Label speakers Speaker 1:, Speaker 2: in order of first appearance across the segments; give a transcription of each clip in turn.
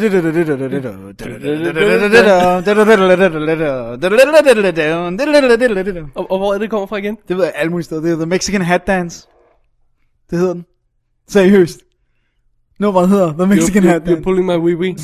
Speaker 1: Det
Speaker 2: Og, og hvor er det, det kommer fra igen?
Speaker 1: ved jeg alle mulige steder. Det hedder The Mexican Hat Dance. Det hedder den. Seriøst. Nummeret hedder The Mexican
Speaker 2: you're,
Speaker 1: Hat
Speaker 2: you're, you're
Speaker 1: Dance.
Speaker 2: pulling my wee wee.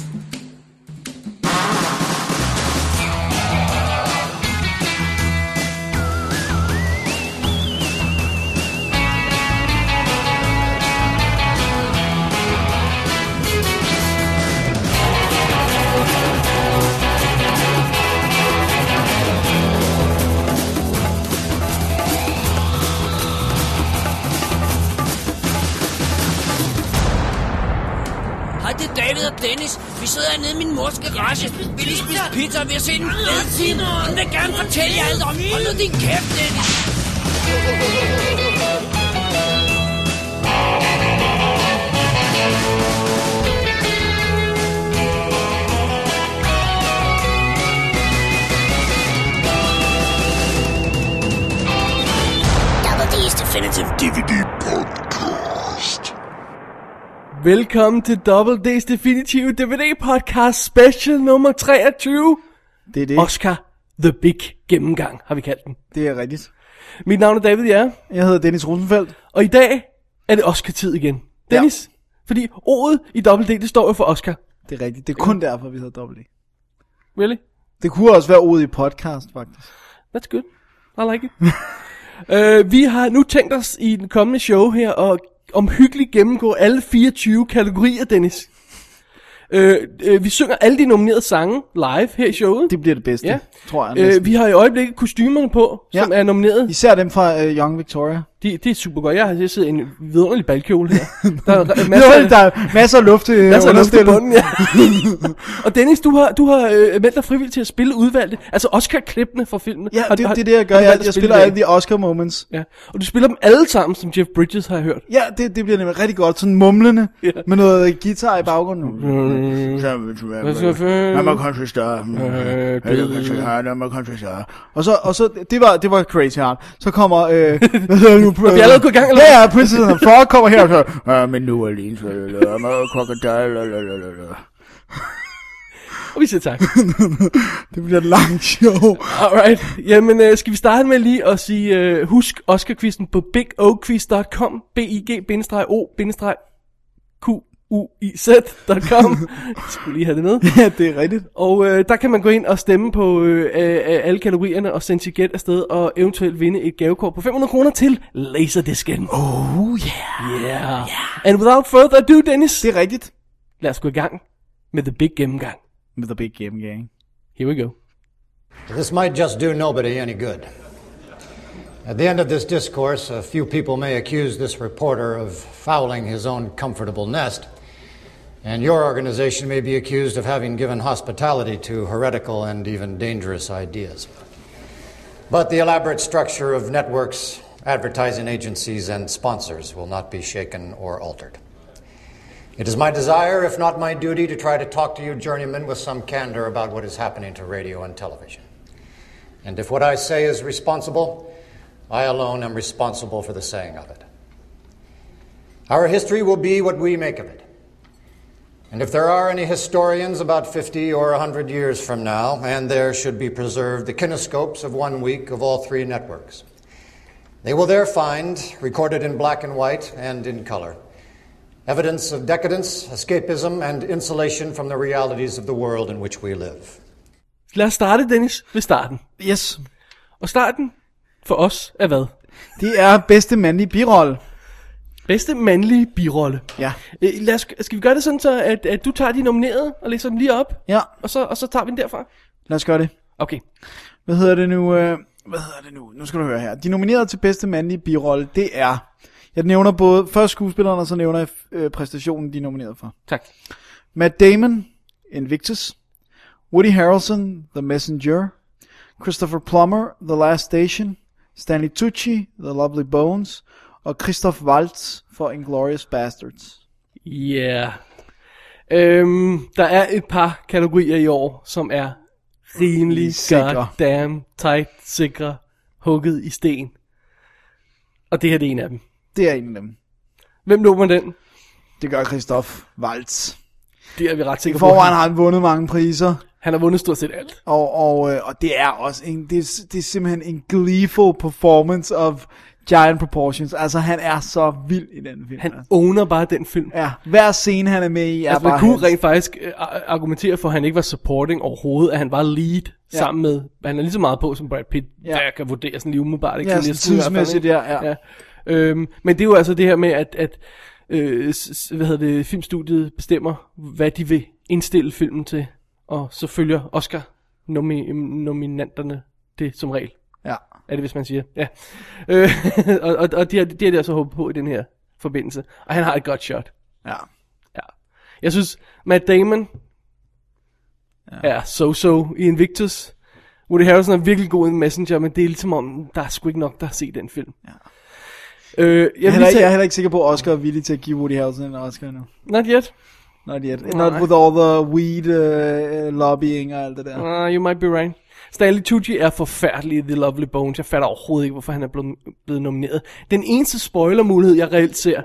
Speaker 3: Hej, det er David og Dennis. Vi sidder nede i min mors garage. Vi lige spise pizza, og vi har set en fed film. Hun vil gerne fortælle jer alt om. den. Hold nu din kæft, Dennis. Double D's Definitive DVD Podcast.
Speaker 2: Velkommen til Double D's Definitive DVD Podcast Special nummer 23.
Speaker 1: Det er det.
Speaker 2: Oscar The Big Gennemgang, har vi kaldt den.
Speaker 1: Det er rigtigt.
Speaker 2: Mit navn er David, ja.
Speaker 1: Jeg hedder Dennis Rosenfeldt.
Speaker 2: Og i dag er det Oscar-tid igen. Dennis, ja. fordi ordet i Double D, det står jo for Oscar.
Speaker 1: Det er rigtigt. Det er kun derfor, vi hedder dobbelt. E.
Speaker 2: Really?
Speaker 1: Det kunne også være ordet i podcast, faktisk.
Speaker 2: That's good. I like it. øh, vi har nu tænkt os i den kommende show her at omhyggeligt gennemgå alle 24 kategorier, Dennis. Øh, øh, vi synger alle de nominerede sange live her i showet.
Speaker 1: Det bliver det bedste,
Speaker 2: Ja.
Speaker 1: tror jeg.
Speaker 2: øh,
Speaker 1: næsten.
Speaker 2: vi har i øjeblikket kostymerne på,
Speaker 1: Ja.
Speaker 2: som er nomineret.
Speaker 1: Især dem fra øh, Young Victoria.
Speaker 2: De, det er super godt. Jeg har siddet i en vidunderlig balkjole her. Der er
Speaker 1: Masser,
Speaker 2: re- masser,
Speaker 1: der er masser af luft øh,
Speaker 2: Jeg tager luft i
Speaker 1: understillet.
Speaker 2: bunden, ja. og Dennis, du har, du har øh, meldt dig frivilligt til at spille udvalgte, altså Oscar-klippene fra filmen.
Speaker 1: Ja,
Speaker 2: Har-
Speaker 1: det,
Speaker 2: har-
Speaker 1: det er det, jeg gør.
Speaker 2: har du
Speaker 1: Jeg,
Speaker 2: valgt at
Speaker 1: jeg
Speaker 2: spille
Speaker 1: spiller
Speaker 2: det?
Speaker 1: alle de Oscar moments.
Speaker 2: Ja, og du spiller dem alle sammen, som Jeff Bridges har jeg hørt.
Speaker 1: Ja, det, det bliver nemlig rigtig godt. Sådan mumlende.
Speaker 2: Ja.
Speaker 1: Med noget øh, guitar i baggrunden.
Speaker 2: Mm.
Speaker 4: øh, I'm a country star.
Speaker 2: Øh,
Speaker 4: I'm a country star. I'm a country star.
Speaker 1: Og så, og så det, var, det var crazy hard. Så kommer... Øh, hvad hedder nu?
Speaker 2: Er vi allerede gået i gang, eller
Speaker 1: Ja, ja, Princess and the Frog kommer her. og Så,
Speaker 4: I'm in New Orleans. la, la, la. I'm a crocodile. la, la, la, la, la.
Speaker 2: Og vi siger tak.
Speaker 1: det bliver et langt show.
Speaker 2: Alright, jamen øh, skal vi starte med lige at sige, øh, husk Oscar-quizzen på bigoquiz.com, b i g o q u i z.com. Jeg skulle lige have det med.
Speaker 1: ja, det er rigtigt.
Speaker 2: Og øh, der kan man gå ind og stemme på øh, øh, alle kategorierne og sende sit gæt afsted og eventuelt vinde et gavekort på 500 kroner til Laserdisken. Oh
Speaker 1: Uh,
Speaker 2: yeah. yeah. Yeah. And without further ado, Dennis,
Speaker 1: Det er rigtigt.
Speaker 2: lad os gå i gang med The Big Gennemgang.
Speaker 1: Med The Big Game Gang.
Speaker 2: Here we go.
Speaker 5: This might just do nobody any good. At the end of this discourse, a few people may accuse this reporter of fouling his own comfortable nest, and your organization may be accused of having given hospitality to heretical and even dangerous ideas. But the elaborate structure of networks, advertising agencies, and sponsors will not be shaken or altered. It is my desire, if not my duty, to try to talk to you journeymen with some candor about what is happening to radio and television. And if what I say is responsible, I alone am responsible for the saying of it. Our history will be what we make of it. And if there are any historians about 50 or 100 years from now, and there should be preserved the kinescopes of one week of all three networks, they will there find, recorded in black and white and in color, evidence of decadence, escapism, and insulation from the realities of the world in which we live.
Speaker 2: Lad os starte, Dennis, ved starten.
Speaker 1: Yes.
Speaker 2: Og starten for os er hvad?
Speaker 1: Det er bedste mandlige birolle.
Speaker 2: Bedste mandlige birolle.
Speaker 1: Ja.
Speaker 2: Øh, lad os, skal vi gøre det sådan, så at, at du tager de nominerede og læser dem lige op,
Speaker 1: Ja,
Speaker 2: og så, og så tager vi den derfra?
Speaker 1: lad os gøre det.
Speaker 2: Okay.
Speaker 1: Hvad hedder det nu? Øh, hvad hedder det nu? Nu skal du høre her. De nominerede til bedste mandlige birolle, det er... Jeg nævner både først skuespilleren, og så nævner jeg øh, præstationen, de er nomineret for.
Speaker 2: Tak.
Speaker 1: Matt Damon, Invictus. Woody Harrelson, The Messenger. Christopher Plummer, The Last Station. Stanley Tucci, The Lovely Bones. Og Christoph Waltz for Inglourious Bastards.
Speaker 2: Yeah. Øhm, der er et par kategorier i år, som er rimelig
Speaker 1: Sikre.
Speaker 2: goddamn tight, sikre, hugget i sten. Og det her det er en af dem.
Speaker 1: Det er en af dem.
Speaker 2: Hvem lukker den?
Speaker 1: Det gør Christoph Waltz.
Speaker 2: Det er vi ret
Speaker 1: I
Speaker 2: sikre på.
Speaker 1: forvejen har han vundet mange priser,
Speaker 2: Han har vundet stort set alt.
Speaker 1: og, og, øh, og det er også en, det, er, det er simpelthen en gleeful performance of giant proportions. Altså, han er så vild i den film.
Speaker 2: Han
Speaker 1: altså.
Speaker 2: owner bare den film.
Speaker 1: Ja, hver scene, han er med i, er
Speaker 2: altså,
Speaker 1: bare
Speaker 2: man kunne
Speaker 1: hans.
Speaker 2: rent faktisk øh, ar- argumentere for, at han ikke var supporting overhovedet, at han var lead ja. sammen med... Han er lige så meget på som Brad Pitt, ja.
Speaker 1: Ja.
Speaker 2: der kan vurdere sådan lige umiddelbart. Ikke?
Speaker 1: Ja,
Speaker 2: lige
Speaker 1: sådan
Speaker 2: at skulle i
Speaker 1: tidsmæssigt,
Speaker 2: hvert fald, ikke? ja. Øhm, men det er jo altså det her med, at, at øh, s- s- hvad hedder det, filmstudiet bestemmer, hvad de vil indstille filmen til, og så følger Oscar-nominanterne det som regel.
Speaker 1: Ja.
Speaker 2: Er det, hvis man siger. Ja. Øh, og, og, og det har det, har de altså håbet på i den her forbindelse. Og han har et godt shot.
Speaker 1: ja.
Speaker 2: Ja. Jeg synes, Matt Damon ja. er so-so i Invictus. Woody Harrelson er virkelig god i Messenger, men det er ligesom om, der er sgu ikke nok, der har set den film. Ja. Øh, jeg
Speaker 1: Jeg, er
Speaker 2: vil
Speaker 1: heller,
Speaker 2: lige
Speaker 1: ikke, jeg er
Speaker 2: tage...
Speaker 1: heller ikke sikker på, at Oscar er villig til at give Woody Harrelson en Oscar nu.
Speaker 2: Not yet.
Speaker 1: Not yet.
Speaker 2: Nej.
Speaker 1: Not with all the weed uh, lobbying og alt det der.
Speaker 2: Uh, you might be right. Stanley Tucci er forfærdelig i The Lovely Bones. Jeg fatter overhovedet ikke, hvorfor han er blevet, blevet nomineret. Den eneste spoilermulighed, jeg reelt ser,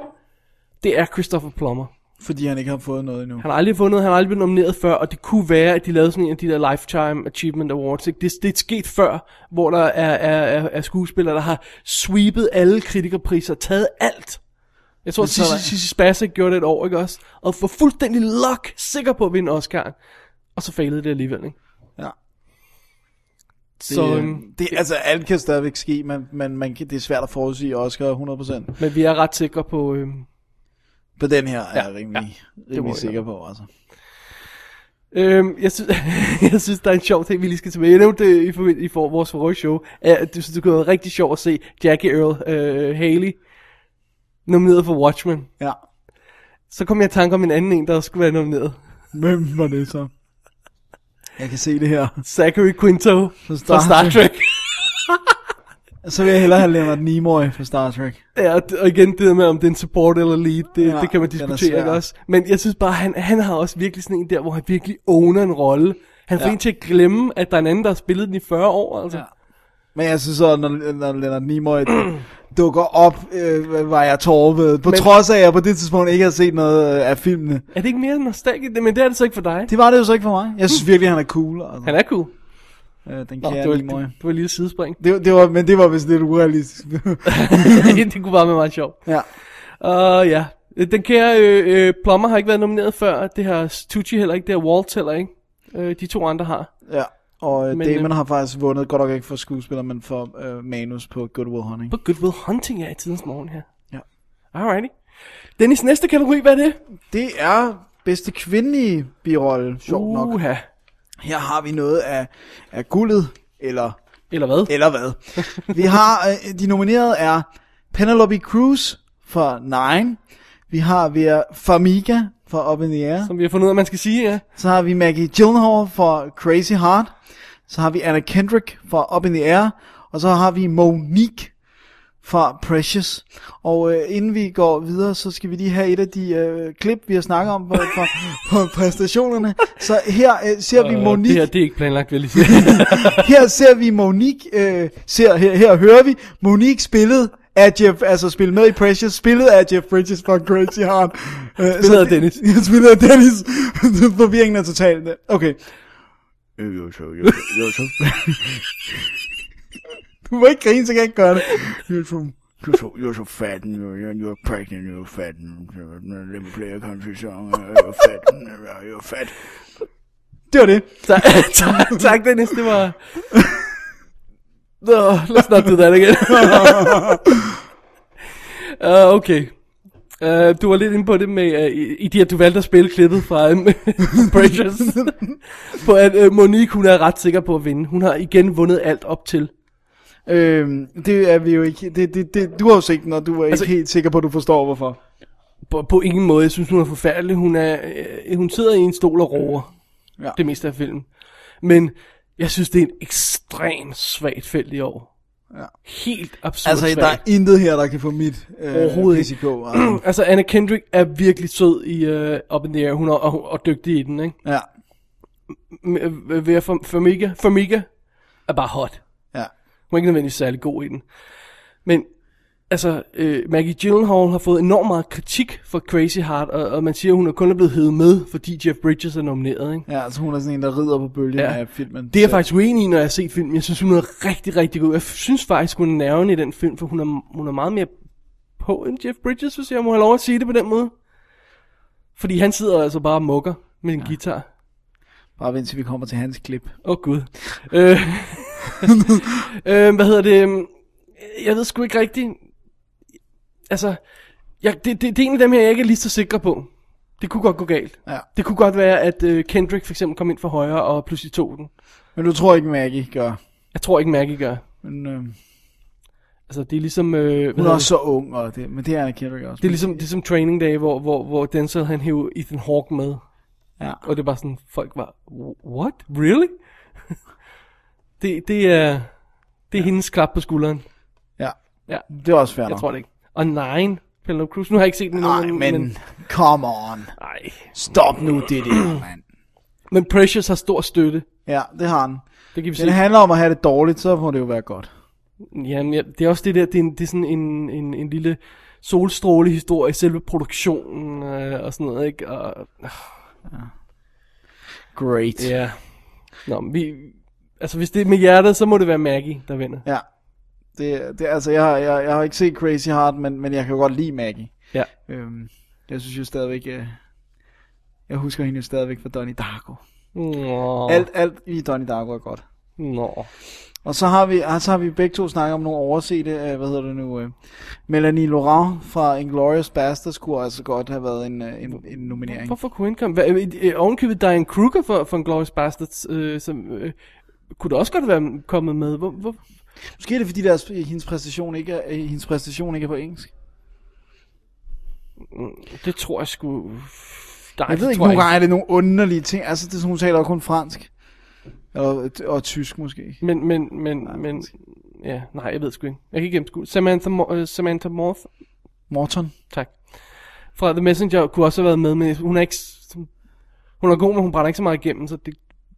Speaker 2: det er Christopher Plummer.
Speaker 1: Fordi han ikke har fået noget endnu.
Speaker 2: Han har aldrig vundet, han har aldrig blevet nomineret før, og det kunne være, at de lavede sådan en af de der Lifetime Achievement Awards. Ikke? Det, det er sket før, hvor der er, er, er, er skuespillere, der har sweepet alle kritikerpriser, taget alt. Jeg tror, at
Speaker 1: så er der-
Speaker 2: Sissi Spasek gjorde det et år, ikke også? Og for fuldstændig luck, sikker på at vinde Oscar. Og så failede det alligevel, ikke?
Speaker 1: Ja. Det,
Speaker 2: Så,
Speaker 1: øh,
Speaker 2: øhm,
Speaker 1: det, altså, alt kan stadigvæk ske, men, men man kan, det er svært at forudsige Oscar 100%.
Speaker 2: men vi er ret sikre på... Øhm,
Speaker 1: På den her er jeg rimelig,
Speaker 2: må jeg
Speaker 1: rimelig sikker på. Altså.
Speaker 2: Øhm, jeg, synes, jeg synes, der er en sjov ting, vi lige skal tilbage. Jeg nævnte det i, forbi- i for, vores forrige show, at du synes, det kunne være rigtig sjovt at se Jackie Earl øh, Haley nomineret for Watchmen.
Speaker 1: Ja.
Speaker 2: Så kom jeg i tanke om en anden en, der også skulle være nomineret.
Speaker 1: Hvem var det så? Jeg kan se det her.
Speaker 2: Zachary Quinto fra Star,
Speaker 1: Star
Speaker 2: Star
Speaker 1: Trek.
Speaker 2: Trek.
Speaker 1: Så vil jeg hellere have Leonard Nimoy fra Star Trek.
Speaker 2: ja, og, og igen det der med, om det er en support eller lead, det, ja,
Speaker 1: Ja,
Speaker 2: det kan man
Speaker 1: den er
Speaker 2: diskutere,
Speaker 1: svær.
Speaker 2: ikke også? Men jeg synes bare, han, han har også virkelig sådan en der, hvor han virkelig owner en rolle. Han får ja.
Speaker 1: Ja.
Speaker 2: en til at glemme, at der er en anden, der har spillet den i 40 år, altså. Ja.
Speaker 1: Ja. Men jeg synes så, når, når Leonard Nimoy dukker op, øh, var jeg tårved. På
Speaker 2: Men-
Speaker 1: men, trods af, at jeg på det tidspunkt ikke har set noget øh, af filmene.
Speaker 2: Er det ikke mere nostalgisk? Men det er det så ikke for dig.
Speaker 1: Det var det jo så ikke for mig. Jeg synes virkelig, han er cool. Altså.
Speaker 2: Han er cool.
Speaker 1: Øh, den
Speaker 2: Nå,
Speaker 1: kære
Speaker 2: det, var,
Speaker 1: Nimoy.
Speaker 2: det, det var et lille sidespring.
Speaker 1: Det, det var, men det var vist lidt urealistisk.
Speaker 2: det kunne bare være meget sjovt.
Speaker 1: ja.
Speaker 2: Og uh, ja, den kære øh, øh, Plummer har ikke været nomineret før. Det har Tucci heller ikke. Det har Walt heller ikke. Øh, de to andre har.
Speaker 1: ja. Og øh,
Speaker 2: Men,
Speaker 1: Damon
Speaker 2: øh,
Speaker 1: har faktisk vundet, godt nok ikke for skuespiller, men for øh, manus på Good Will Hunting.
Speaker 2: Hvor Good Will Hunting er i tidens morgen her.
Speaker 1: Ja.
Speaker 2: Alrighty. Dennis, næste kategori, hvad er det?
Speaker 1: Det er bedste kvindelige birolle, sjovt nok.
Speaker 2: Uha.
Speaker 1: Her har vi noget af, af guldet, eller,
Speaker 2: Eller hvad?
Speaker 1: eller hvad. Vi har, øh, de nominerede er Penelope Cruz fra Nine, vi har Vera Farmiga fra Up in the Air,
Speaker 2: Som vi har fundet ud af, man skal sige, ja.
Speaker 1: så har vi Maggie Gyllenhaal fra Crazy Heart, så har vi Anna Kendrick fra Up in the Air, og så har vi Monique fra Precious. Og øh, inden vi går videre, så skal vi lige have et af de øh, klip, vi har snakket om på, på, på præstationerne. Så her øh, ser vi
Speaker 2: Øh,
Speaker 1: Monique
Speaker 2: Det her, det er ikke planlagt, vil jeg lige sige.
Speaker 1: her ser vi Monique, øh, ser, her, her hører vi Monique spillet af Jeff, altså spillet med i Precious, spillet af Jeff Bridges fra Crazy Heart. Øh, spillet
Speaker 2: af Dennis.
Speaker 1: spillet af Dennis. Forvirringen er total. Okay,
Speaker 4: Øh, Jo, så, jo, så, jo, så.
Speaker 1: du må ikke grine, så kan jeg ikke gøre det. You're from-
Speaker 4: You're so, you're so fat and you're, you're- you're pregnant, you're fat and you're- let me play a country song, you're fat, you're fat.
Speaker 1: Det var det.
Speaker 2: tak, tak, tak, Dennis, det var... Nå, let's not do that again. uh, okay. Uh, du var lidt inde på det med, uh, i, i det at du valgte at spille klippet fra um, Precious, på at uh, Monique, hun er ret sikker på at vinde. Hun har igen vundet alt op til.
Speaker 1: Øhm, det er vi jo ikke. Det, det, det, du har jo set den, og du er altså, ikke helt sikker på, at du forstår, hvorfor.
Speaker 2: På, på ingen måde, jeg synes, hun er forfærdelig. Hun, er, øh, hun sidder i en stol og roer.
Speaker 1: Ja.
Speaker 2: Det meste af filmen. Men jeg synes, det er en ekstremt svagt felt i år.
Speaker 1: Ja.
Speaker 2: Helt absurd
Speaker 1: Altså,
Speaker 2: svagt.
Speaker 1: der er intet her, der kan få mit øh,
Speaker 2: Overhovedet ikke.
Speaker 1: PCK. Altså.
Speaker 2: altså, Anna Kendrick er virkelig sød i uh, Up in the Air. Hun er og, og dygtig i den, ikke?
Speaker 1: Ja,
Speaker 2: M- øh, Vera Fam- Farmiga, Farmiga er bare hot.
Speaker 1: ja.
Speaker 2: Hun er ikke nødvendigvis særlig god i den. Men altså, øh, Maggie Gyllenhaal har fået enormt meget kritik for Crazy Heart, og, og man siger, at hun er kun er blevet hævet med, fordi Jeff Bridges er nomineret, ikke?
Speaker 1: Ja, altså hun er sådan en, der rider på bølgen ja.
Speaker 2: Ja.
Speaker 1: af filmen.
Speaker 2: Det er jeg
Speaker 1: Så-
Speaker 2: faktisk uenig i, når jeg har set filmen. Jeg synes, hun er rigtig, rigtig god. Jeg synes faktisk, hun er nerven i den film, for hun er, hun er meget mere på end Jeff Bridges, hvis jeg må have lov at sige det på den måde. Fordi han sidder altså bare og mukker med en ja. guitar.
Speaker 1: Bare vent til vi kommer til hans klip.
Speaker 2: Åh oh, gud. Øh, øh, hvad hedder det? Jeg ved sgu ikke rigtigt. Altså, jeg, det, det, det er en af dem her, jeg ikke er lige så sikker på. Det kunne godt gå galt.
Speaker 1: Ja.
Speaker 2: Det kunne godt være, at øh, Kendrick for eksempel kom ind for højre og pludselig tog den.
Speaker 1: Men du tror ikke, Maggie gør.
Speaker 2: Jeg tror ikke, Maggie gør.
Speaker 1: Men øh,
Speaker 2: Altså, det er ligesom... Øh, hvad
Speaker 1: hun
Speaker 2: hedder
Speaker 1: er
Speaker 2: det?
Speaker 1: også så ung, og det, men det er Anna Kendrick også.
Speaker 2: Det er ligesom, det er ligesom Training Day, hvor, hvor, hvor Denzel han hævde Ethan Hawke med.
Speaker 1: Ja.
Speaker 2: Og det er bare sådan, folk var, what? Really? det, det er, det er hendes klap på skulderen.
Speaker 1: Ja,
Speaker 2: Ja,
Speaker 1: det er også fair
Speaker 2: jeg
Speaker 1: nok.
Speaker 2: tror det ikke. Og nein, Penelope Cruz. Nu har jeg ikke set den endnu.
Speaker 1: Nej, men, men come on.
Speaker 2: nej.
Speaker 1: Stop nu det der, mand.
Speaker 2: Men Precious har stor støtte.
Speaker 1: Ja, det har han.
Speaker 2: Det kan vi
Speaker 1: Hvis det
Speaker 2: sige.
Speaker 1: handler om at have det dårligt, så må det jo være godt.
Speaker 2: Jamen, ja, det er også det der, det er, en, det er sådan en, en, en lille solstrålehistorie i selve produktionen øh, og sådan noget, ikke? Og,
Speaker 1: Great. Yeah.
Speaker 2: ja. Nå, men vi... Altså, hvis det er med hjertet, så må det være Maggie, der vinder.
Speaker 1: Ja. Det, det, altså, jeg, har- jeg, jeg har ikke set Crazy Heart, men, men jeg kan jo godt lide Maggie.
Speaker 2: Ja.
Speaker 1: Øhm, jeg synes jo stadigvæk, jeg, jeg husker hende jo stadigvæk fra Donnie Darko.
Speaker 2: Nå.
Speaker 1: Alt, alt i Donnie Darko er godt.
Speaker 2: Nå.
Speaker 1: Og så har vi, ah, så har vi begge to snakket om nogle oversete, øh, hvad hedder det nu, øh, Melanie Laurent fra Inglourious Basterds kunne altså godt have været en, øh, en, en nominering.
Speaker 2: Hvorfor kunne hun komme? Hvad, øh, øh, ovenkøbet Diane Kruger for, for en Glorious Bastards, øh, som, øh, kunne det også godt være kommet med. Hvor, hvor?
Speaker 1: Måske er det fordi deres, øh, hendes, præstation ikke er, øh, hendes præstation ikke er på engelsk.
Speaker 2: Det tror jeg sgu... Nej,
Speaker 1: Jeg
Speaker 2: det
Speaker 1: ved ikke,
Speaker 2: tror
Speaker 1: nogle gange er det nogle underlige ting. Altså, det, er sådan, hun taler jo kun fransk. Og, og tysk måske.
Speaker 2: Men, men, men, nej, men... Ja, nej, jeg ved sgu ikke. Jeg kan ikke gennemskue. Samantha, Mo- øh, Samantha Morth,
Speaker 1: Morton.
Speaker 2: tak. Fra The Messenger kunne også have været med, men hun er ikke... s- sådan- Hun er god, men hun brænder ikke så meget igennem, så det,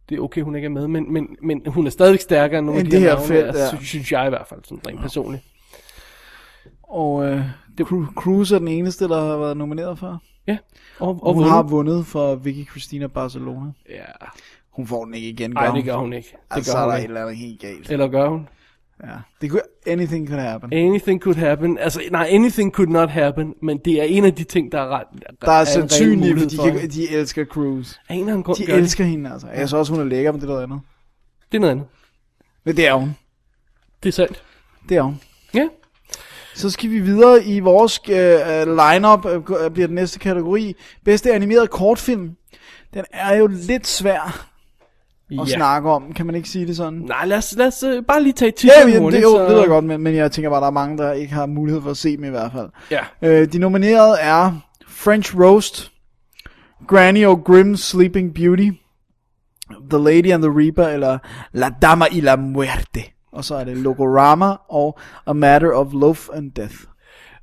Speaker 2: det er okay, hun ikke er med. Men, men, men hun er stadigvæk stærkere end nogle
Speaker 1: End
Speaker 2: af de
Speaker 1: det
Speaker 2: her
Speaker 1: her
Speaker 2: navne,
Speaker 1: felt,
Speaker 2: felt,
Speaker 1: ja.
Speaker 2: ja. synes jeg i hvert fald, sådan rent personligt.
Speaker 1: Og øh, det, Cru- Cruz er den eneste, der har været nomineret for.
Speaker 2: Ja, og,
Speaker 1: Og
Speaker 2: og
Speaker 1: hun
Speaker 2: vundet.
Speaker 1: har vundet for Vicky Cristina Barcelona.
Speaker 2: Ja.
Speaker 1: Hun får den ikke igen,
Speaker 2: Nej, det gør hun ikke. Det
Speaker 1: Altså,
Speaker 2: gør
Speaker 1: så er der
Speaker 2: hun
Speaker 1: et
Speaker 2: ikke.
Speaker 1: eller andet helt galt.
Speaker 2: Eller gør hun?
Speaker 1: Ja. Det kunne, anything could happen.
Speaker 2: Anything could happen. Altså, nej, anything could not happen, men det er en af de ting, der er ret...
Speaker 1: Der er
Speaker 2: en reel
Speaker 1: sandsynligt,
Speaker 2: mulighed
Speaker 1: fordi
Speaker 2: for
Speaker 1: de, kan,
Speaker 2: hende.
Speaker 1: de elsker Cruz.
Speaker 2: Af en eller anden grund
Speaker 1: De
Speaker 2: gør det.
Speaker 1: elsker hende, altså. Jeg synes også, hun er lækker, men det er noget andet.
Speaker 2: Det er noget andet.
Speaker 1: Men det er hun.
Speaker 2: Det er sandt.
Speaker 1: Det er hun.
Speaker 2: Ja.
Speaker 1: Så skal vi videre i vores øh, lineup øh, bliver den næste kategori. Bedste animeret kortfilm. Den er jo lidt svær at
Speaker 2: ja.
Speaker 1: snakke om, kan man ikke sige det sådan?
Speaker 2: Nej, lad os, lad os øh, bare lige tage titlen
Speaker 1: Ja, men, det,
Speaker 2: hurtigt.
Speaker 1: jo,
Speaker 2: så-
Speaker 1: det ved jeg godt, men, men jeg tænker bare, der er mange, der ikke har mulighed for at se dem i hvert fald.
Speaker 2: Ja.
Speaker 1: Øh, de nominerede er French Roast, Granny O'Grimm's Sleeping Beauty, The Lady and the Reaper, eller La Dama y la Muerte. Og så er det Logorama og A Matter of Love and Death.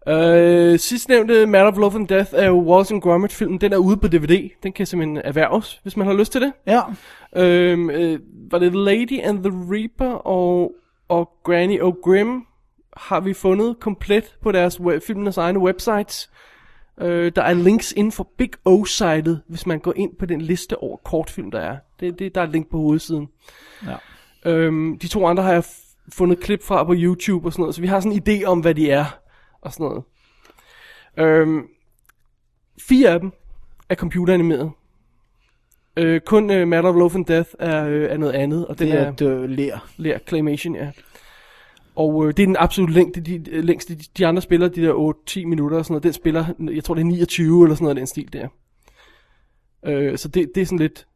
Speaker 2: Øh, sidstnævnte Matter of Love and Death er jo Wallace and Gromit-filmen. Den er ude på DVD. Den kan simpelthen erhverves, hvis man har lyst til det.
Speaker 1: Ja,
Speaker 2: Øhm, øh, var det Lady and the Reaper og, og Granny O'Grim har vi fundet komplet på deres web, filmenes egne websites. Øh, der er links inden for Big O-sitet, hvis man går ind på den liste over kortfilm, der er. Det, det, der er et link på hovedsiden. Ja. Øhm, de to andre har jeg f- fundet klip fra på YouTube og sådan noget, så vi har sådan en idé om, hvad de er og sådan noget. Øhm, fire af dem er computeranimeret. Øh, kun øh, Matter of Love and Death er, øh, er noget andet, og den
Speaker 1: det
Speaker 2: er
Speaker 1: er et øh, lær.
Speaker 2: Lær Claymation, ja. Og øh, det er den absolut længde, de, øh, længste. De, de andre spiller de der 8-10 minutter og sådan noget. Den spiller, jeg tror det er 29 eller sådan noget, af den stil der. Øh, så det, det er sådan lidt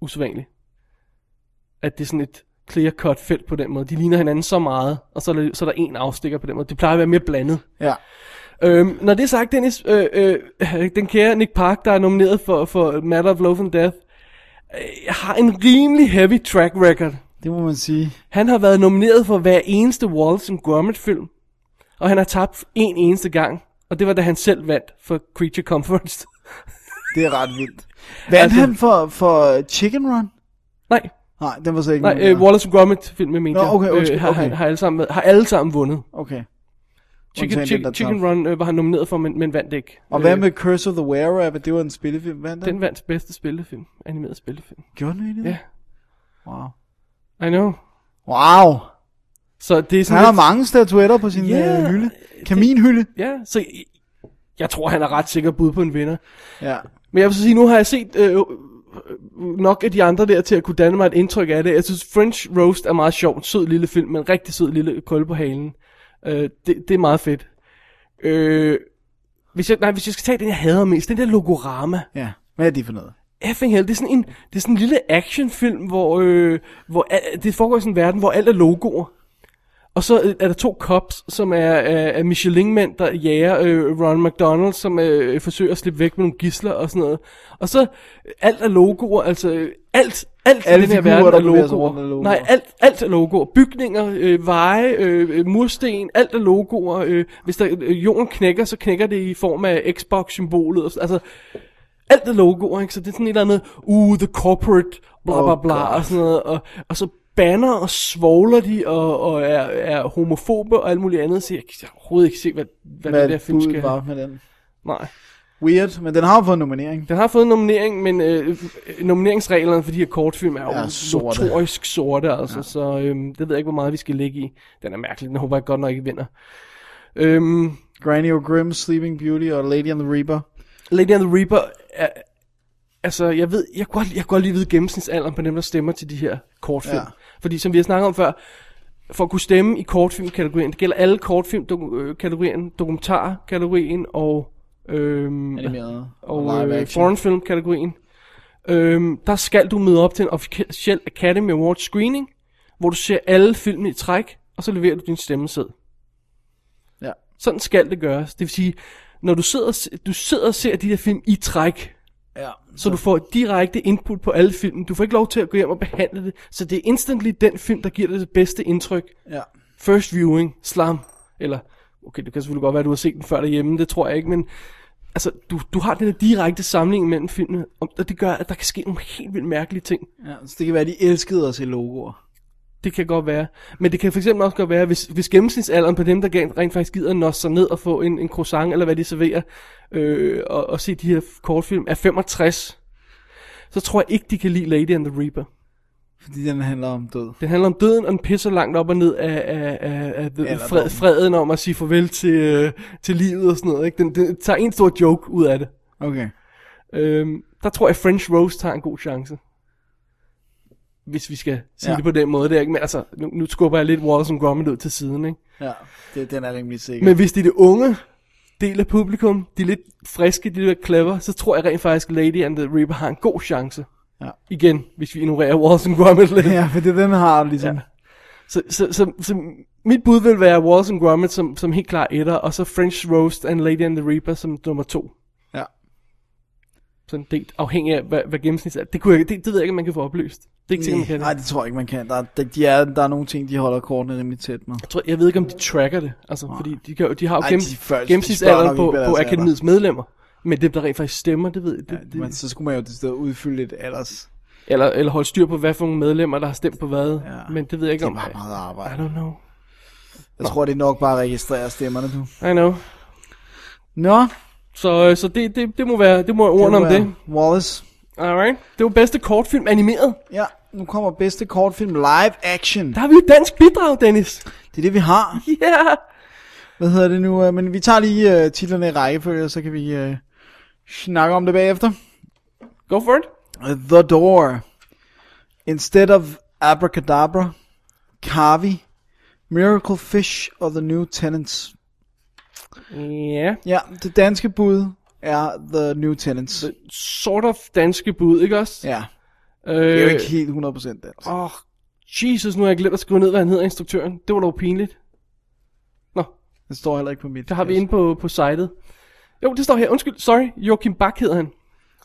Speaker 2: usædvanligt. At det er sådan et clear-cut felt på den måde. De ligner hinanden så meget, og så er, der, så er der en afstikker på den måde. Det plejer at være mere blandet.
Speaker 1: Ja.
Speaker 2: Øhm, når det er sagt, Dennis, øh, øh, den kære Nick Park, der er nomineret for, for Matter of Love and Death, øh, har en rimelig heavy track record.
Speaker 1: Det må man sige.
Speaker 2: Han har været nomineret for hver eneste Wallace and Gromit film. Og han har tabt en eneste gang. Og det var da han selv vandt for Creature Comforts.
Speaker 1: Det er ret vildt. Vandt altså,
Speaker 2: Altså-
Speaker 1: han for, for Chicken Run?
Speaker 2: nej,
Speaker 1: Nej, den var så ikke
Speaker 2: nej
Speaker 1: nomineret.
Speaker 2: øh, Wallace and Gromit film, jeg mente
Speaker 1: Nå,
Speaker 2: jeg.
Speaker 1: okay, undskyld,
Speaker 2: har,
Speaker 1: okay.
Speaker 2: har, alle sammen, været- har alle sammen vundet.
Speaker 1: Okay.
Speaker 2: Chicken,
Speaker 1: Undtagen den, der
Speaker 2: chicken, chicken
Speaker 1: tabte.
Speaker 2: Run øh, var han nomineret for, men, men vandt ikke.
Speaker 1: Og hvad med Curse of the Were-Rabbit? Det var en spillefilm. Hvad den?
Speaker 2: Øh. Den vandt bedste spillefilm. Animeret spillefilm.
Speaker 1: Gjorde den egentlig?
Speaker 2: Ja.
Speaker 1: Wow.
Speaker 2: I know.
Speaker 1: Wow.
Speaker 2: Så det er
Speaker 1: Så
Speaker 2: sådan
Speaker 1: han har
Speaker 2: lidt-
Speaker 1: mange statuetter på sin
Speaker 2: Ja,
Speaker 1: yeah, hylde. Kaminhylde.
Speaker 2: Ja, så jeg, jeg tror, han er ret sikker bud på en vinder.
Speaker 1: Ja.
Speaker 2: Men jeg vil så sige, nu har jeg set øh, øh, nok af de andre der til at kunne danne mig et indtryk af det. Jeg synes, French Roast er meget sjov. En sød lille film, men en rigtig sød lille kolde på halen. Øh, det, det er meget fedt. Øh, hvis, jeg, nej, hvis jeg skal tage den, jeg hader mest, den der Logorama.
Speaker 1: Ja. Hvad er det for noget?
Speaker 2: Effing hell, det er sådan en, det er sådan en lille actionfilm, hvor, øh, hvor al, det foregår i sådan en verden, hvor alt er logoer. Og så øh, er der to cops, som er, er, er Michelin-mænd, der jager øh, Ron McDonald, som øh, forsøger at slippe væk med nogle gisler og sådan noget. Og så øh, alt er logoer, altså øh, alt, alt
Speaker 1: Alle
Speaker 2: i den her
Speaker 1: figurer,
Speaker 2: verden
Speaker 1: der
Speaker 2: er
Speaker 1: bevæger sig
Speaker 2: logoer.
Speaker 1: rundt, er logoer.
Speaker 2: Nej, alt, alt er logoer. Bygninger, øh, veje, øh, øh, mursten, alt er logoer. Øh, hvis der, øh, jorden knækker, så knækker det i form af Xbox-symbolet. og så- Altså, alt er logoer, ikke? Så det er sådan et eller andet, uh, the corporate, bla bla
Speaker 1: Oh,
Speaker 2: bla,
Speaker 1: God.
Speaker 2: og sådan noget, og, og så banner og svogler de, og, og er, er homofobe og alt muligt andet, så jeg kan overhovedet ikke se, hvad, hvad, hvad
Speaker 1: Hvad
Speaker 2: det der film skal
Speaker 1: budet
Speaker 2: have.
Speaker 1: var med den.
Speaker 2: Nej.
Speaker 1: Weird, men den har jo fået en nominering.
Speaker 2: Den har fået en nominering, men øh, nomineringsreglerne for de her kortfilm er jo
Speaker 1: Er
Speaker 2: ja,
Speaker 1: sorte.
Speaker 2: sorte. notorisk sorte, altså, ja. så øhm, det ved jeg ikke, hvor meget vi skal ligge i. Den er mærkelig, den håber jeg godt nok ikke vinder. Øhm,
Speaker 1: Granny O'Grim, Sleeping Beauty og Lady and the Reaper.
Speaker 2: Lady and the Reaper er, altså, jeg ved, jeg kunne, godt- jeg kunne godt lige vide gennemsnitsalderen på dem, der stemmer til de her kortfilm.
Speaker 1: Ja.
Speaker 2: Ja. Fordi som vi har snakket om før, for at kunne stemme i kortfilmkategorien, det gælder alle kortfilmkategorien, dokumentarkategorien og, øhm,
Speaker 1: Animeret.
Speaker 2: og øh, foreign film kategorien, øhm, der skal du møde op til en officiel Academy Awards screening, hvor du ser alle filmene i træk, og så leverer du din stemmesæd.
Speaker 1: Ja.
Speaker 2: Sådan skal det gøres. Det vil sige, når du sidder, og se- du sidder og ser de der film i træk,
Speaker 1: Ja.
Speaker 2: så du får direkte input på alle filmen. Du får ikke lov til at gå hjem og behandle det, så det er instantly den film, der giver dig det bedste indtryk.
Speaker 1: Ja.
Speaker 2: First viewing, slam, eller... Okay, det kan selvfølgelig godt være, at du har set den før derhjemme, det tror jeg ikke, men... Altså, du, du har den der direkte samling mellem filmene, og og det gør, at der kan ske nogle helt vildt mærkelige ting.
Speaker 1: ja. Så det kan være, de elskede at se logoer.
Speaker 2: Det kan godt være. Men det kan for eksempel også godt være, hvis, hvis gennemsnitsalderen på dem, der gen- rent faktisk gider nå sig ned og få en, en croissant, eller hvad de serverer, øh, og, og se de her kortfilm, er 65, så tror jeg ikke, de kan lide Lady and the Reaper.
Speaker 1: Fordi den handler om død.
Speaker 2: Det handler om døden, og den pisser langt op og ned af, af, af, af the-
Speaker 1: Alderdommen.
Speaker 2: fred, freden om at sige farvel til, øh, til livet og sådan noget. Ikke? Den, den tager en stor joke ud af det.
Speaker 1: Okay.
Speaker 2: Øhm, der tror jeg, at French Rose har en god chance. Hvis vi skal sige
Speaker 1: Ja.
Speaker 2: ja. det på den måde. Der, ikke? Men altså, nu, nu skubber jeg lidt Wallace and Gromit ud til siden. Ikke?
Speaker 1: Ja, det, den er rimelig sikker.
Speaker 2: Men hvis det er det unge del af publikum, de er lidt friske, de er lidt clever, så tror jeg rent faktisk, at Lady and the Reaper har en god chance.
Speaker 1: Ja.
Speaker 2: Igen, hvis vi ignorerer Wallace and Gromit lidt.
Speaker 1: Ja, for det den har ligesom...
Speaker 2: Ja. Så, så, så, så mit bud vil være Wallace and Gromit som, som helt klar etter, og så French Roast and Lady and the Reaper som nummer to.
Speaker 1: Ja.
Speaker 2: Sådan delt, afhængig af, hvad, hvad gennemsnit er. Det, kunne jeg, det, det ved jeg ikke, om man kan få oplyst. Det er ikke sikkert,
Speaker 1: Nej,
Speaker 2: man kan.
Speaker 1: nej,
Speaker 2: det.
Speaker 1: det tror jeg ikke, man kan. Der, der, de er, der er nogle ting, de holder kortene rimelig tæt med.
Speaker 2: Jeg, tror, jeg ved ikke, om de tracker det. Altså, fordi de, kan, jo- de har jo
Speaker 1: Ej,
Speaker 2: gennem,
Speaker 1: de før- de spørger nok
Speaker 2: gennemsnitsalderen
Speaker 1: ikke,
Speaker 2: på,
Speaker 1: hvad
Speaker 2: på
Speaker 1: deres alder.
Speaker 2: akademiets medlemmer. Men det, der rent faktisk stemmer, det ved jeg. Det, det,
Speaker 1: Men så skulle man jo til stedet udfylde et ellers.
Speaker 2: eller, eller holde styr på, hvad for nogle medlemmer, der har stemt på hvad.
Speaker 1: Ja.
Speaker 2: Men det ved jeg ikke,
Speaker 1: Det
Speaker 2: om...
Speaker 1: var meget
Speaker 2: I
Speaker 1: arbejde.
Speaker 2: don't know.
Speaker 1: Jeg tror, det er nok bare at registrere stemmerne nu.
Speaker 2: I know.
Speaker 1: Nå,
Speaker 2: Så, øh, så det, det, det må være, det må være ordene om
Speaker 1: var
Speaker 2: det.
Speaker 1: Wallace.
Speaker 2: Alright. Det var bedste kortfilm animeret.
Speaker 1: Ja, nu kommer bedste kortfilm live action.
Speaker 2: Der har vi et dansk bidrag, Dennis.
Speaker 1: Det er det, vi har.
Speaker 2: Ja. Yeah.
Speaker 1: Hvad hedder det nu? Øh, Men vi tager lige øh, titlerne i rækkefølge, og så kan vi øh, snakke om det bagefter.
Speaker 2: Go for it.
Speaker 1: Uh, The Door. Instead of Abracadabra, Carvi, Miracle Fish og The New Tenants.
Speaker 2: Ja.
Speaker 1: Ja, det danske bud er The New Tenants.
Speaker 2: Sort of danske bud, ikke også?
Speaker 1: Ja,
Speaker 2: Øh,
Speaker 1: det er jo ikke helt 100% dansk.
Speaker 2: Åh, oh, Jesus, nu har jeg glemt at skrive ned, hvad han hedder, instruktøren. Det var dog pinligt. Nå,
Speaker 1: Det står heller ikke på mit.
Speaker 2: det har vi inde på, på sitet. Jo, det står her. Undskyld, sorry. Joachim Bak hedder han.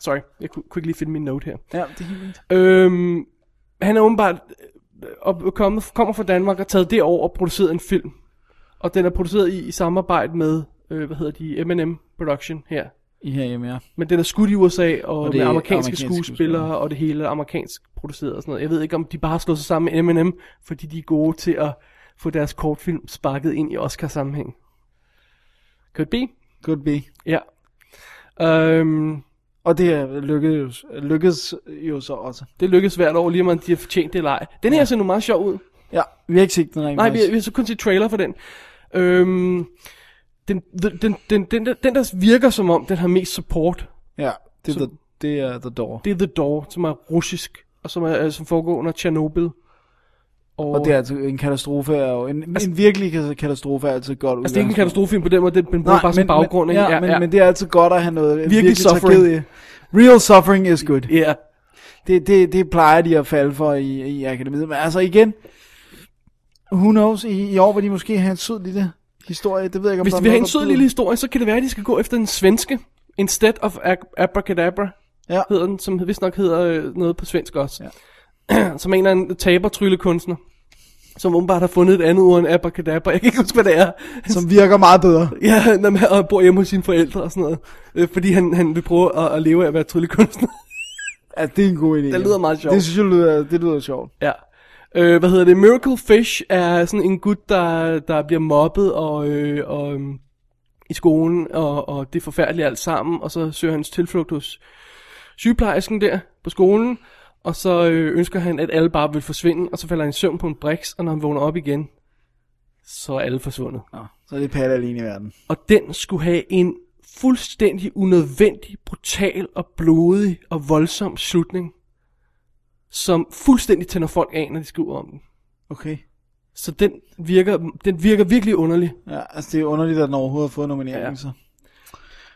Speaker 2: Sorry, jeg kunne, kunne ikke lige finde min note her.
Speaker 1: Ja, det er helt vildt.
Speaker 2: Øhm, han er åbenbart øh, op- kommet, kommer fra Danmark og har taget det over og produceret en film. Og den er produceret i, i samarbejde med, øh, hvad hedder de, M&M Production her.
Speaker 1: I herhjemme, ja.
Speaker 2: Men den er skudt i USA og, og
Speaker 1: det
Speaker 2: med
Speaker 1: er
Speaker 2: amerikanske,
Speaker 1: amerikanske
Speaker 2: skuespillere,
Speaker 1: skuespillere.
Speaker 2: skuespillere og det hele er amerikansk produceret og sådan noget. Jeg ved ikke, om de bare har slået sig sammen med M&M, fordi de er gode til at få deres kortfilm sparket ind i Oscar-sammenhæng. Could be.
Speaker 1: Could be.
Speaker 2: Ja. Øhm,
Speaker 1: Og det er lykkedes, jo- lykkedes jo så også.
Speaker 2: det lykkes hvert år, lige om de har fortjent det eller ej. Den her ser nu meget sjov ud.
Speaker 1: Ja, vi har ikke set den rent
Speaker 2: Nej, vi,
Speaker 1: faktisk.
Speaker 2: vi har så kun set trailer for den. Øhm, den, den, den, den, den, der, den, der virker som om, den har mest support,
Speaker 1: Ja, det er,
Speaker 2: Så-
Speaker 1: the, det er The Door.
Speaker 2: det er The Door, som er russisk, og som, er, øh, som foregår under Tjernobyl.
Speaker 1: Og det er altså en katastrofe, er jo en, en virkelig ka- katastrofe Altså- er altid et godt
Speaker 2: Altså, det er ikke en katastrofefilm på den måde, den, den bruger
Speaker 1: Nej,
Speaker 2: bare som baggrund,
Speaker 1: men,
Speaker 2: ikke?
Speaker 1: ja, men, men det er altid godt at have noget virkelig,
Speaker 2: suffering.
Speaker 1: tragedie. Real suffering is good.
Speaker 2: ja.
Speaker 1: Det, det, det plejer de at falde for i, i akademiet. Men altså igen, who knows, i, i år vil de måske have en sød lille historie. Det ved jeg ikke, om
Speaker 2: Hvis
Speaker 1: der er
Speaker 2: vi har
Speaker 1: noget,
Speaker 2: en
Speaker 1: der
Speaker 2: sød
Speaker 1: byder-
Speaker 2: lille historie, så kan det være, at de skal gå efter den svenske. Instead of Ab- Abracadabra,
Speaker 1: Ja.
Speaker 2: hedder den, som vist nok hedder øh, noget på svensk også. Ja. som er en eller anden tabertryllekunstner, som åbenbart har fundet et andet ord end Abracadabra. Jeg kan ikke huske, hvad det er.
Speaker 1: Som virker meget bedre.
Speaker 2: Ja, når man og bor hjemme hos sine forældre og sådan noget. Øh, fordi han, han vil prøve at, at leve af at være tryllekunstner.
Speaker 1: Altså, det er en god idé.
Speaker 2: Det lyder meget sjovt.
Speaker 1: Det synes jeg lyder, det lyder sjovt.
Speaker 2: Ja. Øh, hvad hedder det? Miracle Fish er sådan en gut, der, der bliver mobbet og, øh, og, øhm, i skolen, og, og det er forfærdeligt alt sammen, og så søger han tilflugt hos sygeplejersken der på skolen, og så øh, ønsker han, at alle bare vil forsvinde, og så falder han i søvn på en briks, og når han vågner op igen, så er alle forsvundet.
Speaker 1: Nå, så er det Palle alene i verden.
Speaker 2: Og den skulle have en fuldstændig unødvendig, brutal og blodig og voldsom slutning, som fuldstændig tænder folk af, når de skriver om den.
Speaker 1: Okay.
Speaker 2: Så den virker, den virker virkelig underlig.
Speaker 1: Ja, altså det er underligt, at den overhovedet har fået nomineringen,
Speaker 2: Ja.
Speaker 1: så.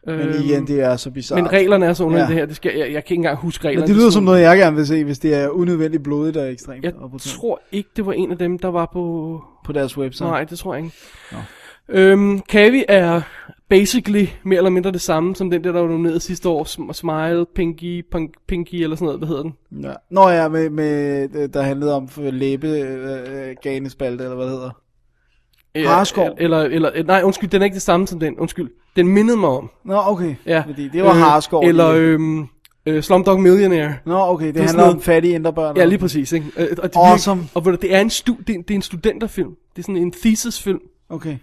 Speaker 1: Men igen, det er så bizarrt.
Speaker 2: Øhm, men reglerne er så underlige,
Speaker 1: Ja.
Speaker 2: ja. det her. Det skal, jeg, jeg kan ikke engang huske reglerne.
Speaker 1: Men det lyder
Speaker 2: er
Speaker 1: som
Speaker 2: sådan-
Speaker 1: noget, jeg gerne vil se, hvis det er unødvendigt blodigt og ekstremt. og
Speaker 2: Jeg
Speaker 1: brutalt
Speaker 2: tror ikke, det var en af dem, der var på...
Speaker 1: på deres website.
Speaker 2: Nej, det tror jeg ikke. Øhm, Kavi er basically mere eller mindre det samme, som den der, der var nomineret sidste år. Sm- Smile, Pinky, Punk, Pinky eller sådan noget, hvad hedder den?
Speaker 1: Ja. Nå ja, med, med, øh, der handlede om for læbe, øh, øh, ganespalte, eller hvad det hedder.
Speaker 2: Ja,
Speaker 1: Harskov.
Speaker 2: Eller, eller, øh, nej, undskyld, den er ikke det samme som den. Undskyld. Den mindede mig om.
Speaker 1: Nå, okay.
Speaker 2: Ja.
Speaker 1: Fordi det var øh, harskov.
Speaker 2: Eller
Speaker 1: lige.
Speaker 2: øhm, øh, Slumdog Millionaire.
Speaker 1: Nå, okay, det,
Speaker 2: er
Speaker 1: handler
Speaker 2: sådan noget-
Speaker 1: om fattige indrebørn.
Speaker 2: Ja, lige præcis, ikke? Øh, Og det
Speaker 1: Awesome.
Speaker 2: Virker, og ved du, det er en stu, det, er, det er en studenterfilm. Det er sådan en thesisfilm,
Speaker 1: Okay,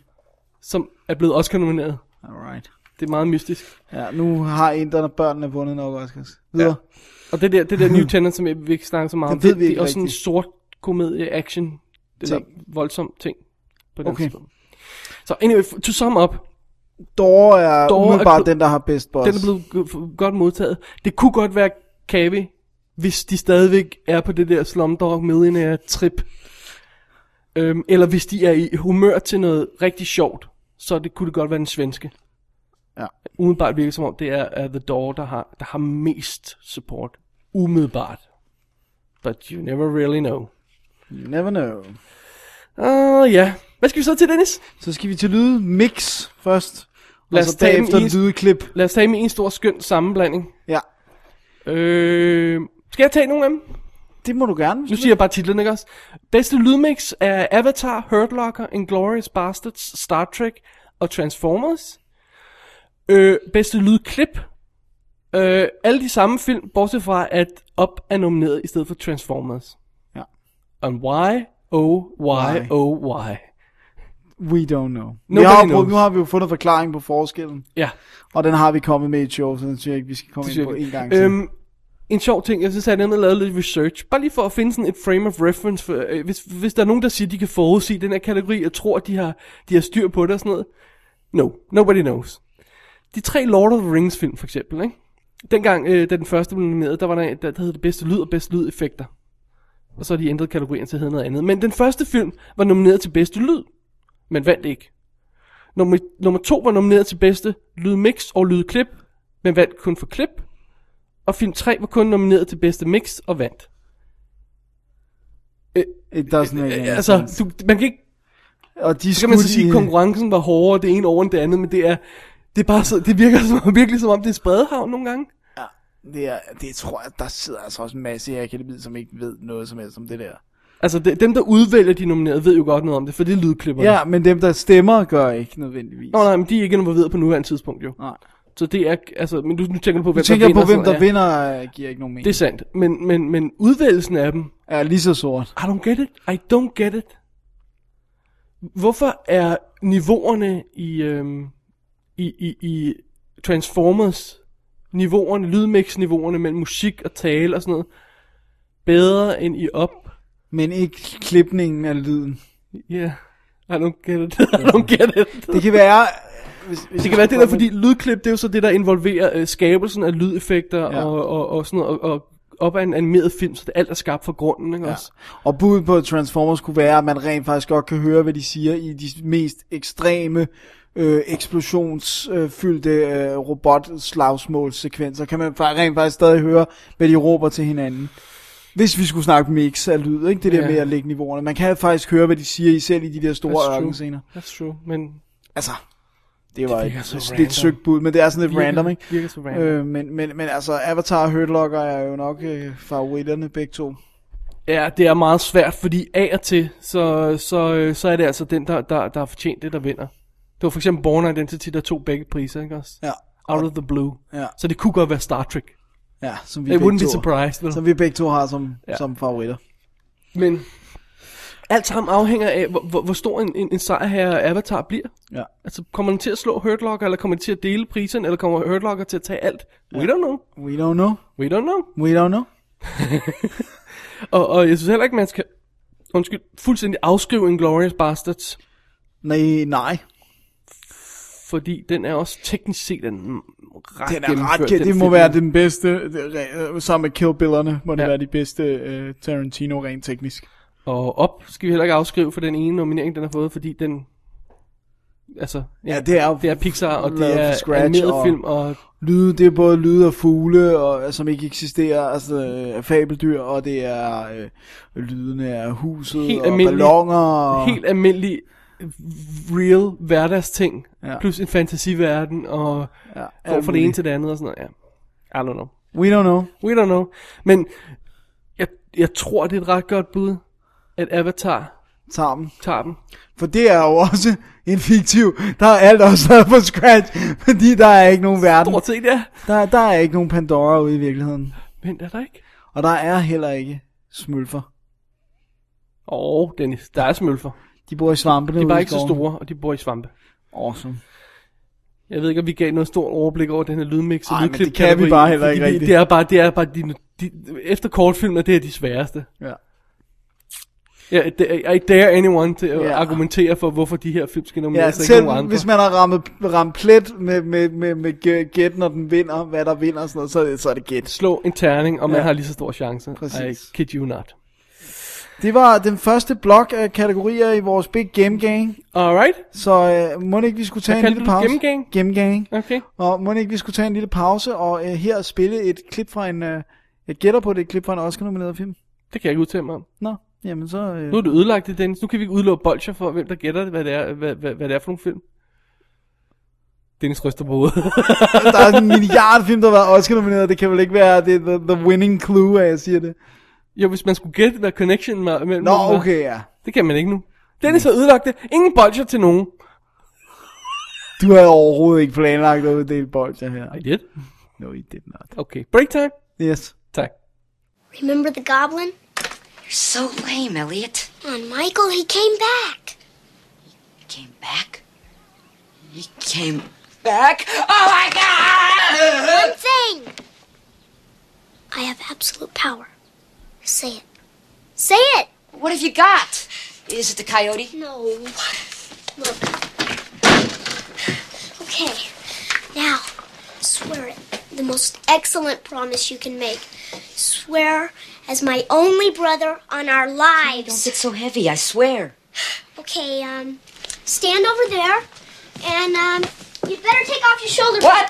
Speaker 2: som er blevet Oscar-nomineret.
Speaker 1: alright.
Speaker 2: Det er meget mystisk.
Speaker 1: Ja, nu har inderne børnene vundet nok Oscars. Videre.
Speaker 2: Og det der, det der New Tenant, som jeg, vi ikke snakker så meget om,
Speaker 1: Det ved vi
Speaker 2: det, det
Speaker 1: ikke
Speaker 2: er også sådan en
Speaker 1: rigtigt.
Speaker 2: sort komedie-action. Det er
Speaker 1: Ting.
Speaker 2: voldsom ting. På den
Speaker 1: Okay.
Speaker 2: okay. Så anyway, f- to sum up.
Speaker 1: Dora er
Speaker 2: Dora er
Speaker 1: umiddelbart
Speaker 2: ble-
Speaker 1: den, der har bedst boss.
Speaker 2: Den er blevet g- f- godt modtaget. Det kunne godt være Kavi, hvis de stadigvæk er på det der Slumdog Millionaire trip. Øhm, eller hvis de er i humør til noget rigtig sjovt, så det, kunne det godt være den svenske.
Speaker 1: Ja.
Speaker 2: Umiddelbart virker det som om, det er, er The Door, der har, der har mest support. Umiddelbart. But you never really know.
Speaker 1: You never know.
Speaker 2: Ah, uh, ja. Yeah. Hvad skal vi så til, Dennis?
Speaker 1: Så skal vi til lyde mix først.
Speaker 2: Lad
Speaker 1: og
Speaker 2: os
Speaker 1: så
Speaker 2: tage dem
Speaker 1: bagefter
Speaker 2: i-
Speaker 1: et lydklip.
Speaker 2: Lad os tage med en stor skøn sammenblanding.
Speaker 1: Ja,
Speaker 2: Øh, skal jeg tage nogle af dem?
Speaker 1: det må du gerne. hvis
Speaker 2: Nu
Speaker 1: du
Speaker 2: siger jeg bare titlen, ikke også? Bedste lydmix er Avatar, Hurt Locker, Inglourious Bastards, Star Trek og Transformers. Øh, bedste lydklip. Øh, alle de samme film, bortset fra at Up er nomineret i stedet for Transformers.
Speaker 1: Ja.
Speaker 2: And why? Oh, why,
Speaker 1: Why?
Speaker 2: oh, why?
Speaker 1: vil. We don't know. Vi
Speaker 2: Nobody
Speaker 1: har brugt,
Speaker 2: knows.
Speaker 1: nu har vi jo fundet forklaring på forskellen.
Speaker 2: Ja,
Speaker 1: Og den har vi kommet med i et show, så den synes jeg ikke, vi skal komme
Speaker 2: det
Speaker 1: ind
Speaker 2: synes
Speaker 1: på
Speaker 2: jeg.
Speaker 1: en gang
Speaker 2: ikke.
Speaker 1: til.
Speaker 2: Øhm, en sjov ting, jeg synes, at jeg nemlig lavede lidt research. Bare lige for at finde sådan et frame of reference. For, øh, hvis, hvis der er nogen, der siger, at de kan forudse den her kategori, og tror, at de har, de har styr på det og sådan noget. No, nobody knows. De tre Lord of the Rings film, for eksempel, ikke? Dengang, øh, da den første blev nomineret, der var der, en, der, der hed det bedste lyd og bedste lydeffekter. Og så har de ændret kategorien til at hedde noget andet. Men den første film var nomineret til bedste lyd, men vandt ikke. Nummer, nummer to var nomineret til bedste lydmix og lydklip, men vandt kun for klip. Og film 3 var kun nomineret til bedste mix og vandt. Øh,
Speaker 1: It doesn't make any
Speaker 2: Altså,
Speaker 1: sense.
Speaker 2: du, man kan ikke
Speaker 1: Og de
Speaker 2: så kan man så
Speaker 1: skulle
Speaker 2: sige,
Speaker 1: i-
Speaker 2: at konkurrencen var hårdere det ene over end det andet, men det er, det er bare så, det virker som, virkelig som om, det er spredehavn nogle gange.
Speaker 1: Det, er, det tror jeg, der sidder altså også en masse i akademiet, som ikke ved noget som helst om det der.
Speaker 2: Altså, det, dem, der udvælger de nominerede, ved jo godt noget om det, for det er lydklipperne.
Speaker 1: Ja, men dem, der stemmer, gør ikke nødvendigvis.
Speaker 2: Nå, nej, men de er ikke involveret på nuværende tidspunkt, jo.
Speaker 1: Nej.
Speaker 2: Så det er, altså, men du, nu tænker du på, hvem
Speaker 1: Jeg tænker
Speaker 2: der vinder.
Speaker 1: på, hvem
Speaker 2: og sådan
Speaker 1: der
Speaker 2: noget, ja.
Speaker 1: vinder, øh, giver ikke nogen mening.
Speaker 2: Det er sandt, men, men, men udvælgelsen af dem,
Speaker 1: er lige så sort.
Speaker 2: I don't get it. I don't get it. Hvorfor er niveauerne i, øhm, i, i, i Transformers niveauerne, lydmix niveauerne mellem musik og tale og sådan noget, bedre end i op.
Speaker 1: Men ikke klipningen af lyden.
Speaker 2: Yeah, I don't get it. I don't get it.
Speaker 1: Det kan være... øh, Hvis, hvis
Speaker 2: Det kan være det der, fordi lydklip, det er jo så det, der involverer øh, skabelsen af lydeffekter ja.
Speaker 1: Ja.
Speaker 2: og, og, og sådan noget, og, og op af en animeret film, så det alt er skabt fra grunden, ikke ja.
Speaker 1: Ja.
Speaker 2: også?
Speaker 1: Og budet på Transformers kunne være, at man rent faktisk godt kan høre, hvad de siger i de mest ekstreme øh, eksplosionsfyldte øh, robotslagsmålssekvenser. Kan man fa- rent faktisk stadig høre, hvad de råber til hinanden. Hvis vi skulle snakke mix af lyd, ikke det der
Speaker 2: Ja.
Speaker 1: med at lægge niveauerne. Man kan faktisk høre, hvad de siger, især i de der
Speaker 2: That's
Speaker 1: store
Speaker 2: true.
Speaker 1: ørkenscener.
Speaker 2: That's true, men
Speaker 1: Altså, det var
Speaker 2: virker så
Speaker 1: et
Speaker 2: random.
Speaker 1: lidt søgt bud, men det er sådan lidt
Speaker 2: Virker-
Speaker 1: random, ikke?
Speaker 2: virker så random.
Speaker 1: Øh, men, men, men altså, Avatar og Hurt Locker er jo nok øh, favoritterne begge to.
Speaker 2: ja, det er meget svært, fordi af og til, så, så, øh, så er det altså den, der, der, der har fortjent det, der vinder. Det var for eksempel Born Identity, der tog begge priser, ikke også?
Speaker 1: Ja,
Speaker 2: Out of the blue.
Speaker 1: Ja.
Speaker 2: Så det kunne godt være Star Trek.
Speaker 1: ja som vi
Speaker 2: It
Speaker 1: begge
Speaker 2: wouldn't be
Speaker 1: to-
Speaker 2: surprised, vel?
Speaker 1: Som vi begge to har som,
Speaker 2: Mm. Ja.
Speaker 1: ja. som favoritter.
Speaker 2: Men alt sammen afhænger af, hvor, hvor, hvor stor en, en, en sejr her Avatar bliver.
Speaker 1: Ja.
Speaker 2: Altså, kommer den til at slå Hurt Locker, eller kommer den til at dele prisen, eller kommer Hurt Locker til at tage alt? We don't know.
Speaker 1: We don't know.
Speaker 2: We don't know.
Speaker 1: We don't know.
Speaker 2: Og, og jeg synes heller ikke, man skal undskyld, fuldstændig afskrive Inglourious Bastards,
Speaker 1: Nej, nej.
Speaker 2: fordi den er også teknisk set en ret
Speaker 1: Den er
Speaker 2: gennemført,
Speaker 1: ret kendt.
Speaker 2: den
Speaker 1: Det må
Speaker 2: film.
Speaker 1: være den bedste, det er re- øh, sammen med Kill Billerne, må det
Speaker 2: Ja.
Speaker 1: ja. være de bedste øh, Tarantino rent teknisk.
Speaker 2: Og op skal vi heller ikke afskrive for den ene nominering, den har fået, fordi den... Altså, ja,
Speaker 1: Ja, det er jo
Speaker 2: det er Pixar, og
Speaker 1: lavet
Speaker 2: det
Speaker 1: fra
Speaker 2: er
Speaker 1: scratch,
Speaker 2: animeret
Speaker 1: og-
Speaker 2: film, og
Speaker 1: Lyde, det er både lyde og fugle, og, øh, som ikke eksisterer, altså øh, fabeldyr, og det er øh, lydene af huset,
Speaker 2: Helt
Speaker 1: og
Speaker 2: almindelig-
Speaker 1: ballonger. Og,
Speaker 2: helt almindelig real hverdagsting, ja.
Speaker 1: Ja.
Speaker 2: plus en fantasiverden, og
Speaker 1: ja,
Speaker 2: går
Speaker 1: alt
Speaker 2: fra det ene
Speaker 1: muligt.
Speaker 2: til det andet og sådan noget. Ja. I don't know.
Speaker 1: We don't know.
Speaker 2: We don't know. Men jeg, jeg tror, det er et ret godt bud, at Avatar
Speaker 1: Tager dem.
Speaker 2: tager den.
Speaker 1: For det er jo også en fiktiv. Der er alt også lavet fra scratch, fordi der er ikke nogen verden.
Speaker 2: Stort set, ja.
Speaker 1: Der, der er ikke nogen Pandora ude i virkeligheden.
Speaker 2: Men er der ikke?
Speaker 1: Og der er heller ikke smølfer.
Speaker 2: Åh, oh, Dennis, der er smølfer.
Speaker 1: De bor i svampene
Speaker 2: De er
Speaker 1: ude i
Speaker 2: bare ikke så
Speaker 1: skoven.
Speaker 2: store, og de bor i svampe.
Speaker 1: Awesome.
Speaker 2: Jeg ved ikke, om vi gav noget stort overblik over den her lydmix og
Speaker 1: Ej, men det
Speaker 2: lydklip.
Speaker 1: kan vi bare heller ikke
Speaker 2: det,
Speaker 1: rigtigt.
Speaker 2: det er bare, det er bare de, de, efter kortfilm er det her de sværeste.
Speaker 1: Ja.
Speaker 2: Ja, det- I dare anyone til at
Speaker 1: Ja.
Speaker 2: argumentere for, hvorfor de her film skal
Speaker 1: Ja,
Speaker 2: nomineres, ja, ikke
Speaker 1: selv
Speaker 2: nogen andre.
Speaker 1: hvis man har ramt, ramt plet med, med, med, med gæ- gæt, når den vinder, hvad der vinder og sådan noget, så, er det- så er det gæt.
Speaker 2: Slå en terning, og man
Speaker 1: Ja.
Speaker 2: har lige så stor chance.
Speaker 1: Præcis.
Speaker 2: I kid you not.
Speaker 1: Det var den første blok af kategorier i vores Big Game Gang,
Speaker 2: Alright,
Speaker 1: så øh, må det ikke vi skulle tage
Speaker 2: Hvad
Speaker 1: en
Speaker 2: kaldte
Speaker 1: lille
Speaker 2: du
Speaker 1: pause.
Speaker 2: det? Game Gang?
Speaker 1: Game Gang.
Speaker 2: okay.
Speaker 1: Og må det ikke vi skulle tage en lille pause og øh, her spille et klip fra en, øh, jeg gætter på det, er et klip fra en Oscar-nomineret film.
Speaker 2: Det kan jeg ikke udtale mig om.
Speaker 1: Nå, jamen så... Øh,
Speaker 2: Nu er du ødelagt det, Dennis. Nu kan vi ikke udlåbe bolcher for, hvem der gætter det, hvad det er, hvad, hvad, hvad det er for nogle film. Dennis ryster på hovedet.
Speaker 1: Der er en milliard film, der har været Oscar-nomineret. Det kan vel ikke være det er the, the winning clue, at jeg siger det.
Speaker 2: jo, hvis man skulle gætte, hvad connection var mellem...
Speaker 1: Nå,
Speaker 2: var-
Speaker 1: okay, ja.
Speaker 2: Det kan man ikke nu. Dennis har ødelagt det. Ingen bolcher til nogen.
Speaker 1: Du havde overhovedet ikke planlagt at uddele bolcher her.
Speaker 2: I did.
Speaker 1: No, you did not.
Speaker 2: Okay, break time.
Speaker 1: Yes.
Speaker 2: Tak.
Speaker 6: Remember the goblin?
Speaker 7: So lame, Elliot.
Speaker 6: On Michael, he came back.
Speaker 7: Came back. He came back. Oh my God!
Speaker 6: One thing. I have absolute power. Say it. Say it.
Speaker 7: What have you got? Is it the coyote?
Speaker 6: No. Look. Okay. Now, swear it. The most excellent promise you can make. Swear as my only brother on our
Speaker 7: Don't
Speaker 6: lives.
Speaker 7: sit so heavy. I swear.
Speaker 6: Okay, um, stand over there, and, um, you'd better take off your shoulder
Speaker 7: What?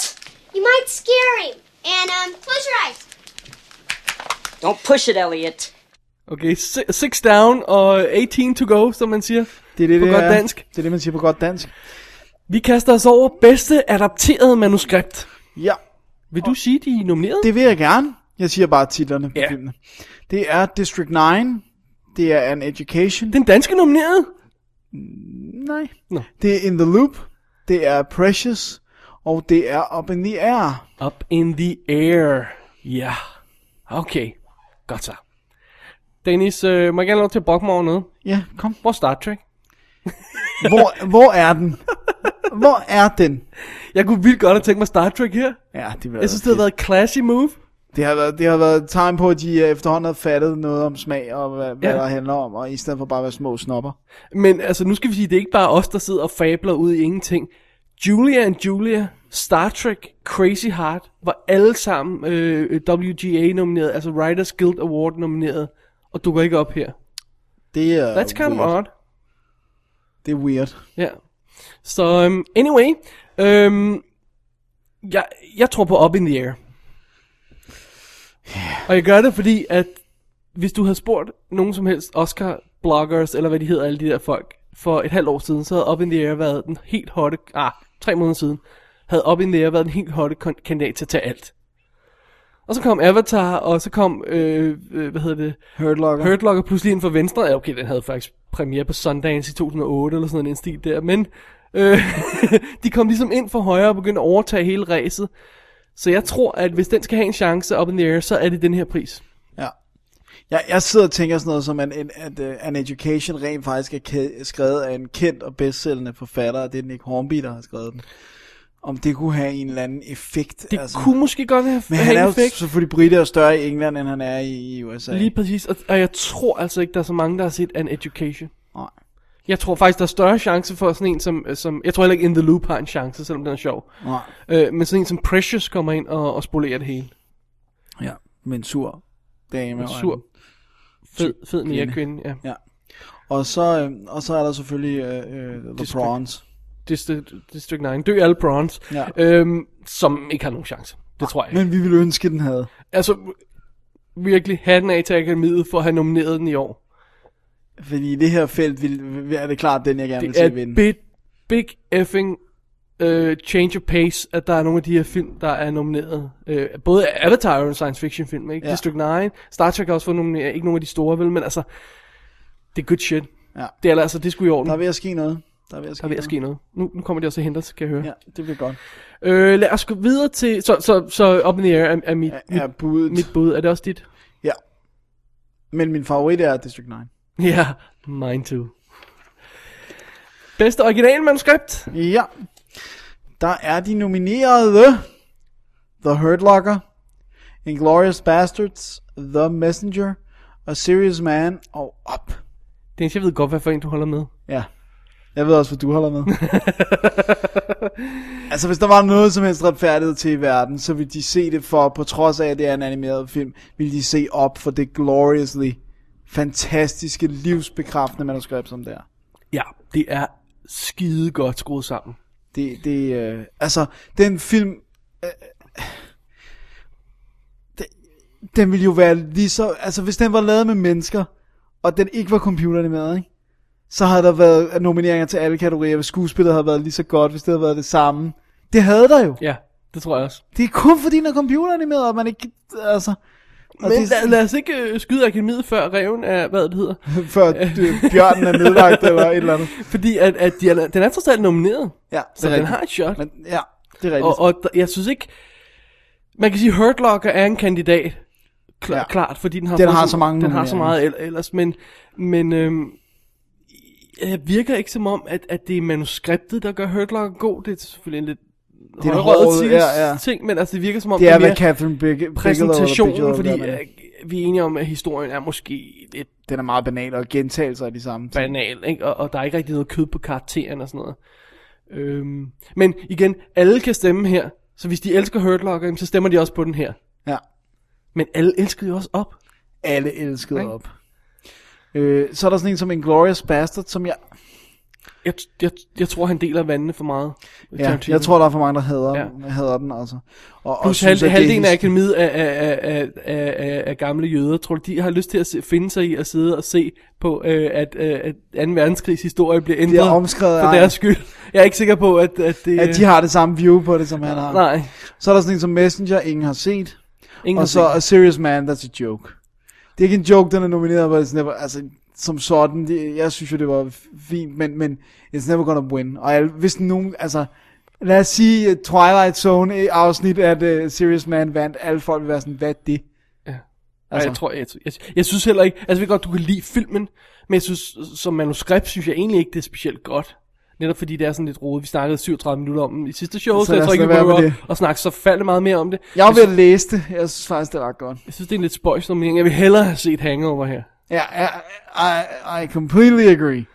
Speaker 6: You might scare him. And um, close your eyes.
Speaker 7: Don't push it, Elliot.
Speaker 2: Okay, si- six down og 18 to go, som man siger.
Speaker 1: Det er det,
Speaker 2: På
Speaker 1: det
Speaker 2: godt
Speaker 1: er.
Speaker 2: dansk.
Speaker 1: Det er det, man siger på godt dansk.
Speaker 2: Vi kaster os over bedste adapteret manuskript.
Speaker 1: Ja,
Speaker 2: Vil du sige, de er nomineret?
Speaker 1: det vil jeg gerne. Jeg siger bare titlerne på
Speaker 2: Ja.
Speaker 1: filmene. Det er District 9. Det er An Education.
Speaker 2: Den danske nomineret?
Speaker 1: Nej.
Speaker 2: Nå.
Speaker 1: Det er In the Loop. Det er Precious. Og det er Up in the Air.
Speaker 2: Up in the air. Ja. Okay. Godt så. Dennis, øh, må jeg gerne lov til at brokke mig over noget?
Speaker 1: Ja, kom.
Speaker 2: Hvor er Star Trek?
Speaker 1: Hvor, hvor er den? Hvor er den?
Speaker 2: Jeg kunne vildt godt have tænkt mig Star Trek her.
Speaker 1: Ja, det, var
Speaker 2: Jeg synes, det havde været et classy move.
Speaker 1: Det har, været, det har været et tegn på, at de øh, efterhånden har fattet noget om smag og hvad, hvad
Speaker 2: Ja.
Speaker 1: der handler om, og i stedet for bare at være små snopper.
Speaker 2: Men altså, nu skal vi sige, det er ikke bare os, der sidder og fabler ud i ingenting. Julia and Julia, Star Trek, Crazy Heart var alle sammen øh, WGA-nomineret, altså Writers Guild Award-nomineret, og dukker ikke op her.
Speaker 1: Det er
Speaker 2: That's kind of
Speaker 1: weird.
Speaker 2: odd.
Speaker 1: Det er weird.
Speaker 2: Ja. Så um, anyway, um, jeg, jeg tror på Up in the Air. Og jeg gør det, fordi at hvis du havde spurgt nogen som helst Oscar-bloggers, eller hvad de hedder, alle de der folk, for et halvt år siden, så havde Up in the Air været den helt hotte, ah, tre måneder siden, havde Up in the Air været den helt hotte kon- kandidat til at tage alt. Og så kom Avatar, og så kom, øh, øh, hvad hedder det,
Speaker 1: Hurt Locker.
Speaker 2: Hurt Locker pludselig ind fra venstre. Ja, okay, den havde faktisk premiere på Sundance i 2008 eller sådan en stil der, men øh, de kom ligesom ind fra højre og begyndte at overtage hele ræset. Så jeg tror, at hvis den skal have en chance op in the air, så er det den her pris.
Speaker 1: Ja. Jeg, jeg sidder og tænker sådan noget som, at, en- at, øh, at An Education rent faktisk er kæ- skrevet af en kendt og bedstsælgende forfatter, og det er Nick Hornby, der har skrevet den. Om det kunne have en eller anden effekt.
Speaker 2: Det altså, kunne måske godt have,
Speaker 1: men han
Speaker 2: have
Speaker 1: er
Speaker 2: en
Speaker 1: jo
Speaker 2: effekt.
Speaker 1: selvfølgelig brite og større i England, end han er i, i USA.
Speaker 2: Lige præcis, og, og jeg tror altså ikke, der er så mange, der har set An Education.
Speaker 1: Nej.
Speaker 2: Jeg tror faktisk, der er større chance for sådan en som... som jeg tror heller ikke, In The Loop har en chance, selvom den er sjov.
Speaker 1: Nej.
Speaker 2: Øh, men sådan en som Precious kommer ind og, og spolerer det hele.
Speaker 1: Ja, men sur dame. og
Speaker 2: Sur.
Speaker 1: en-
Speaker 2: Fed, fed mere kvinde, ja.
Speaker 1: Ja. Og så, øh, og så er der selvfølgelig øh, øh, The
Speaker 2: District.
Speaker 1: Prawns.
Speaker 2: District, District 9. Dø alle bronze.
Speaker 1: Ja.
Speaker 2: Øhm, som ikke har nogen chance. Det tror jeg ikke.
Speaker 1: Men vi ville ønske, den havde.
Speaker 2: Altså, virkelig hatten af til akademiet for at have nomineret den i år.
Speaker 1: Fordi i det her felt vil, vil- er det klart den, jeg gerne vil
Speaker 2: Det er
Speaker 1: se
Speaker 2: et
Speaker 1: vinde.
Speaker 2: big, big effing øh, change of pace, at der er nogle af de her film, der er nomineret. Øh, både Avatar er jo en science fiction film, ikke?
Speaker 1: Ja.
Speaker 2: Ja. District 9. Star Trek har også fået nomineret. Ikke nogen af de store, vel? Men altså, det er good shit.
Speaker 1: Ja.
Speaker 2: Det er altså, det skulle i orden.
Speaker 1: Der
Speaker 2: Der
Speaker 1: er ved at ske noget. Der er ved at ske,
Speaker 2: er ved at ske noget. Nu, nu kommer de også og henter, os, kan jeg høre.
Speaker 1: noget. Ja, det bliver godt.
Speaker 2: Øh, lad os gå videre til... Så, så, så Up in the Air er, er, mit,
Speaker 1: Er budet.
Speaker 2: mit bud. Er det også dit?
Speaker 1: Ja. Men min favorit er District 9.
Speaker 2: Ja, mine too. Bedste originalmanuskript?
Speaker 1: Ja. Der er de nominerede The Hurt Locker, Inglourious Bastards, The Messenger, A Serious Man og Up.
Speaker 2: Dennis, jeg ved godt, hvad for en du holder med.
Speaker 1: Ja. Jeg ved også, hvad du holder med. altså, hvis der var noget som helst retfærdighed til i verden, så ville de se det for, på trods af, at det er en animeret film, ville de se op for det gloriously fantastiske, livsbekræftende manuskript, som det er.
Speaker 2: Ja, det er skide godt skruet sammen.
Speaker 1: Det, det, øh, altså, den film, øh, det, den ville jo være lige så, altså hvis den var lavet med mennesker, og den ikke var computeranimeret, ikke? så havde der været nomineringer til alle kategorier, hvis skuespillet havde været lige så godt, hvis det havde været det samme. Det havde der jo.
Speaker 2: Ja, det tror jeg også.
Speaker 1: Det er kun fordi, den er computeranimeret, og man ikke, altså... Og
Speaker 2: Men
Speaker 1: det,
Speaker 2: lad, lad os ikke øh, skyde akademiet før reven er, hvad det hedder.
Speaker 1: før øh, bjørnen er nedlagt, eller et eller andet.
Speaker 2: Fordi at, at de er, den er trods alt nomineret.
Speaker 1: Ja,
Speaker 2: Så den har et shot.
Speaker 1: Men, ja, det er rigtigt.
Speaker 2: Og, og der- jeg synes ikke... Man kan sige, Hurt Locker er en kandidat. Kl-
Speaker 1: Ja.
Speaker 2: ja. Klart, fordi den har,
Speaker 1: Den
Speaker 2: fået
Speaker 1: har så mange
Speaker 2: Den har så meget
Speaker 1: nomineringer.
Speaker 2: el- ellers, men... men øhm, det virker ikke som om, at, at det er manuskriptet, der gør Hurt Locker god. Det er selvfølgelig en lidt
Speaker 1: er en
Speaker 2: højrøget
Speaker 1: hård-
Speaker 2: ting,
Speaker 1: ja, ja.
Speaker 2: ting, men altså det virker som om,
Speaker 1: det er,
Speaker 2: mere
Speaker 1: hvad Catherine Big- Bigelow...
Speaker 2: præsentationen,
Speaker 1: Bigelow-
Speaker 2: fordi
Speaker 1: hvad man-
Speaker 2: øh, vi er enige om, at historien er måske lidt
Speaker 1: den er meget banal, og gentagelser er de samme. ting.
Speaker 2: banal, ikke? Og, og der er ikke rigtig noget kød på karakteren og sådan noget. Øhm, men igen, alle kan stemme her, så hvis de elsker Hurt Locker, jamen, så stemmer de også på den her.
Speaker 1: Ja,
Speaker 2: Men alle elskede jo også op.
Speaker 1: alle elskede
Speaker 2: Ikke?
Speaker 1: op. Øh, så er der sådan en som Inglourious Bastard, som jeg...
Speaker 2: Jeg, jeg, jeg tror, han deler vandene for meget.
Speaker 1: Ja, jeg tror, der er for mange, der hader, ja.
Speaker 2: Ja.
Speaker 1: hader den, altså. Og, og
Speaker 2: Plus
Speaker 1: synes,
Speaker 2: halv,
Speaker 1: at det er
Speaker 2: halvdelen af
Speaker 1: hist-
Speaker 2: akademiet af, af, af, af, af, af gamle jøder, tror du, de har lyst til at se, finde sig i at sidde og se på, øh, at, øh, at 2. verdenskrigs historie bliver ændret
Speaker 1: omskrevet,
Speaker 2: for
Speaker 1: ej.
Speaker 2: deres skyld. Jeg er ikke sikker på, at, at det... øh,
Speaker 1: At de har det samme view på det, som han har.
Speaker 2: Nej,
Speaker 1: Så er der sådan en som Messenger, ingen har set.
Speaker 2: ingen
Speaker 1: og så
Speaker 2: har
Speaker 1: A
Speaker 2: set.
Speaker 1: Serious Man, That's a Joke. Det er ikke en joke, den er nomineret, but it's never, altså, som sådan, det, jeg synes jo, det var f- fint, men, men it's never gonna win. Og jeg, hvis nogen, altså, lad os sige, at Twilight Zone eh, afsnit, at uh, Serious Man vandt, alle folk vil være sådan, hvad er det?
Speaker 2: Altså. Jeg, tror, jeg, jeg, jeg synes heller ikke... Altså, jeg ved godt, du kan lide filmen, men jeg synes, som manuskript, synes jeg egentlig ikke, det er specielt godt. Netop fordi det er sådan lidt rodet. Vi snakkede 37 minutter om den i sidste show, så, så
Speaker 1: lad
Speaker 2: jeg tror
Speaker 1: os
Speaker 2: ikke, vi
Speaker 1: lade være med
Speaker 2: behøver
Speaker 1: det.
Speaker 2: at snakke så falde meget mere om det.
Speaker 1: Jeg vil læse det. Jeg synes faktisk, det er ret godt.
Speaker 2: Jeg synes, det er en lidt spøjs mening. Jeg vil hellere have set Hangover her.
Speaker 1: Ja, I- I, I completely agree.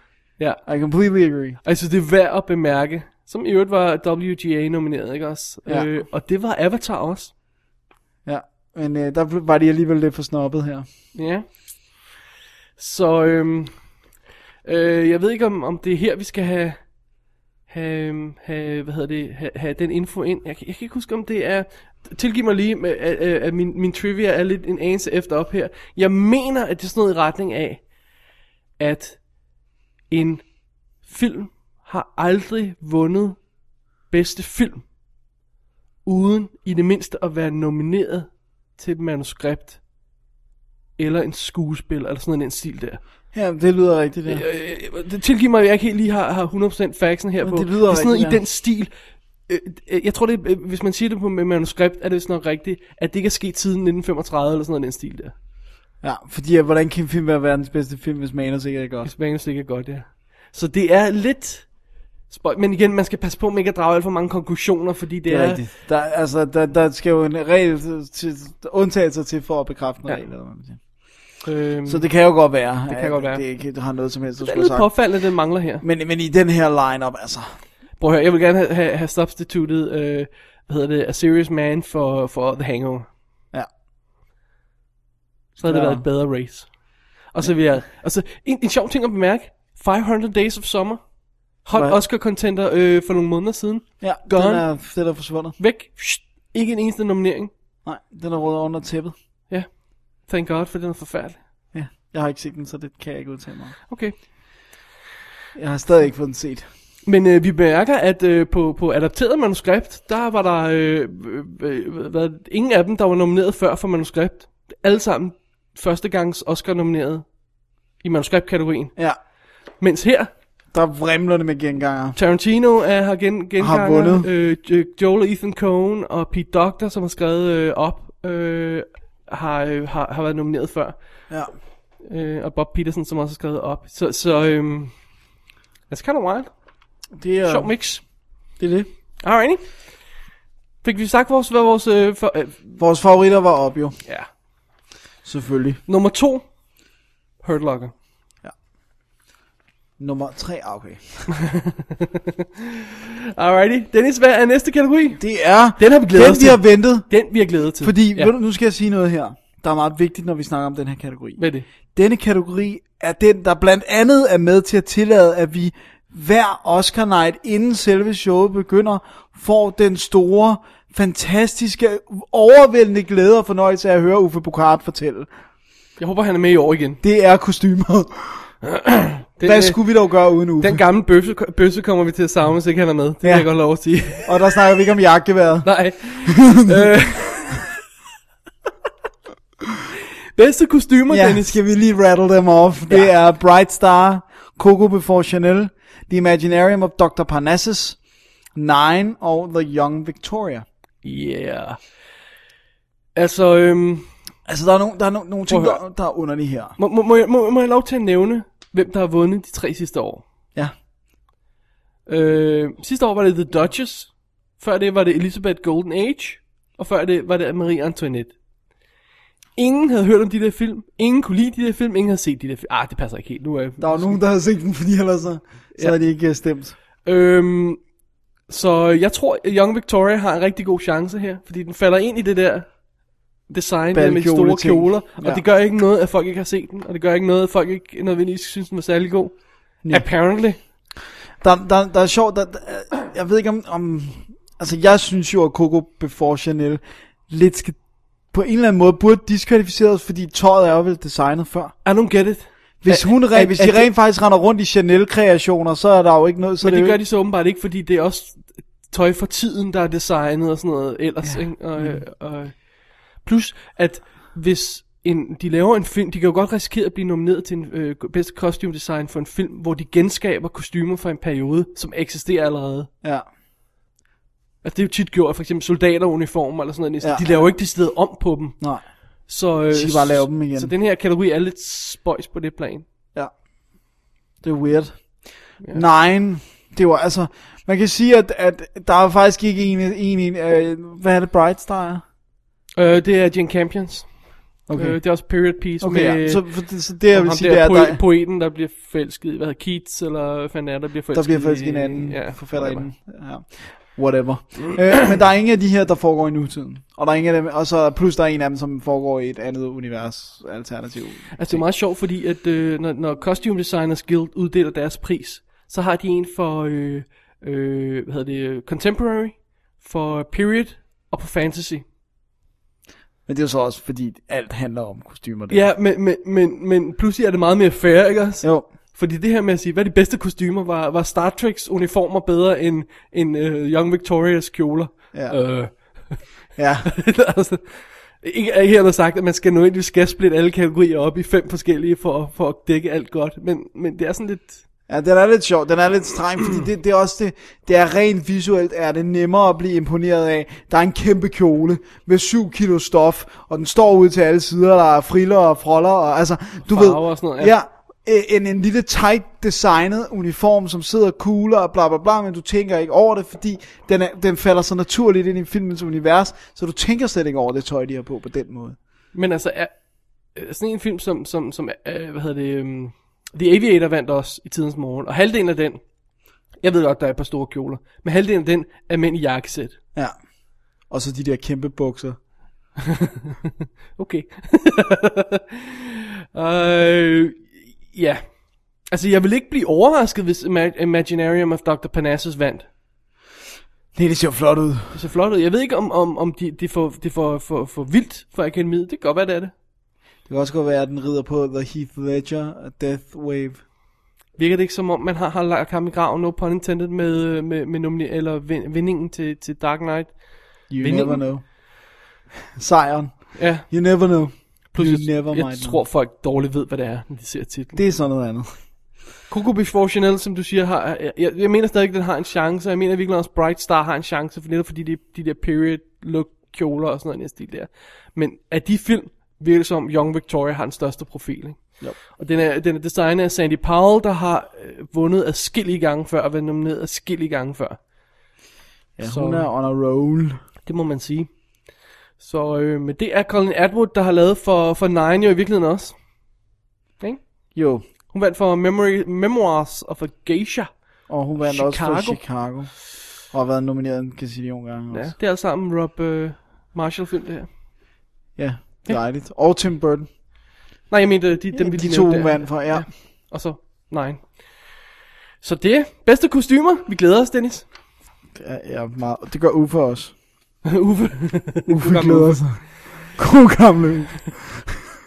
Speaker 2: Ja.
Speaker 1: I completely agree.
Speaker 2: Og jeg synes, det er værd at bemærke, som i øvrigt var WGA-nomineret, ikke også?
Speaker 1: Ja.
Speaker 2: Øh, og det var Avatar også.
Speaker 1: Ja, men øh, der var de alligevel lidt for snobbet her.
Speaker 2: Ja. Så øhm, øh, jeg ved ikke, om, om det er her, vi skal have, have, øhm, have hvad hedder det, have, have den info ind. Jeg, kan- jeg kan ikke huske, om det er... Tilgiv mig lige, med, at, at, at min, min trivia er lidt en anelse efter op her. Jeg mener, at det er sådan noget i retning af, at en film har aldrig vundet bedste film, uden i det mindste at være nomineret til et manuskript eller en skuespiller, eller sådan en stil der.
Speaker 1: Ja, det lyder rigtigt, ja.
Speaker 2: Øh, det tilgiver mig, at jeg ikke helt lige har, har 100% faxen her på.
Speaker 1: det lyder
Speaker 2: det er sådan noget
Speaker 1: rigtigt,
Speaker 2: i
Speaker 1: ja.
Speaker 2: den stil. Øh, øh, Jeg tror, det er, øh, hvis man siger det på med manuskript, er det sådan noget rigtigt, at det ikke er sket siden 1935, eller sådan noget i den stil der.
Speaker 1: Ja, fordi øh, hvordan kan en film være verdens bedste film, hvis manus ikke er godt?
Speaker 2: Hvis manus ikke er godt, ja. Så det er lidt... spøj- Men igen, man skal passe på med ikke at drage alt for mange konklusioner, fordi det,
Speaker 1: Det er
Speaker 2: er...
Speaker 1: rigtigt. Der, altså, der, der skal jo en regel til- til, undtagelser til for at bekræfte en
Speaker 2: Ja.
Speaker 1: regel. Eller hvad man siger.
Speaker 2: Øhm,
Speaker 1: Så det kan jo godt være, det
Speaker 2: kan godt være.
Speaker 1: det ikke har noget som helst at
Speaker 2: det er
Speaker 1: skulle
Speaker 2: lidt
Speaker 1: have sagt.
Speaker 2: påfaldende, det mangler her.
Speaker 1: Men, men i den her lineup, altså.
Speaker 2: Prøv at høre, jeg vil gerne have, have, have substituted, øh, hvad hedder det, A Serious Man for, for The Hangover.
Speaker 1: Ja.
Speaker 2: Så havde det
Speaker 1: Ja.
Speaker 2: været et bedre race. Og så vil jeg, og så, en, en sjov ting at bemærke, 500 Days of Summer, hot
Speaker 1: Hvad?
Speaker 2: Oscar-contender øh, for nogle måneder siden,
Speaker 1: Ja,
Speaker 2: Gone.
Speaker 1: den er, den er forsvundet.
Speaker 2: væk, Psst. ikke en eneste nominering.
Speaker 1: Nej, den er rød under tæppet.
Speaker 2: Thank God, for den er forfærdelig.
Speaker 1: Ja, jeg har ikke set den, så det kan jeg ikke udtale mig om.
Speaker 2: Okay.
Speaker 1: Jeg har stadig ikke fået den set.
Speaker 2: Men øh, vi bemærker, at øh, på, på adapteret manuskript, der var der øh, øh, øh, hvad, ingen af dem, der var nomineret før for manuskript. Alle sammen førstegangs Oscar-nomineret i manuskriptkategorien.
Speaker 1: Ja,
Speaker 2: Mens her,
Speaker 1: der vrimler det med genganger.
Speaker 2: Tarantino er, har gen, genganger,
Speaker 1: vundet.
Speaker 2: Øh, Jo- Joel og Ethan Coen og Pete Docter, som har skrevet øh, op, øh, har, øh, har, har været nomineret før.
Speaker 1: Ja.
Speaker 2: Øh, og Bob Peterson, som også har skrevet op. Så, så øh, that's kind of wild.
Speaker 1: Det er,
Speaker 2: Sjov mix.
Speaker 1: det er det.
Speaker 2: Alrighty. Fik vi sagt vores, hvad vores... Øh, for, øh,
Speaker 1: Vores favoritter var op jo,
Speaker 2: ja.
Speaker 1: selvfølgelig.
Speaker 2: Nummer to. Hurt Locker.
Speaker 1: Nummer 3, ah, okay.
Speaker 2: Alrighty. Dennis, hvad er næste kategori?
Speaker 1: Det er
Speaker 2: Den har vi glædet
Speaker 1: den,
Speaker 2: os
Speaker 1: vi
Speaker 2: til.
Speaker 1: har ventet.
Speaker 2: Den vi har glædet til.
Speaker 1: Fordi,
Speaker 2: ja.
Speaker 1: ja. ved du, nu skal jeg sige noget her, der er meget vigtigt, når vi snakker om den her kategori.
Speaker 2: Hvad er det?
Speaker 1: Denne kategori er den, der blandt andet er med til at tillade, at vi hver Oscar night, inden selve showet begynder, får den store, fantastiske, overvældende glæde og fornøjelse af at høre Uffe Bukart fortælle.
Speaker 2: Jeg håber, han er med i år igen.
Speaker 1: Det er kostymet.
Speaker 2: Den,
Speaker 1: Hvad
Speaker 2: øh,
Speaker 1: skulle vi dog gøre uden Uffe?
Speaker 2: den gamle bøsse, bøsse kommer vi til at savne, hvis ikke han er med. Det
Speaker 1: Ja.
Speaker 2: ja. kan jeg godt lov at sige.
Speaker 1: Og der snakker vi ikke om jagtgeværet.
Speaker 2: Nej. øh. Bedste kostymer,
Speaker 1: Ja,
Speaker 2: Dennis.
Speaker 1: skal vi lige rattle dem off. Det
Speaker 2: Ja.
Speaker 1: er Bright Star, Coco Before Chanel, The Imaginarium of Dr. Parnassus, Nine og The Young Victoria.
Speaker 2: Yeah. Altså, øhm,
Speaker 1: Altså, der er nogle, der er nogle, nogle ting,
Speaker 2: Prøv at høre.
Speaker 1: der, der er underlige her.
Speaker 2: må, må, må, jeg- må, må jeg lov til at nævne, hvem der har vundet de tre sidste år?
Speaker 1: Ja.
Speaker 2: Øh, sidste år var det The Duchess. Før det var det Elizabeth Golden Age. Og før det var det Marie Antoinette. Ingen havde hørt om de der film. Ingen kunne lide de der film. Ingen havde set de der film. Ah, det passer ikke helt. Nu er jeg...
Speaker 1: Der er jo nogen, der har set den, fordi ellers så, så
Speaker 2: Ja.
Speaker 1: ja. er de ikke øh, stemt.
Speaker 2: Øhm, så jeg tror, at Young Victoria har en rigtig god chance her. Fordi den falder ind i det der design der med de store
Speaker 1: Balkjole-ting.
Speaker 2: kjoler. Og
Speaker 1: Ja.
Speaker 2: det gør ikke noget, at folk ikke har set den. Og det gør ikke noget, at folk ikke nødvendigvis synes, den var særlig god. Apparently.
Speaker 1: Der, der, der er sjovt, der, der, jeg ved ikke om, om... Altså, jeg synes jo, at Coco Before Chanel lidt skal på en eller anden måde burde diskvalificeres, fordi tøjet er jo vel designet før.
Speaker 2: I don't get it.
Speaker 1: Hvis, hun,
Speaker 2: Er-
Speaker 1: er,
Speaker 2: er-
Speaker 1: hvis
Speaker 2: er
Speaker 1: de
Speaker 2: det-
Speaker 1: rent faktisk render rundt i Chanel-kreationer, så er der jo ikke noget... Så
Speaker 2: Men
Speaker 1: er
Speaker 2: det
Speaker 1: det
Speaker 2: gør
Speaker 1: jo
Speaker 2: de så åbenbart ikke, fordi det er også tøj for tiden, der er designet og sådan noget ellers. Ja. Ikke? Og, øh, og, plus, at hvis en, de laver en film, de kan jo godt risikere at blive nomineret til en øh, bedste kostumdesign for en film, hvor de genskaber kostymer fra en periode, som eksisterer allerede.
Speaker 1: ikke... Ja.
Speaker 2: Altså, det er jo tit gjort, for eksempel soldateruniformer eller sådan noget. Ja.
Speaker 1: Ja.
Speaker 2: De laver jo ikke de steder om på dem.
Speaker 1: Nej.
Speaker 2: Så, øh,
Speaker 1: skal bare lave dem igen.
Speaker 2: Så den her kategori er lidt spøjs på det plan.
Speaker 1: Ja. Det er weird. Yeah. Nine. Det var altså... Man kan sige, at, at der er faktisk ikke en... en, en øh, hvad er det, Bright Star? er?
Speaker 2: Øh, det er Jane Campions. Okay.
Speaker 1: Okay.
Speaker 2: Øh, det er også period piece
Speaker 1: Okay,
Speaker 2: med...
Speaker 1: ja. så, for, det- så det, jeg
Speaker 2: Ham
Speaker 1: vil
Speaker 2: der,
Speaker 1: sige, det er, at
Speaker 2: poe-
Speaker 1: der,
Speaker 2: poeten, der bliver forelsket i, hvad hedder Keats, eller hvad fanden er, der
Speaker 1: der
Speaker 2: bliver forelsket
Speaker 1: bliver faktisk en
Speaker 2: i-
Speaker 1: anden ja,
Speaker 2: ja,
Speaker 1: forfatterinde. Ja. Whatever. øh, men der er ingen af de her, der foregår i nutiden. Og der er ingen af dem, og så plus der er en af dem, som foregår i et andet univers alternativ.
Speaker 2: Altså, det er meget sjovt, fordi at, øh, når, når Costume Designers Guild uddeler deres pris, så har de en for, øh, øh, hvad hedder det, øh, Contemporary, for Period og på Fantasy.
Speaker 1: Men det er jo så også, fordi alt handler om kostymer. Der.
Speaker 2: Ja, men, men, men, men pludselig er det meget mere fair, ikke også?
Speaker 1: Jo.
Speaker 2: Fordi det her med at sige, hvad er de bedste kostymer? Var, var Star Treks uniformer bedre end, end uh, Young Victorias kjoler?
Speaker 1: Ja.
Speaker 2: Øh,
Speaker 1: Ja.
Speaker 2: altså, ikke ikke hermed sagt, at man skal nødvendigvis skal splitte alle kategorier op i fem forskellige for, for at dække alt godt. Men, men det er sådan lidt...
Speaker 1: Ja, den er lidt sjov, den er lidt streng, fordi det, det er også det, det er rent visuelt, er det nemmere at blive imponeret af. Der er en kæmpe kjole med 7 kilo stof, og den står ud til alle sider, og der er friller og froller, og altså, du ved,
Speaker 2: farver og sådan noget, ja.
Speaker 1: ja. ja øh, en, en lille tight designet uniform, som sidder cool og bla bla bla, men du tænker ikke over det, fordi den, er, den falder så naturligt ind i filmens univers, så du tænker slet ikke over det tøj, de har på på den måde.
Speaker 2: Men altså, er, øh, sådan en film som, som, som øh, hvad hedder det, um, The Aviator vandt også i tidens morgen, og halvdelen af den, jeg ved godt, der er et par store kjoler, men halvdelen af den er mænd i jakkesæt.
Speaker 1: Ja. Og så de der kæmpe bukser.
Speaker 2: Okay. øh, ja. Altså, jeg vil ikke blive overrasket, hvis Ima- Imaginarium of Dr. Parnassus vandt.
Speaker 1: Nej, det ser jo flot ud.
Speaker 2: Det ser flot ud. Jeg ved ikke, om, om, om det de får de for, for, for vildt for akademiet. Det kan godt være, det er det.
Speaker 1: Det kan også godt være, at den rider på The Heath Ledger og Death Wave.
Speaker 2: Virker det ikke som om, man har, har lagt ham i graven, no pun intended, med, øh, med, med nomine, eller vin, vindingen til, til Dark Knight?
Speaker 1: You
Speaker 2: Vindingen?
Speaker 1: never know. Sejren.
Speaker 2: Ja,
Speaker 1: You never know.
Speaker 2: pludselig.
Speaker 1: You never
Speaker 2: jeg
Speaker 1: might
Speaker 2: tror, folk dårligt ved, hvad det er, når de ser titlen.
Speaker 1: Det er sådan noget andet.
Speaker 2: Coco Before Chanel, som du siger, har, jeg, jeg, jeg mener stadig, den har en chance. og Jeg mener virkelig også, Bright Star har en chance, for netop fordi det er de der period look kjoler og sådan noget i den stil der. Men af de film, virker det som, Young Victoria har den største profil, ikke?
Speaker 1: Jo.
Speaker 2: Og den er, den er designet af Sandy Powell, der har øh, vundet adskillige gange før, og været nomineret adskillige gange før.
Speaker 1: Ja,
Speaker 2: Så-
Speaker 1: hun er on a roll.
Speaker 2: Det må man sige. Så øh, men det er Colin Atwood, der har lavet for, for Nine jo i virkeligheden også. Ikke?
Speaker 1: Jo,
Speaker 2: Hun vandt for Memory, Memoirs of a Geisha.
Speaker 1: og hun vandt også for
Speaker 2: Chicago.
Speaker 1: Chicago. Og har været nomineret en gazillion gange
Speaker 2: Ja,
Speaker 1: også.
Speaker 2: det er alt sammen Rob øh, Marshall-film, det her.
Speaker 1: Ja, dejligt. Og Tim Burton.
Speaker 2: Nej, jeg mente øh, de, dem, vi
Speaker 1: de
Speaker 2: lige
Speaker 1: to
Speaker 2: nævnte
Speaker 1: hun
Speaker 2: der.
Speaker 1: vandt for, ja.
Speaker 2: Og så, nej. Så det, bedste kostymer. Vi glæder os, Dennis.
Speaker 1: ja. ja meget. Det gør Uffe også.
Speaker 2: Uffe.
Speaker 1: Uffe
Speaker 2: gamle
Speaker 1: glæder sig. God gamle Uffe.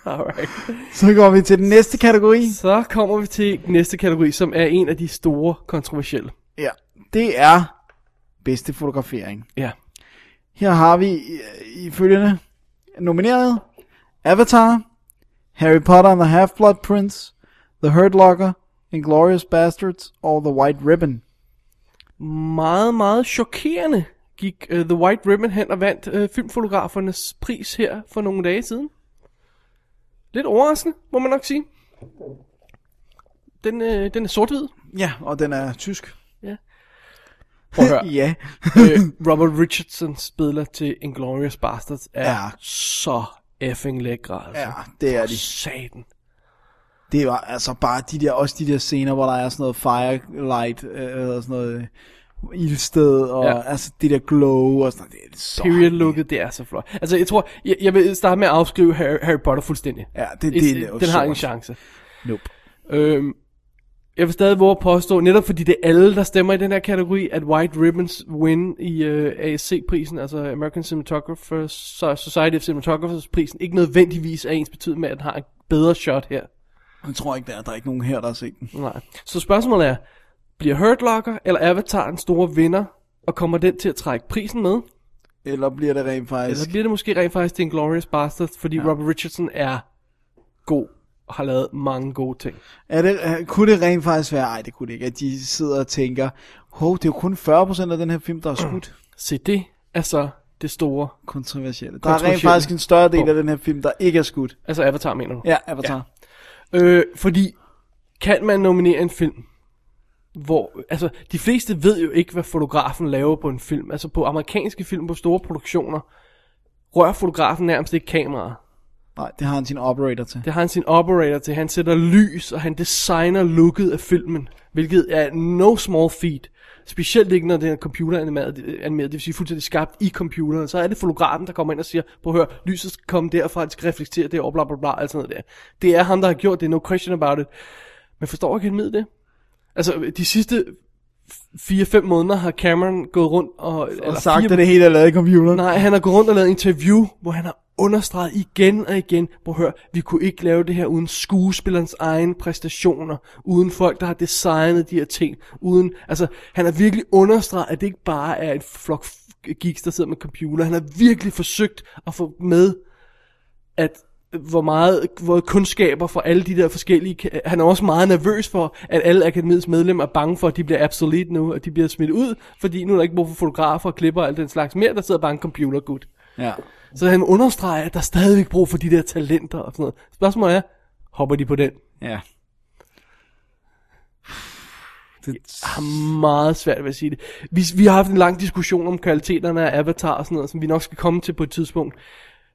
Speaker 2: Alright.
Speaker 1: Så går vi til den næste kategori.
Speaker 2: Så kommer vi til næste kategori, som er en af de store kontroversielle.
Speaker 1: Ja, det er bedste fotografering.
Speaker 2: Ja.
Speaker 1: Her har vi øh, i følgende nomineret Avatar, Harry Potter and the Half-Blood Prince, The Hurt Locker, Inglourious Bastards og The White Ribbon.
Speaker 2: Meget, meget chokerende gik uh, The White Ribbon hen og vandt uh, filmfotografernes pris her for nogle dage siden. Lidt overraskende, må man nok sige. Den, uh, den er sort-hvid.
Speaker 1: Ja, og den er tysk.
Speaker 2: Prøv at høre.
Speaker 1: Ja.
Speaker 2: øh, Robert Richardsons billeder til Inglourious Bastards er
Speaker 1: Ja.
Speaker 2: ja. så effing lækre, altså.
Speaker 1: ja, det er
Speaker 2: For
Speaker 1: de.
Speaker 2: Satan.
Speaker 1: Det var altså bare de der, også de der scener, hvor der er sådan noget firelight, øh, eller sådan noget øh, ildsted, og ja.
Speaker 2: Ja.
Speaker 1: altså det der glow, og sådan noget. Det er så...
Speaker 2: Period looket, det er så flot. Altså, jeg tror, jeg, jeg vil starte med at afskrive Harry, Harry Potter fuldstændig.
Speaker 1: Ja, det, det,
Speaker 2: It's-
Speaker 1: det er jo
Speaker 2: den har
Speaker 1: sort.
Speaker 2: ingen chance.
Speaker 1: Nope.
Speaker 2: Øhm, jeg vil stadig våge at påstå, netop fordi det er alle, der stemmer i den her kategori, at White Ribbons win i øh, ASC-prisen, altså American Cinematographers so- Society of Cinematographers-prisen, ikke nødvendigvis er ens betydet med, at den har et bedre shot her.
Speaker 1: Jeg tror ikke, der er, der er ikke nogen her, der har set den.
Speaker 2: Nej. Så spørgsmålet er, bliver Hurt Locker eller Avatar en store vinder, og kommer den til at trække prisen med?
Speaker 1: Eller bliver det rent faktisk...
Speaker 2: Eller bliver det måske rent faktisk til en Glorious Bastard, fordi ja. Robert Richardson er god og har lavet mange gode ting.
Speaker 1: Er det, er- kunne det rent faktisk være, ej det kunne det ikke, at de sidder og tænker, hov, det er jo kun 40% af den her film, der er skudt
Speaker 2: Se, det er så det store.
Speaker 1: kontroversielle. Der er rent
Speaker 2: Kontroversielle.
Speaker 1: faktisk en større del af den her film, der ikke er skudt.
Speaker 2: Altså Avatar, mener du?
Speaker 1: Ja, Avatar.
Speaker 2: Øh, fordi, kan man nominere en film? hvor, altså, de fleste ved jo ikke, hvad fotografen laver på en film. Altså, på amerikanske film, på store produktioner, rører fotografen nærmest ikke kameraet.
Speaker 1: Nej, det har han sin operator til.
Speaker 2: Det har han sin operator til. Han sætter lys, og han designer looket af filmen. Hvilket er no small feat. Specielt ikke, når den er computeranimeret, øh, animeret, det vil sige fuldstændig skabt i computeren. Så er det fotografen, der kommer ind og siger, prøv at høre, lyset skal komme derfra, det skal reflektere det, og bla bla bla, alt sådan noget der. Det er ham, der har gjort det, no question about it. Men forstår ikke, han med det? Altså, de sidste 4-5 måneder har Cameron gået rundt og...
Speaker 1: Og sagt, at det hele er lavet i computeren.
Speaker 2: Nej, han har gået rundt og lavet interview, hvor han har understreget igen og igen, hvor hør, vi kunne ikke lave det her uden skuespillerens egen præstationer, uden folk, der har designet de her ting, uden, altså, han har virkelig understreget, at det ikke bare er en flok f- geeks, der sidder med computer, han har virkelig forsøgt at få med, at hvor meget hvor kundskaber for alle de der forskellige... Han er også meget nervøs for, at alle akademiets medlemmer er bange for, at de bliver obsolete nu, og de bliver smidt ud, fordi nu er der ikke brug for fotografer og klipper og alt den slags mere, der sidder bare en computer gut.
Speaker 1: Ja.
Speaker 2: Så han understreger, at der er stadigvæk brug for de der talenter og sådan noget. Spørgsmålet er, hopper de på den?
Speaker 1: Ja. Det,
Speaker 2: Jeg har Ah, meget svært ved at sige det. Vi, vi har haft en lang diskussion om kvaliteterne af Avatar og sådan noget, som vi nok skal komme til på et tidspunkt.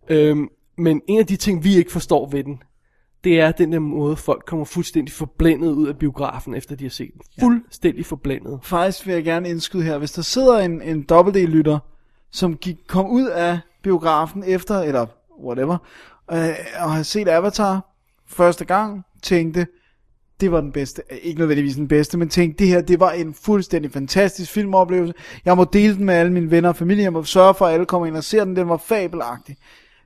Speaker 2: Øhm, men en af de ting, vi ikke forstår ved den, det er den der måde, folk kommer fuldstændig forblændet ud af biografen, efter de har set den. Fuldstændig forblændet.
Speaker 1: faktisk vil jeg gerne indskyde her, hvis der sidder en, en dobbelt-D-lytter, som gik, kom ud af biografen efter, eller whatever, øh, og har set Avatar første gang, tænkte, det var den bedste, eh, ikke nødvendigvis den bedste, men tænkte, det her, det var en fuldstændig fantastisk filmoplevelse, jeg må dele den med alle mine venner og familie, jeg må sørge for, at alle kommer ind og ser den, den var fabelagtig.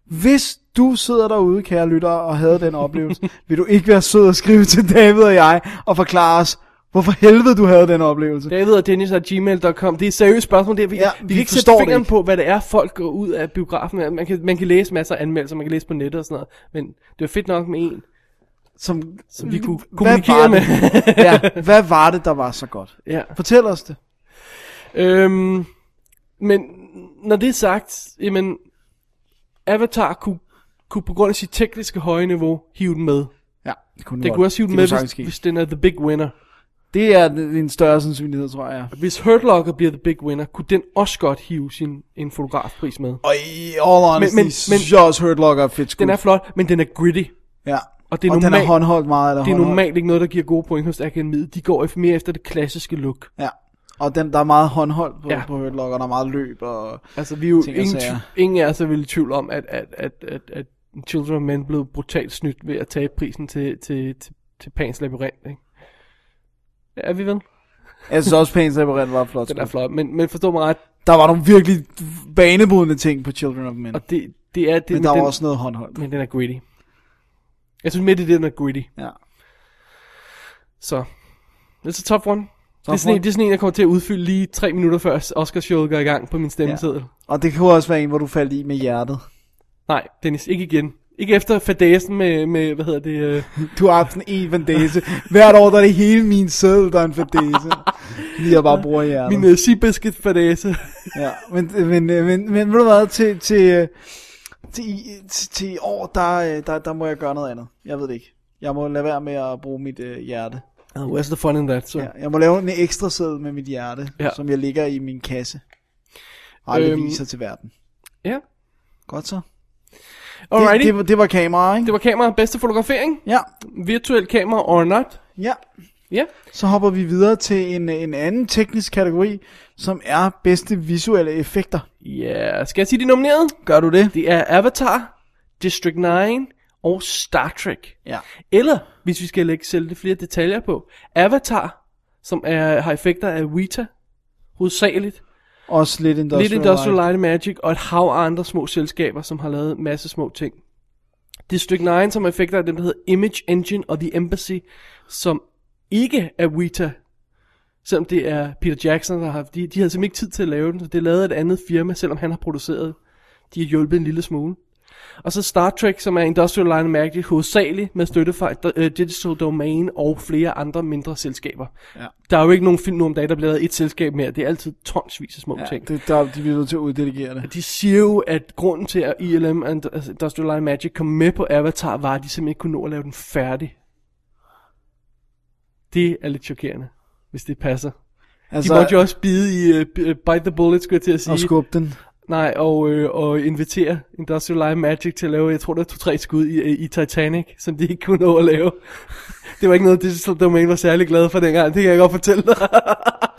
Speaker 1: Hvis du sidder derude, kære lytter, og havde den oplevelse, vil du ikke være sød at skrive til David og jeg, og forklare os, hvorfor helvede du havde den oplevelse.
Speaker 2: David og Dennis og gmail.com, det er et seriøst spørgsmål. Det er, vi,
Speaker 1: Ja,
Speaker 2: ja,
Speaker 1: vi
Speaker 2: vi kan ikke
Speaker 1: forstår
Speaker 2: sætte
Speaker 1: det
Speaker 2: fingeren
Speaker 1: ikke.
Speaker 2: på, hvad det er, folk går ud af biografen. med. Man kan, man kan læse masser af anmeldelser, man kan læse på nettet og sådan noget. Men det var fedt nok med en,
Speaker 1: som,
Speaker 2: som vi kunne
Speaker 1: Hvad var
Speaker 2: kommunikere med.
Speaker 1: det? ja, hvad var det, der var så godt?
Speaker 2: ja.
Speaker 1: Fortæl os det.
Speaker 2: Øhm, men når det er sagt, jamen, Avatar kunne, kunne på grund af sit tekniske høje niveau hive den med.
Speaker 1: Ja, det kunne,
Speaker 2: Den
Speaker 1: godt.
Speaker 2: kunne også hive den
Speaker 1: det
Speaker 2: med,
Speaker 1: kunne sagtens
Speaker 2: hvis,
Speaker 1: ske.
Speaker 2: hvis den er the big winner.
Speaker 1: Det er en større sandsynlighed, tror jeg.
Speaker 2: Hvis Hurt Locker bliver the big winner, kunne den også godt hive sin, en fotografpris med.
Speaker 1: Og i all honesty, men, men,
Speaker 2: Men- men-
Speaker 1: synes jeg også Hurt Locker er fedt skud.
Speaker 2: Den er flot, men den er gritty.
Speaker 1: ja.
Speaker 2: og det er
Speaker 1: og den er
Speaker 2: normalt-
Speaker 1: håndholdt meget. Eller
Speaker 2: Det er
Speaker 1: håndholdt.
Speaker 2: normalt ikke noget, der giver gode point hos akademiet. De går efter- mere efter det klassiske look.
Speaker 1: Ja. Og den, der er meget håndholdt på, ja.
Speaker 2: Ja.
Speaker 1: på Hurt Locker, der er meget løb. Og...
Speaker 2: Altså, vi er jo
Speaker 1: Ting og
Speaker 2: ingen,
Speaker 1: sager.
Speaker 2: tv- ingen af os er vel i tvivl om, at, at, at, at, at Children of Men blev brutalt snydt ved at tage prisen til, til, til, til Pans Labyrinth, ikke? Er vi vel?
Speaker 1: Jeg synes også, Pains Labyrinth var flot.
Speaker 2: Den
Speaker 1: skud.
Speaker 2: er flot, men, men forstå mig ret,
Speaker 1: Der var nogle virkelig banebrydende ting på Children of Men.
Speaker 2: og det, det er det,
Speaker 1: Men der
Speaker 2: den,
Speaker 1: var også noget håndholdt.
Speaker 2: men den er gritty. Jeg synes midt i det, den er gritty,
Speaker 1: Ja.
Speaker 2: så... Det er top one. det, er
Speaker 1: Top
Speaker 2: sådan
Speaker 1: one.
Speaker 2: en, det er sådan en, jeg kommer til at udfylde lige tre minutter før Oscarshowet går i gang på min stemmeseddel.
Speaker 1: Og det kunne også være en, hvor du faldt i med hjertet.
Speaker 2: Nej, Dennis, ikke igen. Ikke efter fadæsen med, med hvad hedder det, øh,
Speaker 1: Du har haft en en fandese. Hvert år, der er det hele min sædel, der er en fandese. Lige jeg bare bruger hjertet.
Speaker 2: min øh, seabiscuit fadæse.
Speaker 1: Ja, men, øh, men, men, men, men ved du hvad, til, til, øh, til, i- til, til i år, der, øh, der, der må jeg gøre noget andet. Jeg ved det ikke. Jeg må lade være med at bruge mit øh, hjerte.
Speaker 2: Oh, where's the fun in that, så.
Speaker 1: Ja, jeg må lave en ekstra sædel med mit hjerte, ja.
Speaker 2: Ja.
Speaker 1: som jeg ligger i min kasse. Og aldrig øhm.
Speaker 2: Øhm.
Speaker 1: viser til verden.
Speaker 2: Ja.
Speaker 1: Godt så. Det,
Speaker 2: Alrighty.
Speaker 1: det, var- det var kamera, ikke?
Speaker 2: Det var kamera, bedste fotografering.
Speaker 1: Ja,
Speaker 2: Virtuel kamera or not.
Speaker 1: ja.
Speaker 2: Ja.
Speaker 1: Så hopper vi videre til en, en anden teknisk kategori, som er bedste visuelle effekter.
Speaker 2: Ja, skal jeg sige de nominerede?
Speaker 1: Gør du det?
Speaker 2: Det er Avatar, District 9 og Star Trek.
Speaker 1: Ja.
Speaker 2: Eller, hvis vi skal lægge selv lidt flere detaljer på, Avatar, som er, har effekter af Weta, hovedsageligt.
Speaker 1: Også lidt industrial,
Speaker 2: Lidt Industrial Light and Magic og et hav af andre små selskaber, som har lavet en masse små ting. District 9, som er effekter af dem, der hedder Image Engine og The Embassy, som ikke er Weta. Selvom det er Peter Jackson, der har haft. De, de havde simpelthen ikke tid til at lave den, så det lavede et andet firma, selvom han har produceret. De har hjulpet en lille smule. Og så Star Trek, som er Industrial Line and Magic, hovedsageligt med støtte fra øh, Digital Domain og flere andre mindre selskaber.
Speaker 1: Ja.
Speaker 2: Der er jo ikke nogen film nu om dagen, der bliver lavet et selskab mere. Det er altid tonsvis af små
Speaker 1: Ja,
Speaker 2: ting.
Speaker 1: det, der, de bliver nødt til at uddelegere det.
Speaker 2: De siger jo, at grunden til, at ILM and altså Industrial Light and Magic kom med på Avatar, var, at de simpelthen ikke kunne nå at lave den færdig. Det er lidt chokerende. hvis det passer. De
Speaker 1: Altså,
Speaker 2: måtte jo også bide i uh, Bite the Bullet, skulle jeg til at sige.
Speaker 1: og skubbe den.
Speaker 2: Nej, og, øh, og invitere Industrial Light Magic til at lave, jeg tror, der er to-tre skud i, øh, i Titanic, som de ikke kunne nå at lave. Det var ikke noget, Digital Domain var særlig glad for dengang, det kan jeg godt fortælle dig.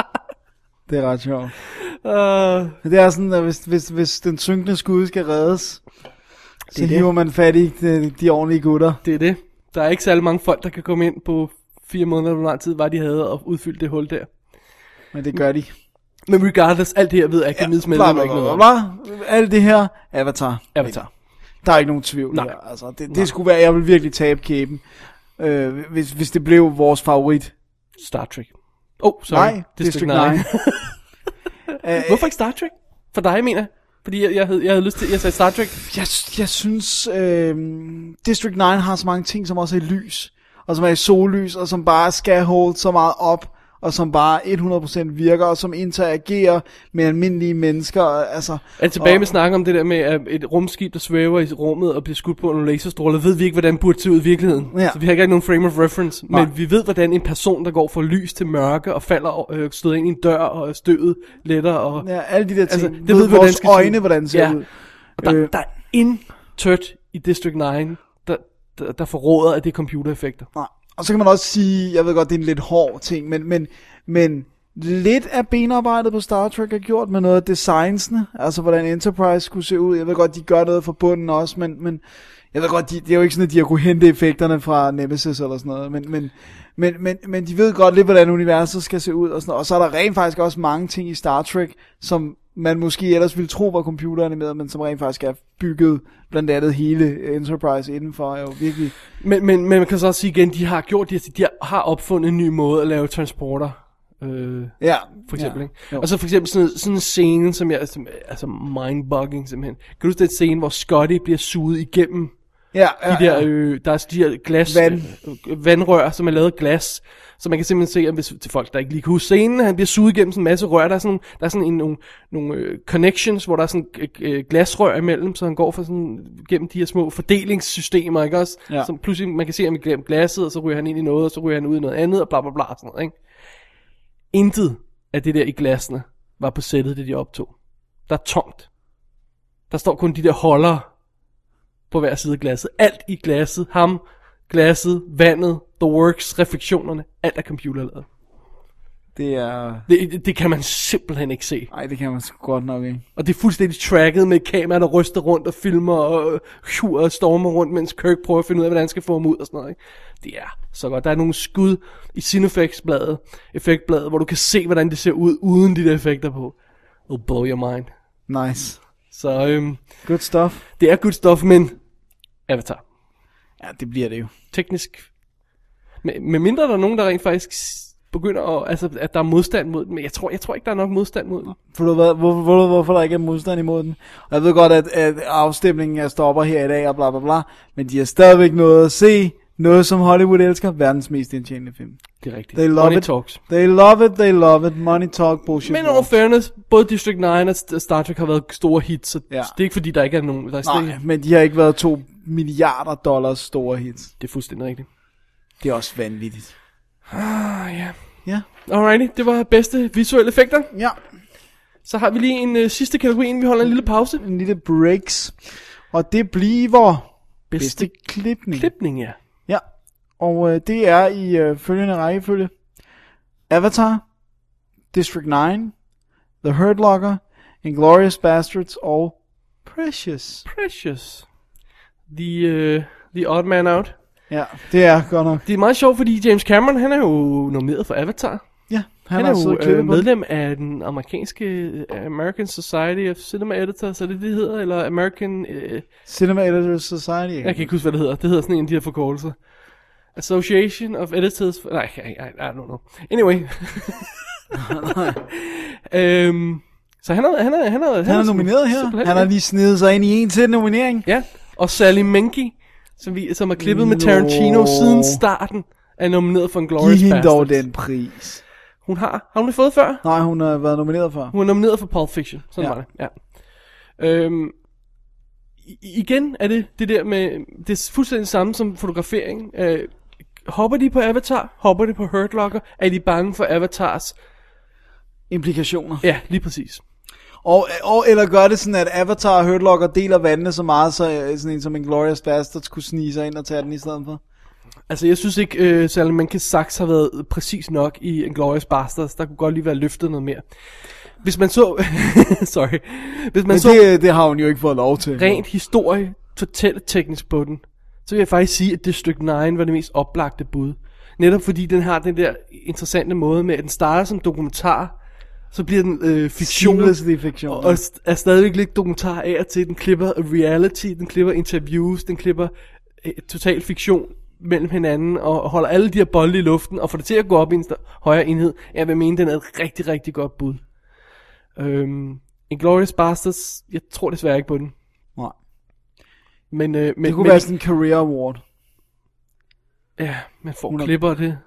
Speaker 1: Det er ret sjovt.
Speaker 2: Uh,
Speaker 1: Men det er sådan, at hvis, hvis, hvis den synkende skud skal reddes, så
Speaker 2: det.
Speaker 1: hiver man fat i de, de ordentlige gutter.
Speaker 2: det er det. Der er ikke særlig mange folk, der kan komme ind på fire måneder, hvor lang tid var de havde, og udfylde det hul der.
Speaker 1: Men det gør de.
Speaker 2: Men regardless, alt det her ved Akademiets ja, medlemmer ikke noget om.
Speaker 1: bla. Alt det her, Avatar.
Speaker 2: Avatar.
Speaker 1: Der er ikke nogen tvivl.
Speaker 2: Nej.
Speaker 1: Nej. Her. Altså, det, det skulle være, jeg ville virkelig tabe kæben. Øh, hvis, hvis det blev vores favorit.
Speaker 2: Star Trek. Åh, oh, sorry.
Speaker 1: Nej,
Speaker 2: District
Speaker 1: District
Speaker 2: 9.
Speaker 1: 9.
Speaker 2: Hvorfor ikke Star Trek? For dig, mener jeg. Fordi jeg, jeg, havde, jeg havde lyst til, jeg sagde Star Trek.
Speaker 1: Jeg, jeg synes, øh, District 9 har så mange ting, som også er i lys. Og som er i sollys, og som bare skal holde så meget op. Og som bare 100% virker, og som interagerer med almindelige mennesker. og- Altså,
Speaker 2: Er det tilbage
Speaker 1: og-
Speaker 2: med snakken om det der med at et rumskib, der svæver i rummet og bliver skudt på nogle laserstråler, ved vi ikke, hvordan det burde se ud i virkeligheden.
Speaker 1: Ja.
Speaker 2: Så vi har ikke rigtig nogen frame of reference.
Speaker 1: Nej.
Speaker 2: Men vi ved, hvordan en person, der går fra lys til mørke og falder og øh, støder ind i en dør og støvet letter. Og,
Speaker 1: Ja, alle de der ting.
Speaker 2: Altså,
Speaker 1: Altså,
Speaker 2: det
Speaker 1: det
Speaker 2: ved vi,
Speaker 1: ved
Speaker 2: hvordan
Speaker 1: vores
Speaker 2: skal se ud.
Speaker 1: øjne, hvordan det ser
Speaker 2: Ja.
Speaker 1: ja. ud.
Speaker 2: og der,
Speaker 1: øh.
Speaker 2: der er intet i District 9, der, der, der forråder, at det er computereffekter.
Speaker 1: Nej. Og så kan man også sige, jeg ved godt, det er en lidt hård ting, men, men, men lidt af benarbejdet på Star Trek er gjort med noget af designsene, altså hvordan Enterprise skulle se ud. Jeg ved godt, de gør noget fra bunden også, men, men jeg ved godt, de, det er jo ikke sådan, at de har kunne hente effekterne fra Nemesis eller sådan noget, men, men, men, men, men de ved godt lidt, hvordan universet skal se ud og sådan noget. Og så er der rent faktisk også mange ting i Star Trek, som man måske ellers ville tro var computeranimeret, men som rent faktisk er bygget blandt andet hele Enterprise indenfor, er jo virkelig...
Speaker 2: Men, men, men man kan så også sige igen, de har gjort det, de har opfundet en ny måde at lave transporter. Øh,
Speaker 1: Ja,
Speaker 2: for eksempel, ja. ikke?
Speaker 1: Jo.
Speaker 2: Og så for eksempel sådan, sådan en scene, som jeg, som, altså mindbugging simpelthen. Kan du huske den scene, hvor Scotty bliver suget igennem
Speaker 1: Ja,
Speaker 2: de der, øh, der er de her glas,
Speaker 1: Vand.
Speaker 2: øh, vandrør, som er lavet af glas. Så man kan simpelthen se, at hvis, til folk, der ikke lige kan huske scenen, han bliver suget igennem sådan en masse rør. Der er sådan, der er sådan en, nogle, nogle øh, connections, hvor der er sådan øh, øh, glasrør imellem, så han går for sådan, gennem de her små fordelingssystemer, ikke også?
Speaker 1: Ja.
Speaker 2: Som pludselig man kan se, at han gennem glasset, og så ryger han ind i noget, og så ryger han ud i noget andet, og bla bla bla, og sådan noget, ikke? Intet af det der i glassene var på sættet, det de optog. Der er tomt. Der står kun de der holder på hver side af glasset. Alt i glasset, ham, glasset, vandet, the works, refleksionerne, alt er computerlavet.
Speaker 1: Det er...
Speaker 2: Det, det, det kan man simpelthen ikke se.
Speaker 1: Ej, det kan man sgu godt nok ikke.
Speaker 2: Og det er fuldstændig tracket med kameraer, der ryster rundt og filmer og øh, huer og stormer rundt, mens Kirk prøver at finde ud af, hvordan han skal få ham ud og sådan noget. Ikke? Det er så godt. Der er nogle skud i Cinefex-bladet, effektbladet, hvor du kan se, hvordan det ser ud, uden de der effekter på. It'll blow your mind.
Speaker 1: Nice.
Speaker 2: Så øhm,
Speaker 1: Good stuff.
Speaker 2: det er good stuff, men Avatar.
Speaker 1: Ja, det bliver det jo.
Speaker 2: teknisk. Med, med mindre der er nogen, der rent faktisk s- begynder at, altså, at der er modstand mod den, men jeg tror, jeg tror ikke, der er nok modstand mod den.
Speaker 1: For du ved, hvor, hvor, hvorfor der ikke er modstand imod den. Og jeg ved godt, at, at afstemningen er stopper her i dag og bla bla bla. Men de har stadigvæk noget at se. Noget, som Hollywood elsker. Verdens mest indtjenende film.
Speaker 2: Det er rigtigt.
Speaker 1: They love
Speaker 2: Money
Speaker 1: it.
Speaker 2: talks.
Speaker 1: They love it, they love it. Money talk, bullshit.
Speaker 2: Men
Speaker 1: war.
Speaker 2: over fairness, både District 9 og St- Star Trek har været store hits, så ja.
Speaker 1: Ja.
Speaker 2: det er ikke fordi, der ikke er nogen. Der er
Speaker 1: Nej,
Speaker 2: stadig,
Speaker 1: men de har ikke været to milliarder dollars store hits.
Speaker 2: det er fuldstændig rigtigt.
Speaker 1: Det er også vanvittigt.
Speaker 2: Ah, ja.
Speaker 1: Ja.
Speaker 2: Alrighty, det var bedste visuelle effekter.
Speaker 1: Ja.
Speaker 2: Så har vi lige en øh, sidste kategori, inden vi holder en lille pause.
Speaker 1: En lille breaks. Og det bliver...
Speaker 2: Bedste
Speaker 1: Bedste klipning.
Speaker 2: klipning, ja.
Speaker 1: Ja, og øh, det er i øh, følgende rækkefølge. Avatar, District 9, The Hurt Locker, Inglourious Bastards og Precious.
Speaker 2: Precious. The, øh, the Odd Man Out.
Speaker 1: Ja, det er godt nok.
Speaker 2: Det er meget sjovt, fordi James Cameron, han er jo nomineret for Avatar.
Speaker 1: Ja, han,
Speaker 2: Han
Speaker 1: har
Speaker 2: er
Speaker 1: siddet og
Speaker 2: jo
Speaker 1: klippet
Speaker 2: øh,
Speaker 1: på den.
Speaker 2: medlem af den amerikanske øh, American Society of Cinema Editors, er det det det hedder? Eller American... Øh,
Speaker 1: Cinema Editors Society.
Speaker 2: jeg kan ikke huske, hvad det hedder. Det hedder sådan en af de her forkortelser. Association of Editors... Nej, I, I, I don't know. Anyway. øhm, så han er, han er, han er, han
Speaker 1: Han er nomineret her.
Speaker 2: simpelthen,
Speaker 1: Han har lige snedet sig ind i en til nominering.
Speaker 2: Ja, og Sally Menke, som, vi, som er klippet med Tarantino
Speaker 1: Nå.
Speaker 2: siden starten, er nomineret for en
Speaker 1: Giv
Speaker 2: Glorious
Speaker 1: hende dog
Speaker 2: Bastards.
Speaker 1: den pris.
Speaker 2: Hun har. Har hun det fået før?
Speaker 1: Nej, hun har været nomineret for.
Speaker 2: Hun er nomineret for Pulp Fiction. Sådan ja.
Speaker 1: Ja.
Speaker 2: var det, ja. Øhm, i- igen er det det der med, det er fuldstændig samme som fotografering. Øh, Hopper de på Avatar? Hopper de på Hurt Locker? Er de bange for Avatars?
Speaker 1: Implikationer.
Speaker 2: Ja, lige præcis.
Speaker 1: Og, og, eller gør det sådan, at Avatar og Hurt Locker deler vandene så meget, så øh, sådan en som en Glorious Bastard skulle snige sig ind og tage den i stedet for.
Speaker 2: Altså, jeg synes ikke, øh, Salman kan Sachs har været præcis nok i Glorious Bastards. Der kunne godt lige være løftet noget mere. Hvis man så... sorry. Hvis man
Speaker 1: Men
Speaker 2: så
Speaker 1: det, det har hun jo ikke fået lov til.
Speaker 2: rent historie, totalt teknisk på den, så vil jeg faktisk sige, at District 9 var det mest oplagte bud. Netop fordi den har den der interessante måde med, at den starter som dokumentar, så bliver den øh, fiktion,
Speaker 1: Seamlessly fiktion.
Speaker 2: og, og st- er stadigvæk lidt dokumentar af og til. Den klipper reality, den klipper interviews, den klipper øh, total fiktion mellem hinanden, og holder alle de her bolde i luften, og får det til at gå op i en st- højere enhed. Jeg vil mene, den er et rigtig, rigtig godt bud. Øhm, Inglourious Basterds, jeg tror desværre ikke på den.
Speaker 1: Nej.
Speaker 2: Men, øh, men,
Speaker 1: Det kunne
Speaker 2: men,
Speaker 1: være sådan en career award.
Speaker 2: Ja, man får
Speaker 1: Hun er-
Speaker 2: klipper af det.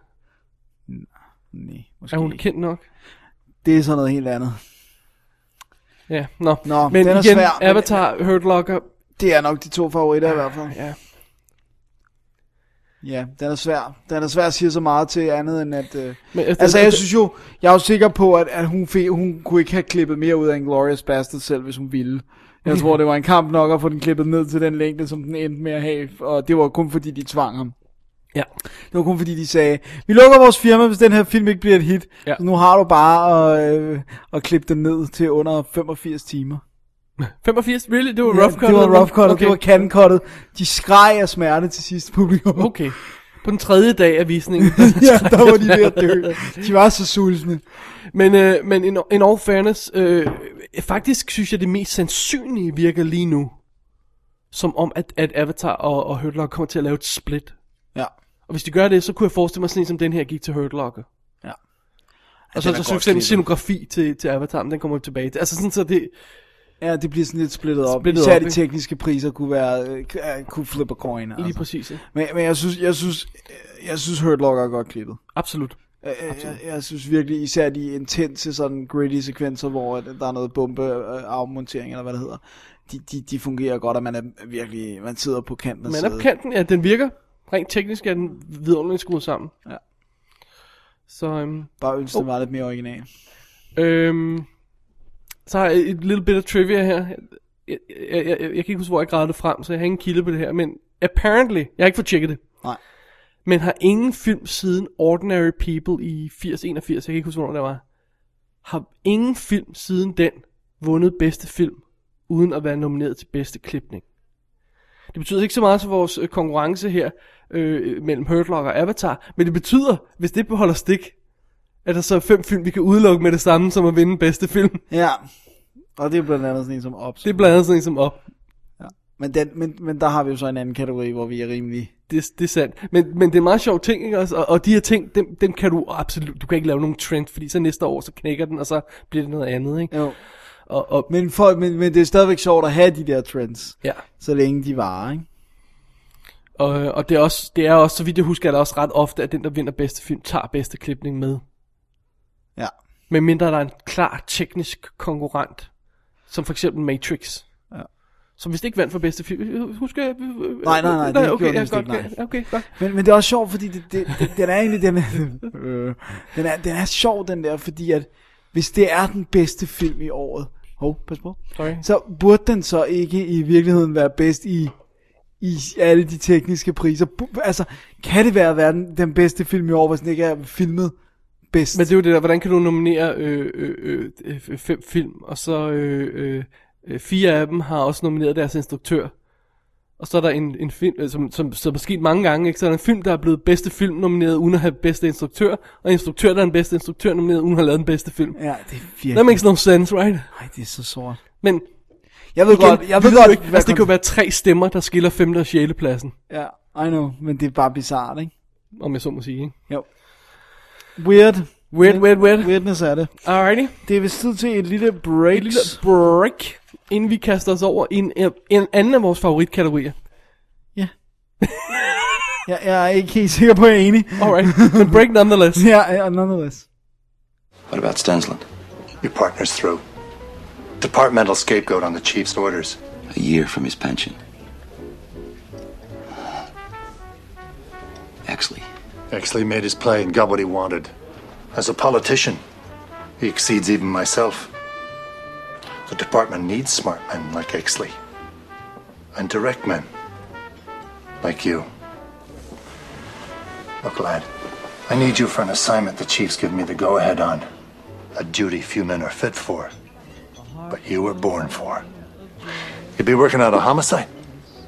Speaker 1: Nej, måske
Speaker 2: Er hun
Speaker 1: ikke.
Speaker 2: kendt nok?
Speaker 1: Det er sådan noget helt andet.
Speaker 2: Ja, nå.
Speaker 1: Nå,
Speaker 2: men
Speaker 1: den er
Speaker 2: igen,
Speaker 1: svær, men-
Speaker 2: Avatar, Hurt Locker,
Speaker 1: Det er nok de to favoritter i hvert fald.
Speaker 2: ja.
Speaker 1: Ja, den er svær. Den er svær at sige så meget til andet end at... Øh...
Speaker 2: Men, altså,
Speaker 1: Altså jeg synes jo, jeg er jo sikker på, at, at hun, fe, hun kunne ikke have klippet mere ud af en Glorious Bastard selv, hvis hun ville. Jeg tror, det var en kamp nok at få den klippet ned til den længde, som den endte med at have. Og det var kun fordi, de tvang ham.
Speaker 2: Ja.
Speaker 1: Det var kun fordi, de sagde, vi lukker vores firma, hvis den her film ikke bliver et hit.
Speaker 2: Ja.
Speaker 1: Så nu har du bare at, øh, at klippe den ned til under 85 timer.
Speaker 2: 85, really? Det var
Speaker 1: Ja,
Speaker 2: rough cut?
Speaker 1: det var rough cut, okay. det var cancuttet. De skreg af smerte til sidste publikum.
Speaker 2: Okay. På den tredje dag af visningen.
Speaker 1: ja, der var de ved at dø. De var så sultne.
Speaker 2: men øh, men in, in all fairness, øh, faktisk synes jeg, det mest sandsynlige virker lige nu, som om, at, at Avatar og, og Hurt Locker kommer til at lave et split.
Speaker 1: Ja.
Speaker 2: Og hvis de gør det, så kunne jeg forestille mig sådan en, som den her gik til Hurt Locker.
Speaker 1: Ja.
Speaker 2: Og så, så synes jeg, den scenografi til, til Avatar, men den kommer vi tilbage til. Altså sådan, så det,
Speaker 1: Ja, det bliver sådan lidt splittet op.
Speaker 2: Splittet
Speaker 1: Splittet Især
Speaker 2: op,
Speaker 1: op, de
Speaker 2: ikke?
Speaker 1: tekniske priser kunne være øh, k- øh, kunne flip a coin.
Speaker 2: lige
Speaker 1: Altså.
Speaker 2: præcis, ikke?
Speaker 1: Men, men jeg synes, jeg synes, øh, jeg synes Hurt Locker er godt klippet.
Speaker 2: Absolut.
Speaker 1: Jeg, Øh, jeg, jeg synes virkelig, især de intense sådan gritty sekvenser, hvor at der er noget bombe øh, afmontering, eller hvad det hedder. De, de, de fungerer godt, og man er virkelig, man sidder på kanten af
Speaker 2: Men op kanten, ja, den virker. Rent teknisk er den vidunderligt skruet sammen.
Speaker 1: Ja.
Speaker 2: Så, øhm,
Speaker 1: Bare ønsker oh. den var lidt mere original.
Speaker 2: Øhm, så har jeg et lille bit af trivia her. Jeg, jeg, jeg, jeg, jeg kan ikke huske, hvor jeg gravede det frem, så jeg har ingen kilde på det her. Men apparently, jeg har ikke fået tjekket det.
Speaker 1: Nej.
Speaker 2: Men har ingen film siden Ordinary People i 80-81, jeg kan ikke huske, hvornår det var. Har ingen film siden den vundet bedste film, uden at være nomineret til bedste klipning. Det betyder ikke så meget for vores øh, konkurrence her øh, mellem Hurt Locker og Avatar, men det betyder, hvis det beholder stik, er der så fem film, vi kan udelukke med det samme, som at vinde bedste film.
Speaker 1: Ja, og det er blandt andet sådan en som Ops.
Speaker 2: Det er blandt andet sådan en som op.
Speaker 1: Men, den, men, men der har vi jo så en anden kategori, hvor vi er rimelig...
Speaker 2: Det, det er sandt. Men, men det er en meget sjov ting, ikke også? Og, og de her ting, dem, dem kan du absolut... Du kan ikke lave nogen trend, fordi så næste år, så knækker den, og så bliver det noget andet, ikke?
Speaker 1: Jo.
Speaker 2: Og, og
Speaker 1: Men, for, men, men det er stadigvæk sjovt at have de der trends,
Speaker 2: ja.
Speaker 1: så længe de varer, ikke?
Speaker 2: Og, og det, er også, det er også, så vidt jeg husker, er det også ret ofte, at den, der vinder bedste film, tager bedste klipning med.
Speaker 1: Ja.
Speaker 2: Men mindre der er en klar teknisk konkurrent, som for eksempel Matrix.
Speaker 1: Ja.
Speaker 2: Som vist ikke vandt for bedste film. Husker jeg?
Speaker 1: nej, nej, det gjorde den
Speaker 2: okay, ja,
Speaker 1: vist
Speaker 2: godt,
Speaker 1: ikke, nej.
Speaker 2: ja, Okay, godt.
Speaker 1: Men, men det er også sjovt, fordi det, det, det, den er egentlig... Den er, øh, den, er, den er sjov, den der, fordi at hvis det er den bedste film i året, hov, pas på,
Speaker 2: Sorry.
Speaker 1: så burde den så ikke i virkeligheden være bedst i i alle de tekniske priser. Bu- Altså, kan det være verden, den bedste film i år, hvis den ikke er filmet bedst?
Speaker 2: Men det er jo det der, hvordan kan du nominere øh, øh, øh, øh, øh, fem film, og så øh, øh, øh, fire af dem har også nomineret deres instruktør. Og så er der en, en film, øh, som, som, som er sket mange gange, ikke? så er der en film, der er blevet bedste film nomineret, uden at have bedste instruktør, og en instruktør, der er den bedste instruktør nomineret, uden at have lavet den bedste film.
Speaker 1: Ja, det er
Speaker 2: That
Speaker 1: virkelig...
Speaker 2: makes no sense, right?
Speaker 1: Nej, det er så sort.
Speaker 2: Men
Speaker 1: Jeg ved
Speaker 2: igen,
Speaker 1: godt, jeg ved
Speaker 2: vi
Speaker 1: godt...
Speaker 2: jo ikke,
Speaker 1: hvad
Speaker 2: altså, det
Speaker 1: kon-
Speaker 2: kan jo være tre stemmer, der skiller femte og sjæle pladsen,
Speaker 1: Ja, I know, men det er bare bizart, ikke?
Speaker 2: om jeg så må sige. Ikke?
Speaker 1: Jo. Weird.
Speaker 2: Weird, weird, weird.
Speaker 1: Weirdness er det.
Speaker 2: Alrighty.
Speaker 1: Det er vist tid til et lille break.
Speaker 2: Et lille break, inden vi kaster os over i en, en anden af vores favoritkategorier.
Speaker 1: Jeg, jeg er ikke helt sikker på, at jeg er enig.
Speaker 2: Alright, men break nonetheless.
Speaker 1: Ja, ja, nonetheless.
Speaker 8: What about Stensland? Your partner's through. Departmental scapegoat on the chief's orders.
Speaker 9: A year from his pension. Exley,
Speaker 8: Exley made his play and got what he wanted. As a politician, he exceeds even myself. The department needs smart men like Exley, and direct men like you. Look, lad, I need you for an assignment the chiefs give me the go ahead on. A duty few men are fit for, but you were born for. You'd be working out a homicide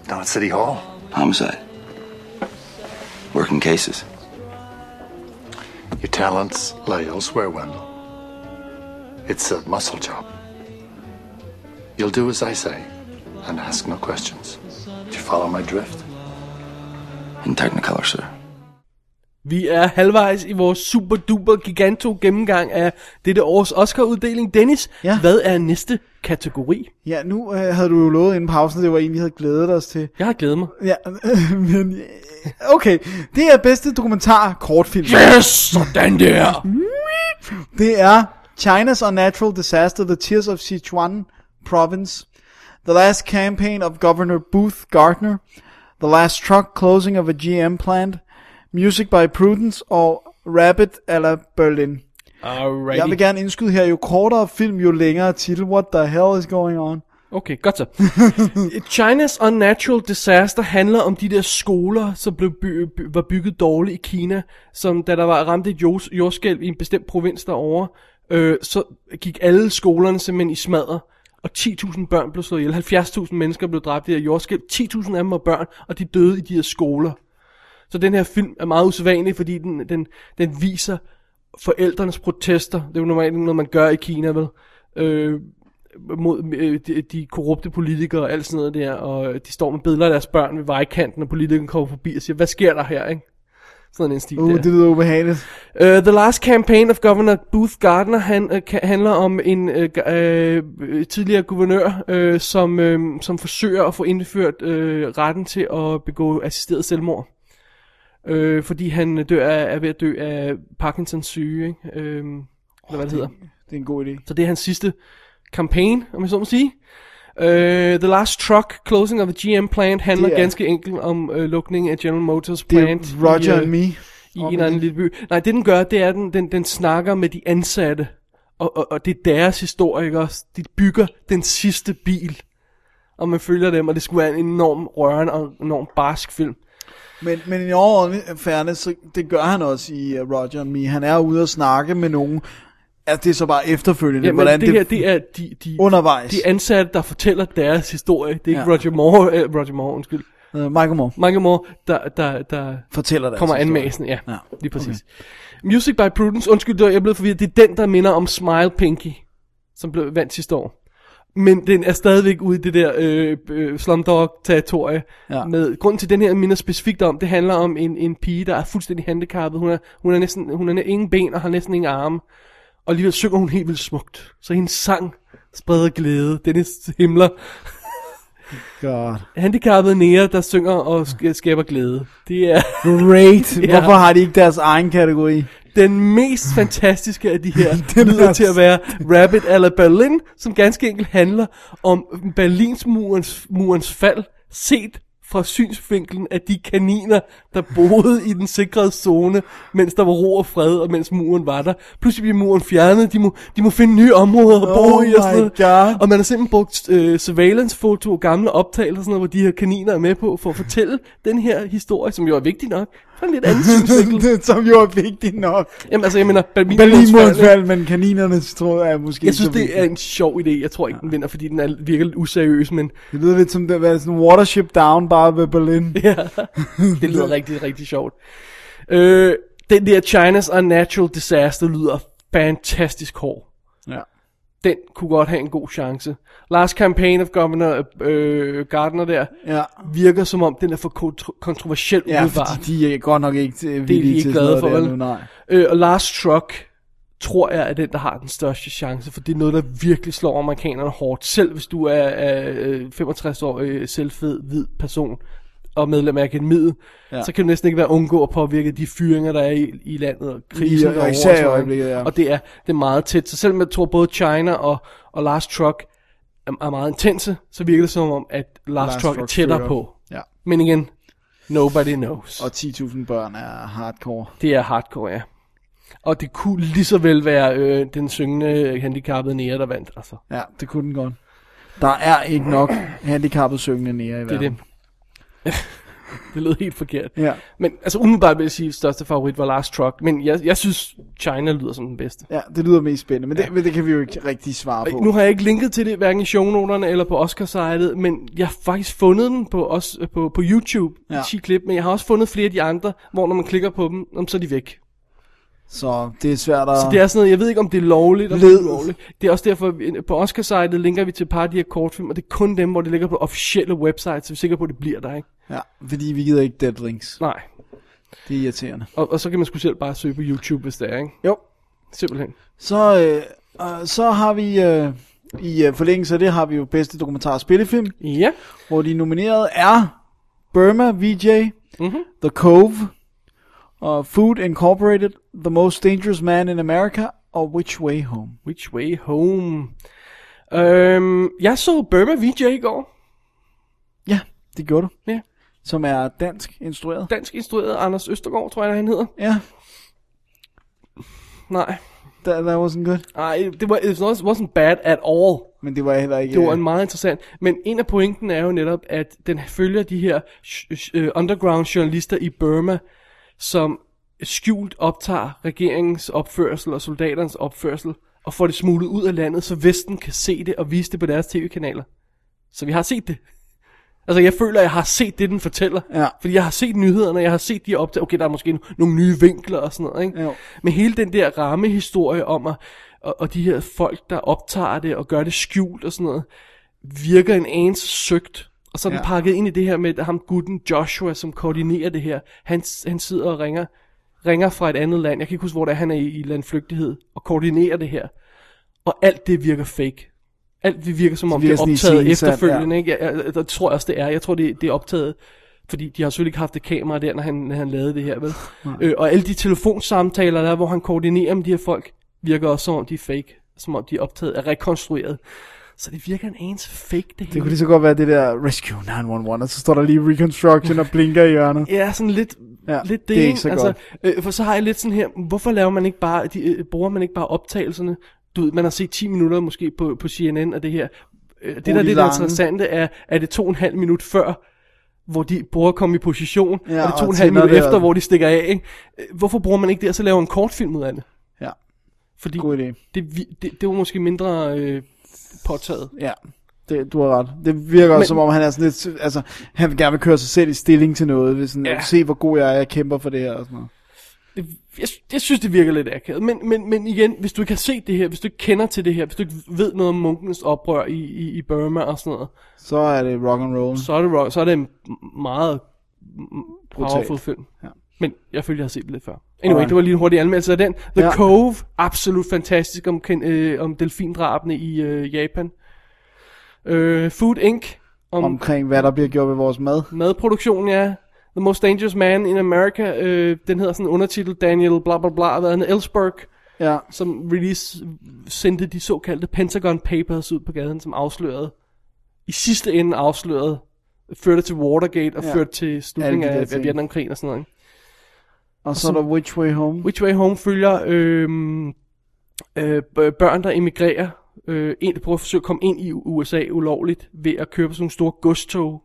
Speaker 8: down at City Hall.
Speaker 9: Homicide. Working cases.
Speaker 8: Your talents lay elsewhere, Wendell. It's a muscle job. You'll do as I say and ask no questions. Do you follow my drift?
Speaker 9: In Technicolor, sir.
Speaker 2: Vi er halvvejs i vores super duper giganto gennemgang af dette års Oscar-uddeling. Dennis,
Speaker 1: Ja.
Speaker 2: ja. hvad er næste kategori?
Speaker 1: Ja, nu øh, havde du jo lovet inden pausen, det var en, vi havde glædet os til.
Speaker 2: Jeg har glædet mig.
Speaker 1: Ja, men... øh, Okay, det er bedste dokumentar kortfilm.
Speaker 2: Yes, sådan der!
Speaker 1: Det er China's Unnatural Disaster, The Tears of Sichuan Province, The Last Campaign of Governor Booth Gardner, The Last Truck Closing of a GM Plant, Music by Prudence og Rabbit a la Berlin.
Speaker 2: Alrighty.
Speaker 1: Jeg vil gerne indskyde her, jo kortere film, jo længere titel. What the hell is going on?
Speaker 2: Okay, godt så. China's Unnatural Disaster handler om de der skoler, som blev by- by- var bygget dårligt i Kina, som da der var ramt et jords- jordskælv i en bestemt provins derovre, øh, så gik alle skolerne simpelthen i smadre, og 10.000 børn blev slået ihjel, 70.000 mennesker blev dræbt i det her jordskælv, 10.000 af dem var børn, og de døde i de her skoler. Så den her film er meget usædvanlig, fordi den, den, den viser forældrenes protester. Det er jo normalt ikke noget, man gør i Kina, vel? Øh, mod øh, de, de korrupte politikere og alt sådan noget der, og de står med billeder af deres børn ved vejkanten, og politikeren kommer forbi og siger, hvad sker der her, ikke? Sådan en stil
Speaker 1: Uh,
Speaker 2: der.
Speaker 1: det lyder ubehageligt.
Speaker 2: Uh, the Last Campaign of Governor Booth Gardner han, uh, ka- handler om en uh, uh, tidligere guvernør, uh, som, uh, som forsøger at få indført uh, retten til at begå assisteret selvmord. Uh, fordi han øh, dør af, er ved at dø af Parkinsons syge, ikke? Uh, eller hvad det hedder.
Speaker 1: Det er en god idé.
Speaker 2: Så det er hans sidste kampagne, om jeg så må sige. Uh, The Last Truck, Closing of a GM Plant, handler
Speaker 1: Det er-
Speaker 2: ganske enkelt om uh, lukningen af General Motors
Speaker 1: Det er
Speaker 2: Plant.
Speaker 1: Roger
Speaker 2: i, øh,
Speaker 1: and Me.
Speaker 2: i
Speaker 1: Om
Speaker 2: en eller anden lille by. Nej, det den gør, det er, at den, den, den snakker med de ansatte, og, og, og det er deres historie, ikke også? De bygger den sidste bil, og man følger dem, og det skulle være en enorm rørende og enorm barsk film.
Speaker 1: Men, men i overordentlig fairness, så det gør han også i øh, Roger and Me. Han er ude og snakke med nogen. Altså, det er så bare efterfølgende,
Speaker 2: Jamen,
Speaker 1: hvordan
Speaker 2: det, det her, det er de, de,
Speaker 1: undervejs.
Speaker 2: de ansatte, der fortæller deres historie. Det er ikke
Speaker 1: Ja.
Speaker 2: ja. Roger Moore, øh, Roger Moore, undskyld.
Speaker 1: Øh, Michael Moore
Speaker 2: Michael Moore, der, der, der
Speaker 1: fortæller det.
Speaker 2: kommer
Speaker 1: altså,
Speaker 2: anmæsen, ja.
Speaker 1: Ja,
Speaker 2: ja. Lige præcis. Okay. Music by Prudence, undskyld, det var- jeg blev forvirret, det er den, der minder om Smile Pinky, som blev vandt sidste år. Men den er stadigvæk ude i det der øh, øh, slumdog-territorie.
Speaker 1: Ja.
Speaker 2: Ja. Med, grunden til, den her minder specifikt om, det handler om en, en pige, der er fuldstændig handicappet. Hun, er, hun, er næsten, hun har ingen ben og har næsten ingen arme. Og alligevel synger hun helt vildt smukt. Så hendes sang spreder glæde. Dennis himler.
Speaker 1: God.
Speaker 2: Handicappede nære, der synger og sk- skaber glæde. Det er...
Speaker 1: Great.
Speaker 2: Ja.
Speaker 1: Hvorfor har de ikke deres egen kategori?
Speaker 2: Den mest fantastiske af de her
Speaker 1: Den
Speaker 2: den
Speaker 1: er- altså-
Speaker 2: lyder til at være Rabbit eller Berlin, som ganske enkelt handler om Berlinsmurens murens fald, set fra synsvinkelen af de kaniner, der boede i den sikrede zone, mens der var ro og fred, og mens muren var der. Pludselig bliver muren fjernet, de må, de må finde nye områder at bo
Speaker 1: Oh
Speaker 2: i og sådan
Speaker 1: my
Speaker 2: noget.
Speaker 1: God.
Speaker 2: Og man har simpelthen brugt øh, surveillance-foto og gamle optagelser, og sådan noget, hvor de her kaniner er med på, for at fortælle den her historie, som jo er vigtig nok, fra en lidt anden synsvinkel.
Speaker 1: Som jo er vigtigt nok.
Speaker 2: Jamen altså, jeg mener, Berlin,
Speaker 1: Berlinmurens fald, men kaninernes tror jeg er måske
Speaker 2: Jeg synes,
Speaker 1: ikke så
Speaker 2: det er en sjov idé. Jeg tror ikke, den vinder, fordi den er virkelig lidt useriøs, men
Speaker 1: Det lyder lidt som det var sådan Watership Down bare ved Berlin.
Speaker 2: ja, det lyder rigtig, rigtig sjovt. Øh, den der China's Unnatural Disaster lyder fantastisk hård.
Speaker 1: Ja.
Speaker 2: Den kunne godt have en god chance. Last Campaign of Governor øh, Gardner der
Speaker 1: Ja,
Speaker 2: virker som om, den er for kontro- kontroversiel
Speaker 1: ja
Speaker 2: udebart.
Speaker 1: fordi de er godt nok ikke øh, villige
Speaker 2: Det er de ikke
Speaker 1: til sådan
Speaker 2: glade for,
Speaker 1: noget der
Speaker 2: vel?
Speaker 1: nu, nej.
Speaker 2: Øh, og Last Truck tror jeg er den, der har den største chance, for det er noget, der virkelig slår amerikanerne hårdt. Selv hvis du er, er 65-årig selvfed hvid person og medlem af akademiet,
Speaker 1: Ja.
Speaker 2: ja. så kan du næsten ikke være undgå at påvirke de fyringer, der er i, i landet og
Speaker 1: Lige-
Speaker 2: krisen.
Speaker 1: og
Speaker 2: derovre
Speaker 1: især i
Speaker 2: sådan noget.
Speaker 1: øjeblikket, ja.
Speaker 2: Og det er, det er meget tæt. Så selvom jeg tror både China og, og Last Truck er, er meget intense, så virker det som om, at Last, Last Truck, Truck er tættere
Speaker 1: fører.
Speaker 2: på.
Speaker 1: Ja.
Speaker 2: Men igen, Nobody knows.
Speaker 1: Og 10.000 børn er hardcore.
Speaker 2: Det er hardcore, ja. Og det kunne lige så vel være øh, den syngende handicappede nære, der vandt. Altså,
Speaker 1: Ja, det kunne den godt. Der er ikke nok handicappede syngende nære i
Speaker 2: det er
Speaker 1: verden.
Speaker 2: det. det lød helt forkert.
Speaker 1: Ja.
Speaker 2: Men altså umiddelbart vil jeg sige, at største favorit var Last Truck. Men jeg, jeg synes, China lyder som den bedste.
Speaker 1: Ja, det lyder mest spændende, men, det, men det kan vi jo ikke rigtig svare på.
Speaker 2: Nu har jeg ikke linket til det, hverken i shownoterne eller på Oscar-sitet, men jeg har faktisk fundet den på, os, øh, på, på YouTube, ja.
Speaker 1: Ja.
Speaker 2: 10 klip, men jeg har også fundet flere af de andre, hvor når man klikker på dem, jamen, så er de væk.
Speaker 1: Så det er svært at...
Speaker 2: Så det er sådan noget, jeg ved ikke om det er lovligt eller
Speaker 1: Led.
Speaker 2: ulovligt. Det er også derfor, vi- på Oscar-sitet linker vi til et par af de her kortfilm, og det er kun dem, hvor det ligger på officielle websites, så vi er sikre på, at det bliver der, ikke?
Speaker 1: Ja, fordi vi gider ikke deadlinks.
Speaker 2: Nej.
Speaker 1: Det er irriterende.
Speaker 2: Og, og så kan man sgu selv bare søge på YouTube, hvis det er, ikke?
Speaker 1: Jo.
Speaker 2: Simpelthen.
Speaker 1: Så, øh, øh, så har vi... Øh, I øh, forlængelse af det har vi jo bedste dokumentar og spillefilm,
Speaker 2: Ja.
Speaker 1: hvor de nominerede er Burma, VJ,
Speaker 2: Mhm.
Speaker 1: mm-hmm. The Cove, og Food Incorporated, The Most Dangerous Man in America, og Which Way Home.
Speaker 2: Which way home? Øhm, jeg så Burma VJ i går.
Speaker 1: Ja, det gjorde du.
Speaker 2: Ja.
Speaker 1: Som er dansk instrueret.
Speaker 2: Dansk instrueret Anders Østergaard, tror jeg, han hedder.
Speaker 1: Ja,
Speaker 2: Nej.
Speaker 1: that, that wasn't good.
Speaker 2: Nej, det var, it was- wasn't bad at all.
Speaker 1: Men det var heller ikke...
Speaker 2: Det var
Speaker 1: øh,
Speaker 2: en meget interessant. Men en af pointen er jo netop, at den følger de her sh- sh- øh, underground journalister i Burma, som skjult optager regeringens opførsel og soldaternes opførsel, og får det smuglet ud af landet, så Vesten kan se det og vise det på deres tv-kanaler. Så vi har set det. Altså, jeg føler, at jeg har set det, den fortæller.
Speaker 1: Ja.
Speaker 2: Fordi jeg har set nyhederne, jeg har set de optagelser. Okay, der er måske nogle nye vinkler og sådan noget, ikke?
Speaker 1: Jo.
Speaker 2: Men hele den der rammehistorie om, at, og, og de her folk, der optager det og gør det skjult og sådan noget, virker en anelse søgt. Og så er den
Speaker 1: Ja.
Speaker 2: pakket ind i det her med ham gutten Joshua, som koordinerer det her. Han, han sidder og ringer, ringer fra et andet land. Jeg kan ikke huske, hvor det er, han er i, i landflygtighed, og koordinerer det her. Og alt det virker fake. Alt det virker som om, det,
Speaker 1: virker
Speaker 2: er
Speaker 1: sådan
Speaker 2: optaget
Speaker 1: iscenesat,
Speaker 2: efterfølgende. Ja. Ikke? Jeg, jeg, det tror jeg også, det er. Jeg tror, det, det er optaget, fordi de har selvfølgelig ikke haft det kamera der, når han, når han lavede det her. Vel? Øh, og alle de telefonsamtaler, der er, hvor han koordinerer med de her folk, virker også som om, de er fake. Som om, de er optaget og rekonstrueret. Så det virker en anelse fake, det
Speaker 1: Det
Speaker 2: hele.
Speaker 1: kunne lige så godt være det der Rescue 911, og så står der lige Reconstruction og blinker i hjørnet.
Speaker 2: Ja, sådan lidt,
Speaker 1: Ja,
Speaker 2: ja, lidt det,
Speaker 1: det er ikke så
Speaker 2: altså, Øh, for så har jeg lidt sådan her, hvorfor laver man ikke bare, de, øh, bruger man ikke bare optagelserne? Du ved, man har set 10 minutter måske på, på CNN og det her. Øh, det, der
Speaker 1: de
Speaker 2: er lidt
Speaker 1: lange.
Speaker 2: interessante, er, er det to og en halv minut før, hvor de prøver at komme i position,
Speaker 1: Ja,
Speaker 2: og det er
Speaker 1: og
Speaker 2: to og en halv
Speaker 1: tænder
Speaker 2: minut
Speaker 1: det,
Speaker 2: efter,
Speaker 1: og-
Speaker 2: hvor de stikker af. Ikke? Øh, Hvorfor bruger man ikke det, og så laver en kortfilm ud af det?
Speaker 1: Ja,
Speaker 2: Fordi
Speaker 1: god idé.
Speaker 2: det, vi- det, det var måske mindre øh, påtaget.
Speaker 1: Ja, det, du har ret. Det virker
Speaker 2: Men-
Speaker 1: også, som om han er sådan lidt, altså, han vil gerne vil køre sig selv i stilling til noget, hvis sådan,
Speaker 2: Ja.
Speaker 1: ja. se hvor god jeg er, jeg kæmper for det her og sådan noget.
Speaker 2: det, jeg, jeg synes, det virker lidt akavet. Men, men, men igen, hvis du ikke har set det her, hvis du ikke kender til det her, hvis du ikke ved noget om munkenes oprør i, i, i Burma og sådan noget,
Speaker 1: Så er det rock and roll.
Speaker 2: så er det, ro- så er det en m- meget m- powerful
Speaker 1: Brutal.
Speaker 2: film.
Speaker 1: Ja.
Speaker 2: Men jeg følte, jeg har set det lidt før. Anyway,
Speaker 1: Alright.
Speaker 2: det var lige en hurtig anmeldelse af den. The
Speaker 1: Ja.
Speaker 2: Cove, absolut fantastisk om, ken- øh, om delfindrabene i øh, Japan. Øh, Food Inc. om, om
Speaker 1: Omkring hvad der bliver gjort ved vores mad.
Speaker 2: madproduktion, ja. The Most Dangerous Man in America. Øh, den hedder sådan en undertitel, Daniel bla bla bla, hvad han hedder, Ellsberg
Speaker 1: Ja,
Speaker 2: som release sendte de såkaldte Pentagon Papers ud på gaden, som afslørede, i sidste ende afslørede, førte til Watergate og ja.
Speaker 1: Ja.
Speaker 2: førte til slutningen
Speaker 1: Alle de der
Speaker 2: af, af
Speaker 1: ting.
Speaker 2: Vietnamkrigen og sådan noget. ikke?
Speaker 1: og så er der Which Way Home.
Speaker 2: Which Way Home følger øhm, øh, b- børn, der emigrerer, øh, ind, prøver at forsøge at komme ind i USA ulovligt ved at købe sådan nogle store godstog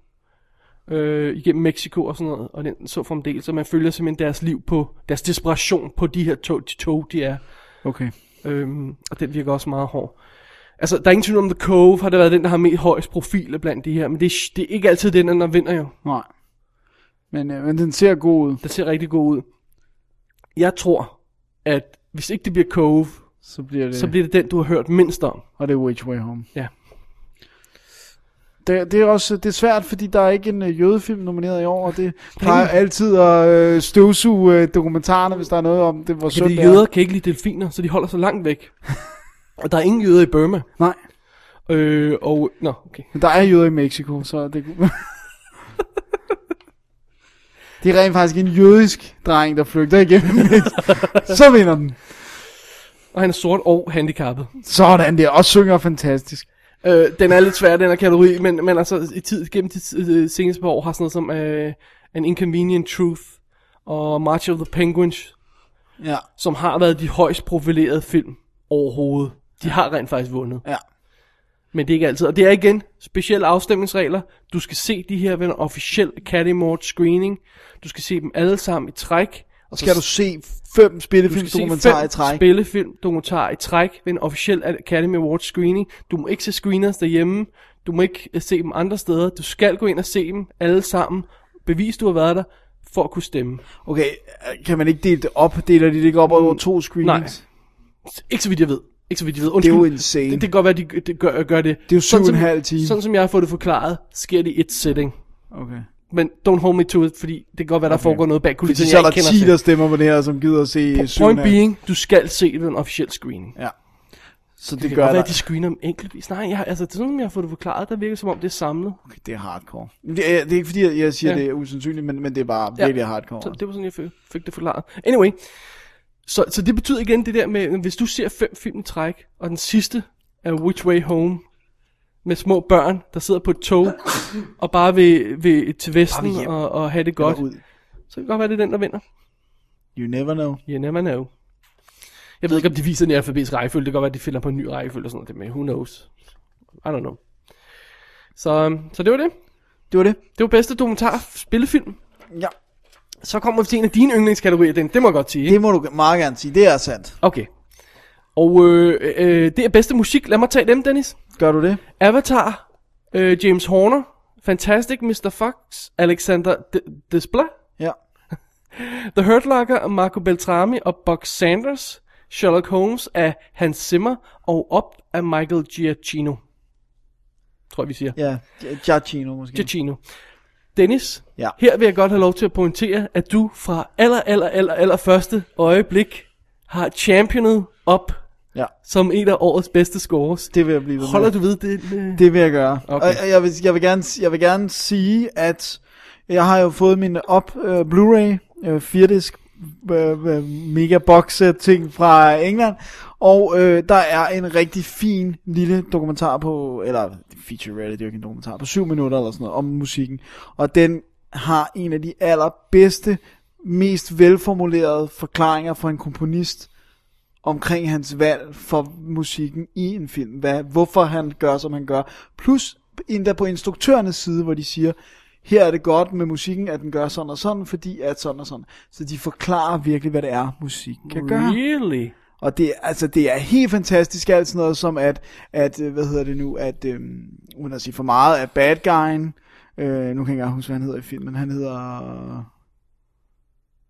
Speaker 2: øh, igennem Mexico og sådan noget, og den så fremdeles, så man følger simpelthen deres liv på, deres desperation på de her tog, de tog, de er
Speaker 1: Okay.
Speaker 2: Øhm, og den virker også meget hård. Altså, der er ingen tvivl om, The Cove har det været den, der har mest højst profil blandt de her, men det er, det er ikke altid den, der vinder jo.
Speaker 1: Nej. Men, øh, men den ser god ud,
Speaker 2: Der ser rigtig god ud. Jeg tror, at hvis ikke det bliver Cove,
Speaker 1: så bliver det,
Speaker 2: så bliver det den, du har hørt mindst om.
Speaker 1: og det er Which Way Home.
Speaker 2: Ja.
Speaker 1: Det, det er også det er svært, fordi der er ikke en øh, jødefilm nomineret i år, og det plejer altid at øh, støvsuge øh, dokumentarerne, hvis der er noget om det, hvor
Speaker 2: Fordi
Speaker 1: sødt det er.
Speaker 2: jøder kan ikke lide delfiner, så de holder sig langt væk. og der er ingen jøder i Burma.
Speaker 1: Nej,
Speaker 2: Øh, og, nå, okay.
Speaker 1: men der er jøder i Mexico, så det kunne... det er rent faktisk en jødisk dreng, der flygter igennem Mexico. Så vinder den.
Speaker 2: Og han er sort og handicappet.
Speaker 1: Sådan der, og synger fantastisk.
Speaker 2: Øh, den er lidt svær, den her kategori, men, men altså i tid, gennem de øh, seneste par år har sådan noget som øh, An Inconvenient Truth og March of the Penguins,
Speaker 1: Ja,
Speaker 2: som har været de højst profilerede film overhovedet. De har rent faktisk vundet.
Speaker 1: ja.
Speaker 2: Men det er ikke altid. Og det er igen specielle afstemningsregler. Du skal se de her ved en officiel Academy Award screening. Du skal se dem alle sammen i træk. Og så
Speaker 1: Skal du se fem
Speaker 2: du
Speaker 1: spillefilms
Speaker 2: skal se
Speaker 1: dokumentarer i
Speaker 2: fem
Speaker 1: træk?
Speaker 2: spillefilm dokumentarer i træk ved en officiel Academy Awards screening. Du må ikke se screeners derhjemme. Du må ikke øh, se dem andre steder. Du skal gå ind og se dem alle sammen. Bevis, du har været der, for at kunne stemme.
Speaker 1: Okay, øh, kan man ikke dele det op? Deler de det ikke op over to screenings?
Speaker 2: Mm. Nej. Ikke så vidt jeg ved. Ikke så vidt jeg ved.
Speaker 1: Det
Speaker 2: Undskyld.
Speaker 1: er jo insane.
Speaker 2: Det, det kan godt være, at de det gør, gør det.
Speaker 1: Det er jo syv
Speaker 2: Sådan
Speaker 1: og
Speaker 2: som-
Speaker 1: en halv time.
Speaker 2: Sådan som jeg har fået det forklaret, sker det i et setting.
Speaker 1: Okay.
Speaker 2: Men don't hold me to it, fordi det kan godt være, der foregår noget bag
Speaker 1: Fordi
Speaker 2: kulisserne,
Speaker 1: så er
Speaker 2: jeg
Speaker 1: der
Speaker 2: ikke
Speaker 1: 10,
Speaker 2: kender
Speaker 1: der
Speaker 2: til.
Speaker 1: stemmer på det her, som gider at se syv
Speaker 2: Point
Speaker 1: af-
Speaker 2: being, du skal se det ved en officiel screening.
Speaker 1: Ja. Så det,
Speaker 2: Det kan
Speaker 1: gør
Speaker 2: godt være,
Speaker 1: der.
Speaker 2: at de screener dem enkeltvis. Nej, jeg, har- altså, det er sådan, som jeg har fået det forklaret, der virker som om, det er samlet.
Speaker 1: Okay, det er hardcore. Det er, det er ikke fordi, jeg- jeg siger,
Speaker 2: Ja.
Speaker 1: ja. det er usandsynligt, men, men det er bare
Speaker 2: Ja.
Speaker 1: virkelig hardcore.
Speaker 2: Så det var sådan, jeg fik, fik det forklaret. Anyway, så, så det betyder igen det der med, hvis du ser fem film i træk, og den sidste er Which Way Home, med små børn, der sidder på et tog, og bare vil, vil til
Speaker 1: Bare vil
Speaker 2: Vesten
Speaker 1: hjem.
Speaker 2: og, og have det godt,
Speaker 1: Eller ud.
Speaker 2: så kan det godt være, det er den, der vinder.
Speaker 1: You never know.
Speaker 2: You never know. Jeg ved ikke, om de viser den i alfabetisk rækkefølge. Det kan godt være, at de finder på en ny rækkefølge og sådan noget. Men who knows? I don't know. Så, øhm, så det var det.
Speaker 1: Det var det.
Speaker 2: Det var bedste dokumentar spillefilm.
Speaker 1: Ja.
Speaker 2: Så kommer vi til en af dine yndlingskategorier, den. Det må jeg godt sige. Ikke?
Speaker 1: Det må du meget gerne sige. Det er sandt.
Speaker 2: Okay. Og øh, øh, det er bedste musik. Lad mig tage dem, Dennis.
Speaker 1: Gør du det?
Speaker 2: Avatar, øh, James Horner, Fantastic Mr. Fox, Alexander D- Desplat,
Speaker 1: Ja.
Speaker 2: The Hurt Locker, Marco Beltrami og Buck Sanders, Sherlock Holmes af Hans Zimmer og op af Michael Giacchino. Tror jeg, vi siger.
Speaker 1: Ja. Gi- Giacchino måske.
Speaker 2: Mm. Giacchino. Dennis,
Speaker 1: Ja.
Speaker 2: her vil jeg godt have lov til at pointere, at du fra aller, aller, aller, aller første øjeblik har championet op
Speaker 1: Ja.
Speaker 2: som en af årets bedste scores.
Speaker 1: Det vil jeg blive ved med.
Speaker 2: Holder du ved det? øh,
Speaker 1: Det vil jeg gøre.
Speaker 2: Okay.
Speaker 1: Okay. Og og jeg vil, jeg, vil gerne, jeg vil gerne sige, at jeg har jo fået min op øh, Blu-ray, øh, 4-disk, øh, øh, mega box set ting fra England, og øh, der er en rigtig fin lille dokumentar på, eller featurette, det er jo ikke en dokumentar, på syv minutter eller sådan noget, om musikken. Og den har en af de allerbedste, mest velformulerede forklaringer fra en komponist, omkring hans valg for musikken i en film. Hvad, hvorfor han gør, som han gør. Plus endda på instruktørernes side, hvor de siger, her er det godt med musikken, at den gør sådan og sådan, fordi at sådan og sådan. Så de forklarer virkelig, hvad det er, musik kan gøre.
Speaker 2: Really?
Speaker 1: Og det, er- altså, det er helt fantastisk alt sådan noget som, at, at øh, hvad hedder det nu, at, øhm, uden at sige for meget, at bad guyen, øh, nu kan jeg ikke engang huske, hvad han hedder i filmen, han hedder...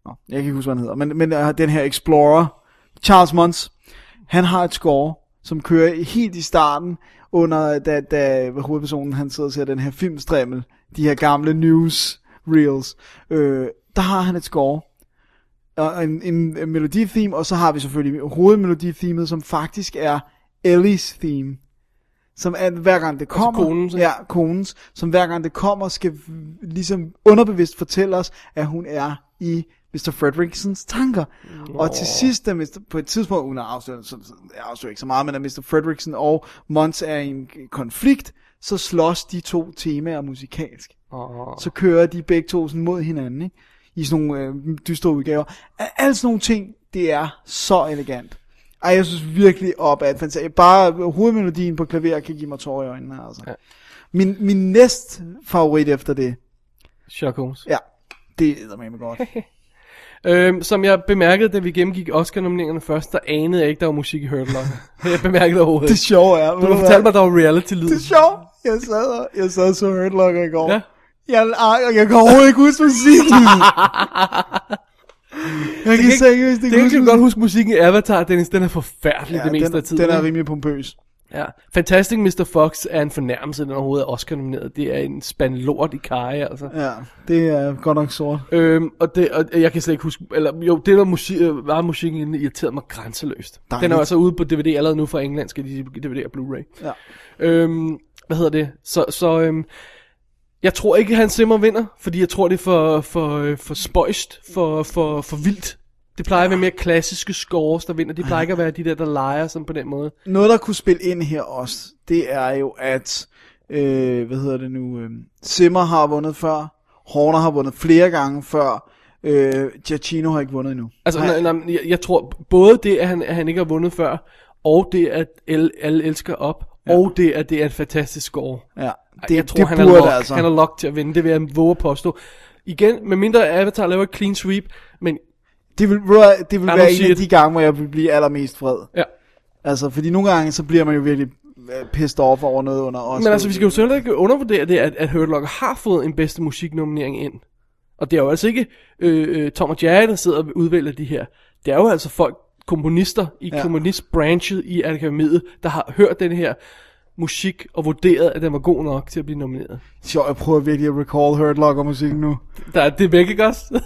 Speaker 1: Nå, jeg kan ikke huske, hvad han hedder, men, men øh, den her Explorer, Charles Mons, han har et score, som kører i- helt i starten, under da, da hvad hovedpersonen han sidder og ser den her filmstremmel, de her gamle news reels, øh, der har han et score, og en, en, en meloditheme, og så har vi selvfølgelig hovedmelodithemet, som faktisk er Ellies theme. Som er, hver gang det kommer,
Speaker 2: Altså konens, ikke?
Speaker 1: ja, konens, som hver gang det kommer, skal v- ligesom underbevidst fortælle os, at hun er i Mr. Fredericksons tanker. Og til sidst, da Mr. på et tidspunkt, uden at afsløre, så, så, jeg afslører ikke så meget, men at Mr. Frederickson og Mons er i en konflikt, så slås de to temaer musikalsk så kører de begge to sådan mod hinanden, ikke? I sådan nogle øh, dystre udgaver. Al- Alle sådan nogle ting, det er så elegant. Ej, jeg synes virkelig op at fantastisk. Bare hovedmelodien på klaver kan give mig tårer i øjnene, altså. Ja. Min, min næst favorit efter det,
Speaker 2: Sherlock Holmes.
Speaker 1: ja, det er med godt.
Speaker 2: Øhm, som jeg bemærkede, da vi gennemgik Oscar-nomineringerne først, der anede jeg ikke, der var musik i Hurt Locker. jeg bemærkede det overhovedet
Speaker 1: det
Speaker 2: ikke.
Speaker 1: sjove er... ved
Speaker 2: Du
Speaker 1: hvad?
Speaker 2: har fortalt mig, der var reality-lyd.
Speaker 1: Det er sjovt. Jeg sad, og, jeg sad og så Hurt Locker i går.
Speaker 2: Ja.
Speaker 1: Ja. Jeg, jeg, jeg kan overhovedet ikke huske musikken. jeg kan
Speaker 2: ikke-
Speaker 1: seriøst
Speaker 2: Det
Speaker 1: ikke
Speaker 2: kan
Speaker 1: huske
Speaker 2: du godt huske musikken i Avatar, Dennis. Den er forfærdelig ja, det meste
Speaker 1: den,
Speaker 2: af tiden.
Speaker 1: den er
Speaker 2: ikke?
Speaker 1: rimelig pompøs.
Speaker 2: Ja. Fantastic Mr. Fox er en fornærmelse, den overhovedet er Oscar-nomineret. Det er en spand lort i karre, altså. Ja.
Speaker 1: Ja, det er godt nok sort.
Speaker 2: Øhm, og, det, og jeg kan slet ikke huske... Eller, jo, det der musik, øh, var musikken inde i, irriterede mig grænseløst. Dejligt. Den er jo
Speaker 1: Dejligt.
Speaker 2: altså ude på DVD allerede nu fra England, skal de sige, DVD og Blu-ray.
Speaker 1: Ja.
Speaker 2: Øhm, hvad hedder det? Så, så øhm, jeg tror ikke, han Zimmer vinder, fordi jeg tror, det er for, for, øh, for spøjst, for, for, for vildt. Det plejer at være mere klassiske scores, der vinder. Det plejer ikke at være de der, der leger sådan på den måde.
Speaker 1: Noget, der kunne spille ind her også, det er jo, at, øh, hvad hedder det nu, øh, Simmer har vundet før, Horner har vundet flere gange før. Øh, Giacchino har ikke vundet endnu.
Speaker 2: Altså,
Speaker 1: Han-
Speaker 2: nej, nej, men jeg, jeg tror både det, at han, at han ikke har vundet før, og det, at alle, alle elsker op, ja. og det, at det er en fantastisk score.
Speaker 1: Ja,
Speaker 2: Det, jeg tror, det han, er
Speaker 1: burde
Speaker 2: lock, altså. han er lock til at vinde. Det vil jeg våge at påstå. Igen, medmindre Avatar laver et clean sweep, men
Speaker 1: Det vil, ved du hvad, det vil
Speaker 2: Ja, nu
Speaker 1: være en
Speaker 2: siger
Speaker 1: af
Speaker 2: det.
Speaker 1: de gange, hvor jeg vil blive allermest vred.
Speaker 2: ja.
Speaker 1: Altså, fordi nogle gange, så bliver man jo virkelig øh, pissed off over noget under os.
Speaker 2: Men altså, vi skal jo selvfølgelig ikke undervurdere det, at, at Hurt Locker har fået en bedste musiknominering ind. Og det er jo altså ikke øh, øh, Tom og Jerry, der sidder og udvælger de her. Det er jo altså folk, komponister i
Speaker 1: Ja.
Speaker 2: ja. komponistbranchet i akademiet, der har hørt den her musik og vurderet, at den var god nok til at blive nomineret.
Speaker 1: Sjov, jeg prøver virkelig at recall Hurt Locker musikken nu.
Speaker 2: Der er det væk, ikke også?
Speaker 1: I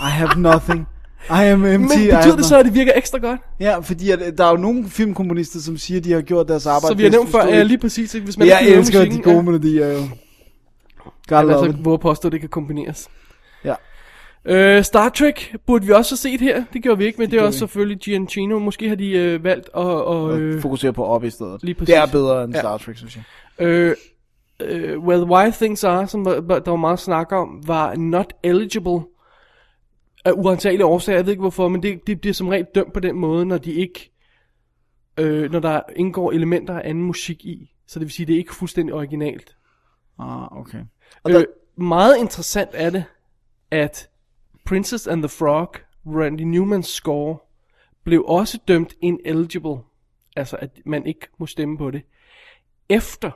Speaker 1: have nothing. I am empty.
Speaker 2: Men
Speaker 1: I
Speaker 2: betyder
Speaker 1: have
Speaker 2: det
Speaker 1: no-
Speaker 2: så, at det virker ekstra godt?
Speaker 1: Ja, fordi at, øh, der er jo nogle filmkomponister, som siger, at de har gjort deres arbejde.
Speaker 2: Så vi har nævnt
Speaker 1: bedst
Speaker 2: før, ja,
Speaker 1: forståeligt.
Speaker 2: lige præcis, ikke? hvis man
Speaker 1: Men jeg
Speaker 2: ikke hører
Speaker 1: elsker de
Speaker 2: musikken,
Speaker 1: gode melodier jo. God
Speaker 2: Ja,
Speaker 1: love
Speaker 2: altså,
Speaker 1: it.
Speaker 2: hvor påstå, at det kan kombineres.
Speaker 1: Ja.
Speaker 2: Øh, Star Trek burde vi også have set her. Det gjorde vi ikke, men det, er
Speaker 1: gjorde
Speaker 2: også
Speaker 1: vi
Speaker 2: selvfølgelig Giancino. Måske har de øh, valgt at... Og, øh,
Speaker 1: Fokuserer på op i stedet.
Speaker 2: Lige præcis.
Speaker 1: det er bedre end Star Trek, synes jeg.
Speaker 2: øh, øh, well, Why Things Are, som var, var- der var meget snak om, var not eligible af uantagelige årsager. Jeg ved ikke hvorfor, men det, det bliver som regel dømt på den måde, når de ikke... Øh, når der indgår elementer af anden musik i. Så det vil sige, det er ikke fuldstændig originalt.
Speaker 1: Ah, okay.
Speaker 2: Og der... øh, meget interessant er det, at Princess and the Frog, Randy Newmans score, blev også dømt ineligible. Altså, at man ikke må stemme på det. Efter,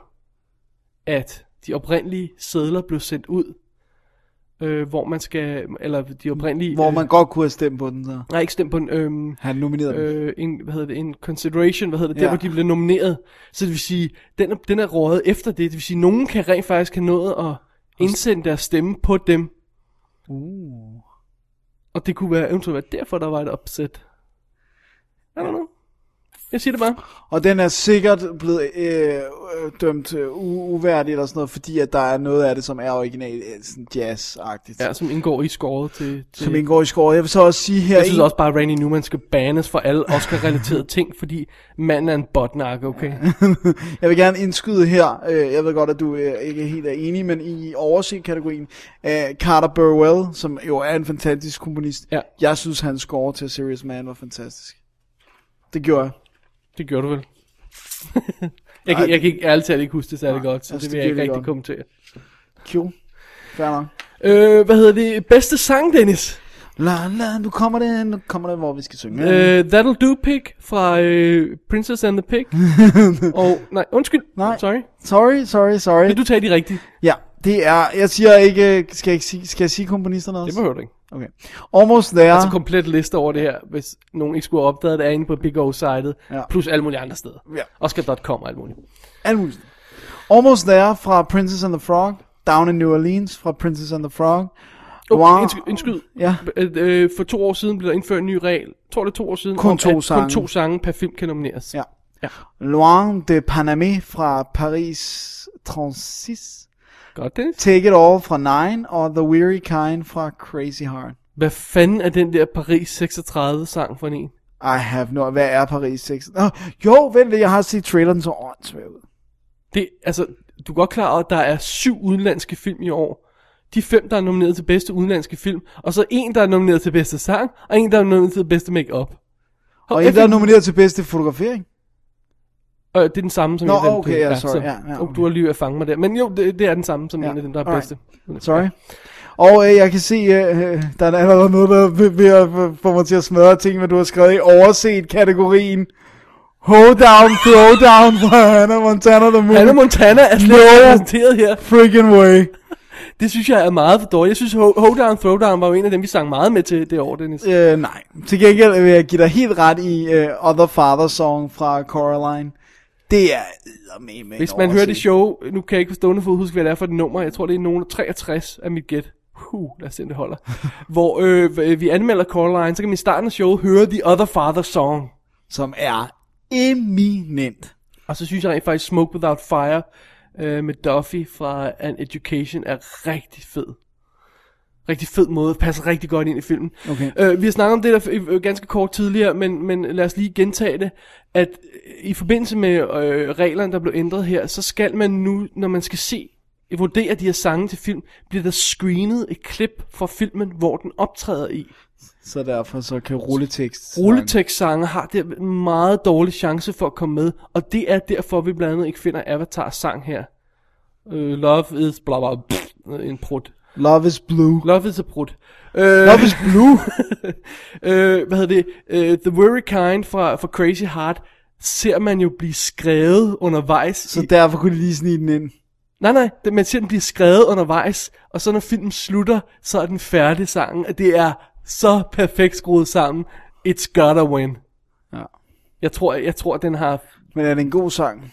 Speaker 2: at de oprindelige sædler blev sendt ud, øh, hvor man skal, eller de oprindelige...
Speaker 1: Hvor
Speaker 2: øh,
Speaker 1: man godt kunne have stemt på den, så.
Speaker 2: Nej, ikke stemt på en... Øh,
Speaker 1: Han nominerede øh,
Speaker 2: øh, en, hvad hedder det, en consideration, hvad hedder det,
Speaker 1: Ja.
Speaker 2: ja. der hvor de blev nomineret. Så det vil sige, den er, den er rådet efter det. Det vil sige, nogen kan rent faktisk have nået at indsende deres stemme på dem.
Speaker 1: Uh.
Speaker 2: Og det kunne være eventuelt være derfor, der var et upset. I don't know. Jeg siger det bare.
Speaker 1: Og den er sikkert blevet øh, øh, dømt øh, u- uværdig eller sådan noget, fordi at der er noget af det, som er original, øh, sådan jazz-agtigt.
Speaker 2: Ja, som indgår i scoret til... til
Speaker 1: Som indgår i score. Jeg vil så også sige her...
Speaker 2: jeg synes
Speaker 1: en-
Speaker 2: også bare, at Randy Newman skal banes for alle Oscar-relaterede ting, fordi manden er en botnakke, okay?
Speaker 1: jeg vil gerne indskyde her, øh, jeg ved godt, at du øh, ikke helt er enig, men i overset-kategorien, øh, Carter Burwell, som jo er en fantastisk komponist,
Speaker 2: Ja.
Speaker 1: jeg synes, hans score til Serious Man var fantastisk. Det gjorde jeg.
Speaker 2: Det gjorde du vel? jeg, kan, jeg kan ikke, ærligt talt ikke huske det særlig godt, så
Speaker 1: altså,
Speaker 2: det
Speaker 1: det
Speaker 2: vil jeg
Speaker 1: bliver
Speaker 2: ikke
Speaker 1: det
Speaker 2: rigtig
Speaker 1: godt.
Speaker 2: kommentere.
Speaker 1: Q. Fair nok.
Speaker 2: Øh, hvad hedder det? Bedste sang, Dennis?
Speaker 1: La, la, nu kommer det, nu kommer det, hvor vi skal synge.
Speaker 2: Øh, That'll Do Pig fra øh, Princess and the Pig. og, nej, undskyld.
Speaker 1: Nej.
Speaker 2: Sorry.
Speaker 1: Sorry, sorry, sorry.
Speaker 2: Vil du tage de rigtige?
Speaker 1: Ja, det er, jeg siger ikke, øh, skal jeg, ikke sige, skal jeg sige komponisterne
Speaker 2: Det
Speaker 1: også?
Speaker 2: behøver du ikke.
Speaker 1: Okay. Almost There,
Speaker 2: Altså komplet liste over det her, hvis nogen ikke skulle have opdaget det, er inde på Big O-sitet,
Speaker 1: Ja.
Speaker 2: ja. plus alle mulige andre steder.
Speaker 1: Ja.
Speaker 2: Oscar.com og alt muligt.
Speaker 1: alt muligt. Almost There fra Princess and the Frog, Down in New Orleans fra Princess and the Frog,
Speaker 2: Oh,
Speaker 1: Wow.
Speaker 2: indsk- Indskyd.
Speaker 1: Ja.
Speaker 2: B- øh, for to år siden blev der indført en ny regel. Jeg tror det er to år siden.
Speaker 1: Kun
Speaker 2: om,
Speaker 1: to
Speaker 2: at
Speaker 1: sange.
Speaker 2: Kun to sange per film kan nomineres.
Speaker 1: Ja.
Speaker 2: ja.
Speaker 1: Loin de Paname fra Paris 36,
Speaker 2: Godt, Dennis.
Speaker 1: Take It All fra Nine og The Weary Kind fra Crazy Heart.
Speaker 2: Hvad fanden er den der Paris 36 sang for en?
Speaker 1: I have no... Hvad er Paris 6? Oh, jo, vent lidt, jeg har set traileren så åndssvagt ud.
Speaker 2: Det, altså, du er godt klar over, at der er syv udenlandske film i år. De fem, der er nomineret til bedste udenlandske film, og så en, der er nomineret til bedste sang, og en, der er nomineret til bedste make-up.
Speaker 1: Og en, der er nomineret til bedste fotografering.
Speaker 2: Øh, det er den samme som
Speaker 1: Nå,
Speaker 2: en af dem.
Speaker 1: okay,
Speaker 2: du-
Speaker 1: ja, sorry,
Speaker 2: så-
Speaker 1: ja, ja,
Speaker 2: Oh,
Speaker 1: okay.
Speaker 2: Du har lige at fange mig der. Men jo, det, det er den samme som
Speaker 1: Ja,
Speaker 2: en af dem, der er
Speaker 1: alright.
Speaker 2: bedste.
Speaker 1: Sorry. Og øh, jeg kan se, øh, øh, der er allerede noget, der er ved, ved at få mig til at smadre ting, hvad du har skrevet i overset kategorien. Hoedown, throwdown fra Hannah Montana The Movie.
Speaker 2: Anna Montana er slet ikke
Speaker 1: No.
Speaker 2: repræsenteret her.
Speaker 1: Freaking way.
Speaker 2: Det synes jeg er meget for dårligt. Jeg synes, Ho- Hold Down Throwdown var jo en af dem, vi sang meget med til det år, Dennis.
Speaker 1: Øh, nej. Til gengæld vil jeg give dig helt ret i øh, Other Father Song fra Coraline. Det er eddermame en
Speaker 2: Hvis man
Speaker 1: overset.
Speaker 2: hører det show, nu kan jeg ikke på stående fod huske, hvad det er for et nummer. Jeg tror, det er nogen 63 af mit gæt. Huh, lad os se, om det holder. Hvor øh, h- vi anmelder Coraline, så kan man i starten af showet høre The Other Father Song.
Speaker 1: Som er eminent.
Speaker 2: Og så synes jeg rent faktisk, Smoke Without Fire øh, med Duffy fra An Education er rigtig fed. Rigtig fed måde, passer rigtig godt ind i filmen.
Speaker 1: Okay.
Speaker 2: Øh, vi har snakket om det der øh, ganske kort tidligere, men, men lad os lige gentage det, at øh, i forbindelse med øh, reglerne, der blev ændret her, så skal man nu, når man skal se vurderer de her sange til film, bliver der screenet et klip fra filmen, hvor den optræder i.
Speaker 1: Så derfor så kan rulletekst...
Speaker 2: Rulletekstsange har der en meget dårlig chance for at komme med, og det er derfor, vi blandt andet ikke finder Avatars sang her. Øh, love is bla bla, pff, en prut.
Speaker 1: Love is blue.
Speaker 2: Love is a prut. Øh,
Speaker 1: Love is blue.
Speaker 2: øh, hvad hedder det? Øh, The Very Kind fra, fra Crazy Heart ser man jo blive skrevet undervejs.
Speaker 1: så
Speaker 2: i,
Speaker 1: derfor kunne de lige snige den ind.
Speaker 2: nej, nej, det- man ser den blive skrevet undervejs, og så når filmen slutter, så er den færdig sangen, og det er så perfekt skruet sammen. It's gotta win.
Speaker 1: Ja.
Speaker 2: Jeg tror, jeg tror, den har...
Speaker 1: Men er det en god sang?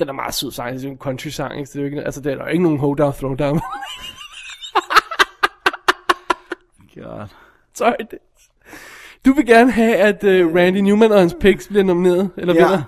Speaker 2: Den er meget sød sang, det er jo en country sang, ikke? Så det er jo ikke, altså, der er jo ikke nogen hoedown throwdown.
Speaker 1: God.
Speaker 2: Sorry, det. Du vil gerne have, at uh, Randy Newman og hans pigs bliver nomineret, eller ja.
Speaker 1: Ja.
Speaker 2: vinder.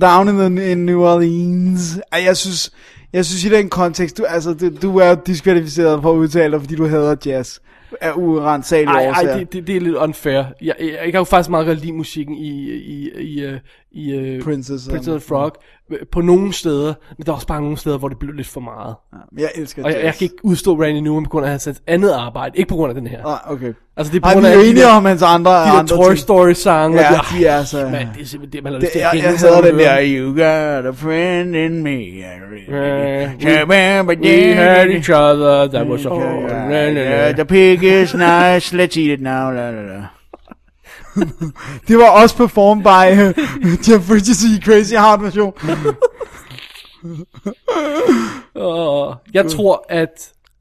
Speaker 1: Down in, the, in New Orleans. Ej, jeg synes, jeg synes i den kontekst, du, altså, du, du er jo diskvalificeret for at udtale dig, fordi du hader jazz. Er urensageligt
Speaker 2: Ej, ej,
Speaker 1: årsager.
Speaker 2: det, det, det er lidt unfair. Jeg, jeg, jeg kan jo faktisk meget godt lide musikken i, i, i, øh, i
Speaker 1: Princess and-
Speaker 2: uh, Princess and the Frog. øh, På nogle steder, men der er også bare nogle steder, hvor det blev lidt for meget.
Speaker 1: Jeg elsker
Speaker 2: Og
Speaker 1: jazz.
Speaker 2: jeg, jeg kan ikke udstå Randy Newman på grund af hans andet arbejde, ikke på grund af den her.
Speaker 1: Nej, Ah, okay.
Speaker 2: Altså det er på
Speaker 1: Ej,
Speaker 2: grund
Speaker 1: vi
Speaker 2: af
Speaker 1: er jo
Speaker 2: alle de
Speaker 1: enige
Speaker 2: der-
Speaker 1: om hans andre,
Speaker 2: de der
Speaker 1: andre
Speaker 2: Toy
Speaker 1: ting.
Speaker 2: Story sange.
Speaker 1: Ja, de er så...
Speaker 2: Man, det er simpelthen det, man har lyst
Speaker 1: Det,
Speaker 2: til
Speaker 1: jeg,
Speaker 2: at hænge
Speaker 1: jeg
Speaker 2: sig
Speaker 1: hader
Speaker 2: og
Speaker 1: den der,
Speaker 2: høre.
Speaker 1: you got a friend in me. I really-
Speaker 2: Yeah, we-
Speaker 1: Remember
Speaker 2: We had
Speaker 1: that-
Speaker 2: each other, that was all.
Speaker 1: Yeah,
Speaker 2: Na,
Speaker 1: yeah,
Speaker 2: na, na.
Speaker 1: yeah, the pig is nice, let's eat it now. La, la, la. det var også performed by uh, Jeff Bridges i Crazy Heart version.
Speaker 2: Åh, Jeg tror, at...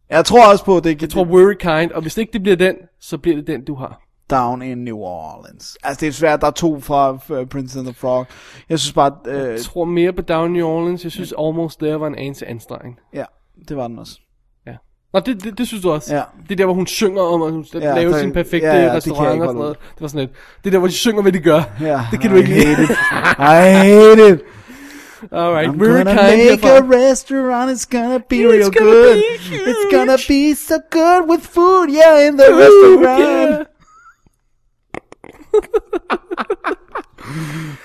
Speaker 1: Jeg tror også på, at det kan
Speaker 2: Jeg tror, Worry Kind, og hvis ikke det bliver den, så bliver det den, du har.
Speaker 1: Down in New Orleans. Altså, det er svært, der er to fra uh, Prince and the Frog. Jeg synes bare, øh,
Speaker 2: Jeg tror mere på Down New Orleans. Jeg synes, Almost There var en anelse anstrengende.
Speaker 1: ja, det var den også.
Speaker 2: Ja. Nå, det, det, det synes du også.
Speaker 1: Ja.
Speaker 2: Det er der, hvor hun synger om, at hun skal
Speaker 1: Ja,
Speaker 2: ja, lave
Speaker 1: der-
Speaker 2: sin perfekte
Speaker 1: ja, ja, det kan
Speaker 2: ja,
Speaker 1: jeg
Speaker 2: restaurant
Speaker 1: ikke
Speaker 2: og
Speaker 1: holde
Speaker 2: sådan
Speaker 1: ud.
Speaker 2: noget. Det var sådan lidt. Det er der, hvor de synger, hvad de gør.
Speaker 1: Ja,
Speaker 2: det kan du ikke
Speaker 1: I
Speaker 2: lide.
Speaker 1: hate it. I hate it.
Speaker 2: Alright,
Speaker 1: I'm
Speaker 2: Worry
Speaker 1: gonna
Speaker 2: Kind
Speaker 1: make a
Speaker 2: herfra.
Speaker 1: restaurant. It's gonna be
Speaker 2: It's
Speaker 1: real
Speaker 2: gonna
Speaker 1: good.
Speaker 2: be
Speaker 1: it's gonna be so good with food. Yeah, in the restaurant.
Speaker 2: Yeah.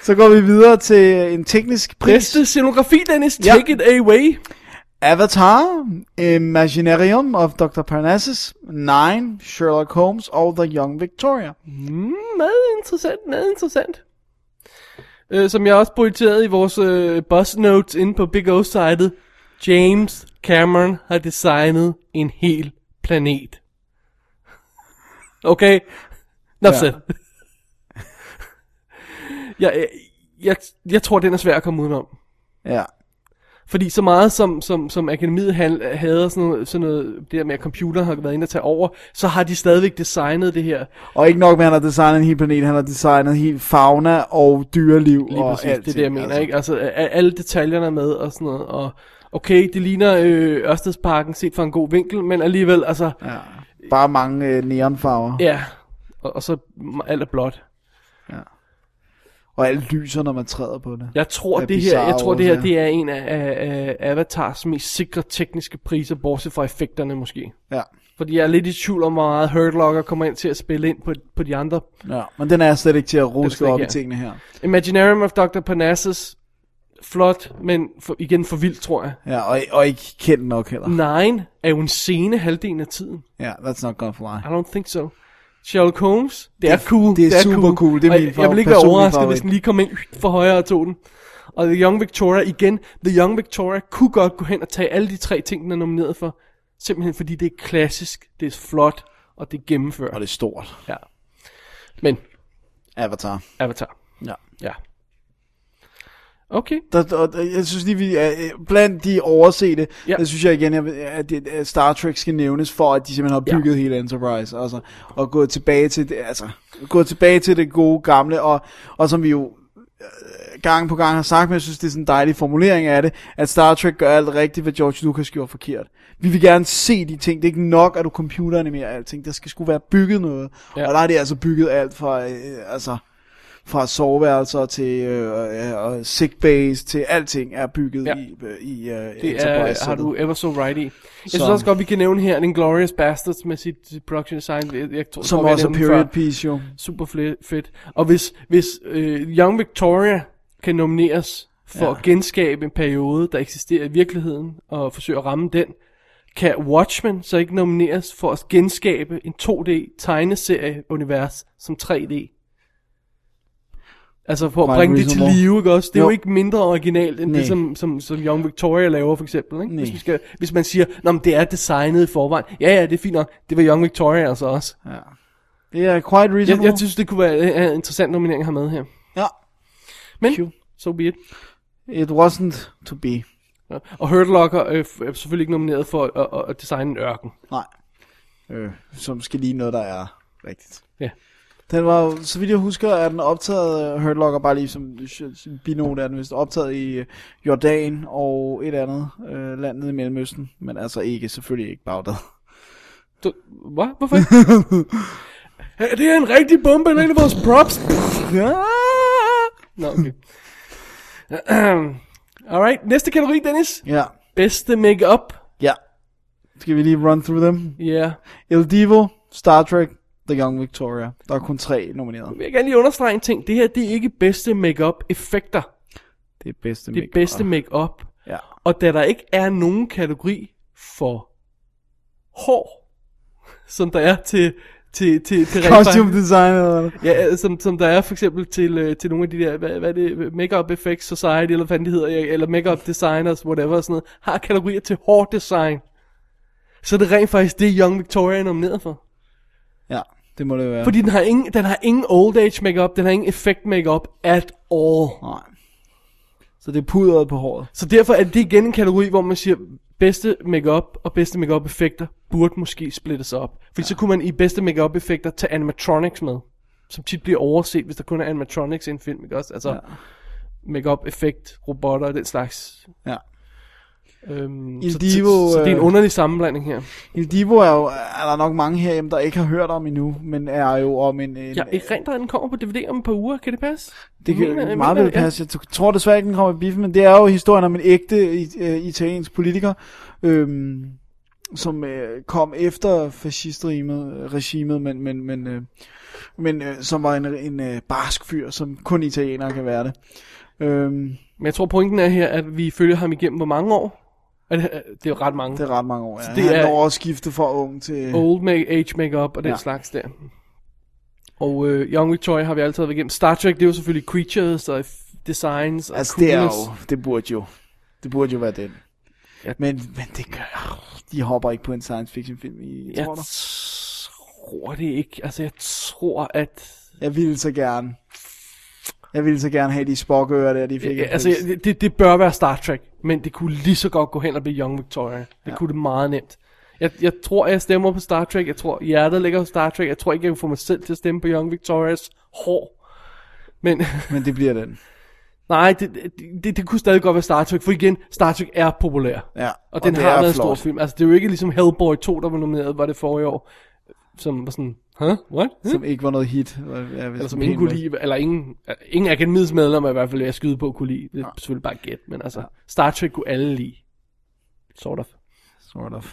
Speaker 1: Så går vi videre til øh, en teknisk pris.
Speaker 2: Bedste scenografi, Dennis.
Speaker 1: Ja.
Speaker 2: Take it away.
Speaker 1: Avatar, Imaginarium of Dr. Parnassus, Nine, Sherlock Holmes og The Young Victoria.
Speaker 2: Meget interessant, meget interessant. Øh, som jeg også pointerede i vores øh, buzz notes inde på Big O-sitet, James Cameron har designet en hel planet. Okay? Nå, ja. jeg, jeg, jeg, jeg tror, den er svær at komme udenom.
Speaker 1: Ja,
Speaker 2: Fordi så meget som, som, som akademiet han- havde sådan noget, sådan noget, det der med, at computer har været inde og tage over, så har de stadigvæk designet det her.
Speaker 1: og ikke nok med, at han har designet en hel planet, han har designet helt fauna og dyreliv
Speaker 2: Lige
Speaker 1: og
Speaker 2: præcis, det er
Speaker 1: alting,
Speaker 2: det, jeg mener, altså. ikke? Altså, a- alle detaljerne er med og sådan noget, og okay, det ligner øh, Ørstedsparken set fra en god vinkel, men alligevel, altså, ja,
Speaker 1: Bare mange øh, neonfarver,
Speaker 2: ja. Og, og så m- alt er blåt.
Speaker 1: og alt lyser, når man træder på det.
Speaker 2: Jeg tror,
Speaker 1: Af
Speaker 2: det her, jeg
Speaker 1: bizarre
Speaker 2: tror, det her,
Speaker 1: årsager.
Speaker 2: det er en af, af, af Avatars mest sikre tekniske priser, bortset fra effekterne måske.
Speaker 1: Ja.
Speaker 2: Fordi jeg er lidt i tvivl om, hvor meget Hurt Locker kommer ind til at spille ind på, på de andre.
Speaker 1: ja. Men den er slet ikke til at
Speaker 2: slet
Speaker 1: ruske
Speaker 2: ikke
Speaker 1: op i
Speaker 2: her.
Speaker 1: tingene her.
Speaker 2: Imaginarium of Dr. Parnassus, flot, men for, igen for vildt, tror jeg.
Speaker 1: Ja, og, og ikke kendt nok heller.
Speaker 2: Mm. Nine er jo en scene halvdelen af tiden.
Speaker 1: Ja, that's not gonna fly.
Speaker 2: I don't think so. Sherlock Holmes, det, det er cool.
Speaker 1: det er super cool. Det er
Speaker 2: Og
Speaker 1: min
Speaker 2: jeg,
Speaker 1: favor-
Speaker 2: jeg vil ikke være
Speaker 1: personlige
Speaker 2: overrasket,
Speaker 1: favorit.
Speaker 2: hvis den lige kom ind for højre og tog den. Og The Young Victoria igen. The Young Victoria kunne godt gå hen og tage alle de tre ting, den er nomineret for. Simpelthen fordi det er klassisk, det er flot, og det er gennemført.
Speaker 1: Og det er stort.
Speaker 2: Ja. Men,
Speaker 1: Avatar.
Speaker 2: Avatar.
Speaker 1: Ja.
Speaker 2: Ja. Okay.
Speaker 1: Der, der, der, jeg synes lige, vi er øh, blandt de oversete,
Speaker 2: Ja.
Speaker 1: der synes jeg igen, jeg, vil- at, det- at Star Trek skal nævnes for, at de simpelthen har bygget ja. hele Enterprise, altså, og gået tilbage til det, altså, gået tilbage til det gode gamle, og, og som vi jo øh, gang på gang har sagt, men jeg synes, det er sådan en dejlig formulering af det, at Star Trek gør alt rigtigt, hvad George Lucas gjorde forkert. Vi vil gerne se de ting. Det er ikke nok, at du computeranimerer alting. Der skal skulle være bygget noget. Ja.
Speaker 2: Ja.
Speaker 1: Og der er det altså bygget alt fra, øh, altså, fra soveværelser til øh, øh, og sickbase til alting er bygget ja.
Speaker 2: Ja.
Speaker 1: i, øh, i øh,
Speaker 2: Det
Speaker 1: Enterprise.
Speaker 2: er, har du ever so right i. Jeg synes
Speaker 1: Som-
Speaker 2: også godt, vi kan nævne her den Glorious Bastards med sit sit production design. Jeg, jeg tror,
Speaker 1: som
Speaker 2: tror, vi har
Speaker 1: også er
Speaker 2: nævnt den
Speaker 1: period
Speaker 2: før.
Speaker 1: piece
Speaker 2: Mm.
Speaker 1: jo.
Speaker 2: Super fle- fedt. Og hvis, hvis øh, Young Victoria kan nomineres for ja. at genskabe en periode, der eksisterer i virkeligheden, og forsøge at ramme den, kan Watchmen så ikke nomineres for at genskabe en 2D-tegneserie-univers som 3D? Altså for at
Speaker 1: Prime
Speaker 2: bringe det til
Speaker 1: Reasonable.
Speaker 2: live, ikke også? Det er jo,
Speaker 1: Jo.
Speaker 2: jo ikke mindre originalt, end
Speaker 1: Nej.
Speaker 2: Nej. det, som, som, som Young Victoria laver, for eksempel. Ikke? Hvis,
Speaker 1: Nej.
Speaker 2: vi skal, hvis man siger, Nå, men det er designet i forvejen. Ja, ja, det er fint nok. Det var Young Victoria altså også.
Speaker 1: Det er quite
Speaker 2: Jeg,
Speaker 1: reasonable.
Speaker 2: jeg synes, det kunne være øh, en interessant nominering at have med her.
Speaker 1: ja.
Speaker 2: Men,
Speaker 1: Phew.
Speaker 2: so be it.
Speaker 1: It wasn't to be.
Speaker 2: Ja. Og Hurt Locker øh, f- er selvfølgelig ikke nomineret for at, at, at designe en ørken.
Speaker 1: Nej. Øh, som skal lige noget, der er rigtigt.
Speaker 2: Ja.
Speaker 1: Den var, jo- så vidt jeg husker, er den optaget, øh, Hurt Locker bare lige som som binote er den vist, optaget i øh, Jordan og et andet øh, land nede i Mellemøsten, men altså ikke, selvfølgelig ikke Bagdad.
Speaker 2: Du, hvad? Hvorfor ikke? hey, det er en rigtig bombe, eller en af vores props. Nå, okay. Alright, næste kategori, Dennis.
Speaker 1: Ja,
Speaker 2: Bedste makeup.
Speaker 1: ja. Skal vi lige run through dem?
Speaker 2: Ja. Yeah.
Speaker 1: El Divo, Star Trek, The Young Victoria. Der er kun tre nomineret.
Speaker 2: Jeg vil gerne lige understrege en ting. Det her, det er ikke bedste makeup effekter.
Speaker 1: Det er bedste
Speaker 2: Det er bedste makeup.
Speaker 1: Ja.
Speaker 2: Og da der ikke er nogen kategori for hår, som der er til til til til rent
Speaker 1: Costume design eller hvad?
Speaker 2: Ja, øh, som, som der er for eksempel til, øh, til nogle af de der, hvad, hvad er det, Makeup Effects Society, eller hvad det hedder, ja, eller Makeup Designers, whatever, og sådan noget, har kategorier til hård design. Så det er rent faktisk det, Young Victoria er nomineret for.
Speaker 1: Ja, det må det være.
Speaker 2: Fordi den har ingen, den har ingen old age makeup, den har ingen effekt makeup at all.
Speaker 1: Nej. Så det er pudret på håret.
Speaker 2: Så derfor er det igen en kategori, hvor man siger, bedste makeup og bedste makeup effekter burde måske splittes op. Fordi ja. så kunne man i bedste makeup effekter tage animatronics med, som tit bliver overset, hvis der kun er animatronics i en film, ikke også? Altså ja. makeup effekt, robotter og den slags.
Speaker 1: Ja.
Speaker 2: Øhm,
Speaker 1: Il
Speaker 2: så,
Speaker 1: Divo,
Speaker 2: så, så, det er en
Speaker 1: øh,
Speaker 2: underlig sammenblanding her.
Speaker 1: Il Divo er jo, er der nok mange herhjemme, der ikke har hørt om endnu, men er jo om en... en øh,
Speaker 2: Jeg erindrer, at den kommer på DVD om et par uger, kan det passe?
Speaker 1: det kan
Speaker 2: Jeg
Speaker 1: mener,
Speaker 2: jeg
Speaker 1: meget vel
Speaker 2: det, ja.
Speaker 1: passe. Jeg t- tror desværre ikke, den kommer i biffen, men det er jo historien om en ægte i- øh, italiensk politiker, øhm, som øh, kom efter fascistregimet, øh, regimet, men, men, men, øh, men øh, som var en, en øh, barsk fyr, som kun italienere kan være det. Øhm,
Speaker 2: Men jeg tror, pointen er her, at vi følger ham igennem hvor mange år? Er det, det er jo ret mange.
Speaker 1: det er ret mange år, ja.
Speaker 2: det
Speaker 1: Det Han
Speaker 2: er-
Speaker 1: er... når at skifte fra ung til...
Speaker 2: Old make, age makeup og den ja.
Speaker 1: Ja.
Speaker 2: slags der. Og øh, Young Victoria har vi altid været igennem. Star Trek, det er jo selvfølgelig creatures og f- designs og
Speaker 1: Altså, det er
Speaker 2: coolness.
Speaker 1: jo, det burde jo, det burde jo være den.
Speaker 2: Ja.
Speaker 1: Ja. Men, men det gør, de hopper ikke på en science fiction film, I tror
Speaker 2: Jeg
Speaker 1: du?
Speaker 2: tror det ikke. Altså, jeg tror, at...
Speaker 1: Jeg ville så gerne, jeg ville så gerne have de spokører der, de fik.
Speaker 2: Ja, altså, jeg- det, det bør være Star Trek, men det kunne lige så godt gå hen og blive Young Victoria. Det ja. kunne det meget nemt. Jeg, jeg tror, jeg stemmer på Star Trek. Jeg tror, hjertet ligger hos Star Trek. Jeg tror ikke, jeg kan få mig selv til at stemme på Young Victorias hår. Men...
Speaker 1: Men det bliver den.
Speaker 2: Nej, det, det, det, det kunne stadig godt være Star Trek, for igen, Star Trek er populær.
Speaker 1: Ja,
Speaker 2: og den
Speaker 1: og det
Speaker 2: har
Speaker 1: er
Speaker 2: været en stor
Speaker 1: flot.
Speaker 2: film. Altså, det er jo ikke ligesom Hellboy 2, der var nomineret, var det forrige år, som var sådan, huh, what? Huh?
Speaker 1: Som ikke var noget hit. Eller,
Speaker 2: Eller som ingen kunne lide, eller ingen, ingen akademiets medlemmer i hvert fald, jeg skyde på, kunne lide. Det er selvfølgelig bare et gæt, men altså, Star Trek kunne alle lide. Sort of.
Speaker 1: Sort of.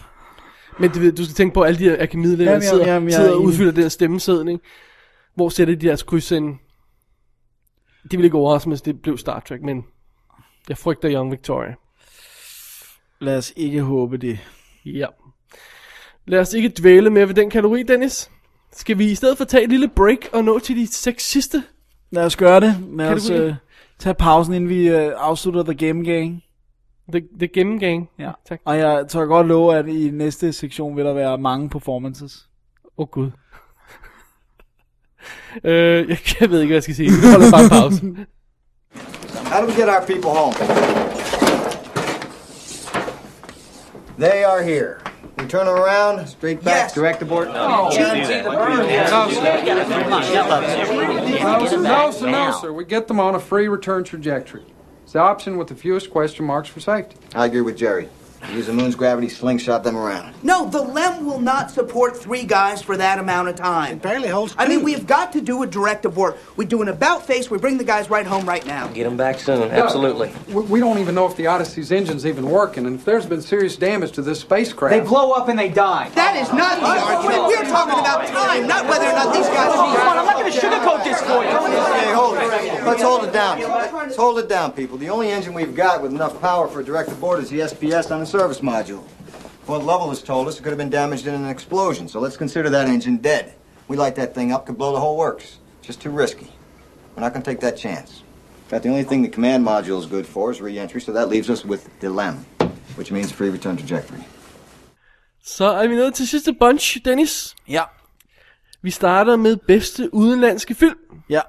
Speaker 2: Men du, ved, du skal tænke på, at alle de her akademiledere
Speaker 1: Jamen,
Speaker 2: jamen,
Speaker 1: jeg-
Speaker 2: sidder,
Speaker 1: jamen, jeg er
Speaker 2: sidder og
Speaker 1: enig.
Speaker 2: udfylder den her stemmeseddel, ikke? Hvor sætter de deres kryds ind? Det ville ikke overraske mig, hvis det blev Star Trek, men jeg frygter Young Victoria.
Speaker 1: Lad os ikke håbe det.
Speaker 2: Ja. Lad os ikke dvæle mere ved den kategori, Dennis. Skal vi i stedet for tage et lille break og nå til de seks sidste?
Speaker 1: Lad os gøre det. Lad os
Speaker 2: Kategori.
Speaker 1: øh, tage pausen, inden vi øh, afslutter The Game Gang.
Speaker 2: The, the gennemgang.
Speaker 1: Ja.
Speaker 2: Tak. Åh
Speaker 1: Og jeg tør godt love, at i næste sektion vil der være mange performances.
Speaker 2: oh, gud. øh, jeg, jeg ved ikke, hvad jeg skal sige. Vi holder bare en pause.
Speaker 5: How do we get our people home? They are here. We turn them around, straight back, direct abort.
Speaker 10: No, sir, no, sir. We get them on a free return trajectory. It's the option with the fewest question marks for safety.
Speaker 5: I agree with Jerry. Use the moon's gravity, slingshot them around.
Speaker 11: No, the LEM will not support three guys for that amount of time.
Speaker 5: Barely holds.
Speaker 11: I mean, we have got to do a direct abort. We do an about face, we bring the guys right home right now.
Speaker 9: Get him back soon, absolutely.
Speaker 10: We, we don't even know if the Odyssey's engine's even working, and if there's been serious damage to this spacecraft.
Speaker 5: blow up and they die.
Speaker 11: That is not the argument. We're talking about time, not whether or not these guys.
Speaker 5: Hey, hold it.
Speaker 12: Let's hold it down. Let's hold it down, people. The only engine we've got with enough power for direct abort is the SPS on the service module. What Lovell has told us, it could have been damaged in an explosion, so let's consider that engine dead. We light that thing up, could blow the whole works. It's just too risky. We're not going to take that chance. In fact, the only thing the command module is good for is re-entry, so that leaves us with DELEM, which means free return trajectory.
Speaker 2: Så er vi nået til sidste bunch, Dennis.
Speaker 1: Ja.
Speaker 2: Vi starter med bedste udenlandske film.
Speaker 1: Ja.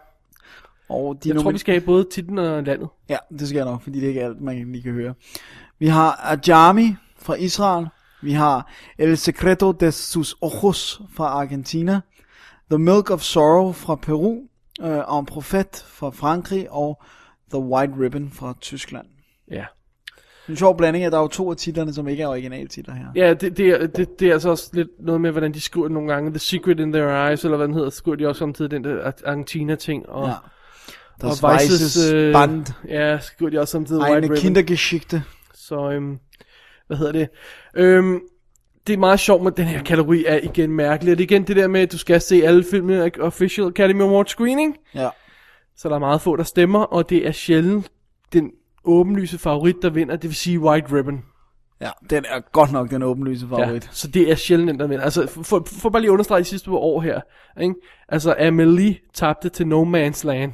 Speaker 1: Og de
Speaker 2: Jeg tror,
Speaker 1: nomi-
Speaker 2: vi skal have både titlen og landet.
Speaker 1: Ja, det skal jeg nok, fordi det er ikke alt, man lige kan høre. Vi har Ajami fra Israel. Vi har El Secreto de sus Ojos fra Argentina. The Milk of Sorrow fra Peru. Uh, en Prophet fra Frankrig. Og The White Ribbon fra Tyskland.
Speaker 2: Ja.
Speaker 1: En sjov blanding, at der er jo to af titlerne, som ikke er originaltitler her.
Speaker 2: Ja, det, det, er, det, det er altså også lidt noget med, hvordan de skriver nogle gange. The Secret in Their Eyes, eller hvad den hedder, skriver de også samtidig den der Ar- Argentina-ting. Og,
Speaker 1: Ja. Das
Speaker 2: og
Speaker 1: Weißes
Speaker 2: Vices, øh,
Speaker 1: Band.
Speaker 2: Ja, skriver de også samtidig
Speaker 1: Eine
Speaker 2: White Ribbon.
Speaker 1: Kindergeschichte.
Speaker 2: Så, øhm, hvad hedder det? Øhm, det er meget sjovt, men den her kategori er igen mærkelig. Og det er igen det der med, at du skal se alle filmene af Official Academy Award Screening.
Speaker 1: Ja.
Speaker 2: Så der er meget få, der stemmer, og det er sjældent den åbenlyse favorit, der vinder, det vil sige White Ribbon.
Speaker 1: Ja, den er godt nok den åbenlyse favorit.
Speaker 2: Ja, så det er sjældent den, der vinder. Altså, for, for, for bare lige at understrege de sidste par år her. Ikke? Altså, Amelie tabte til No Man's Land.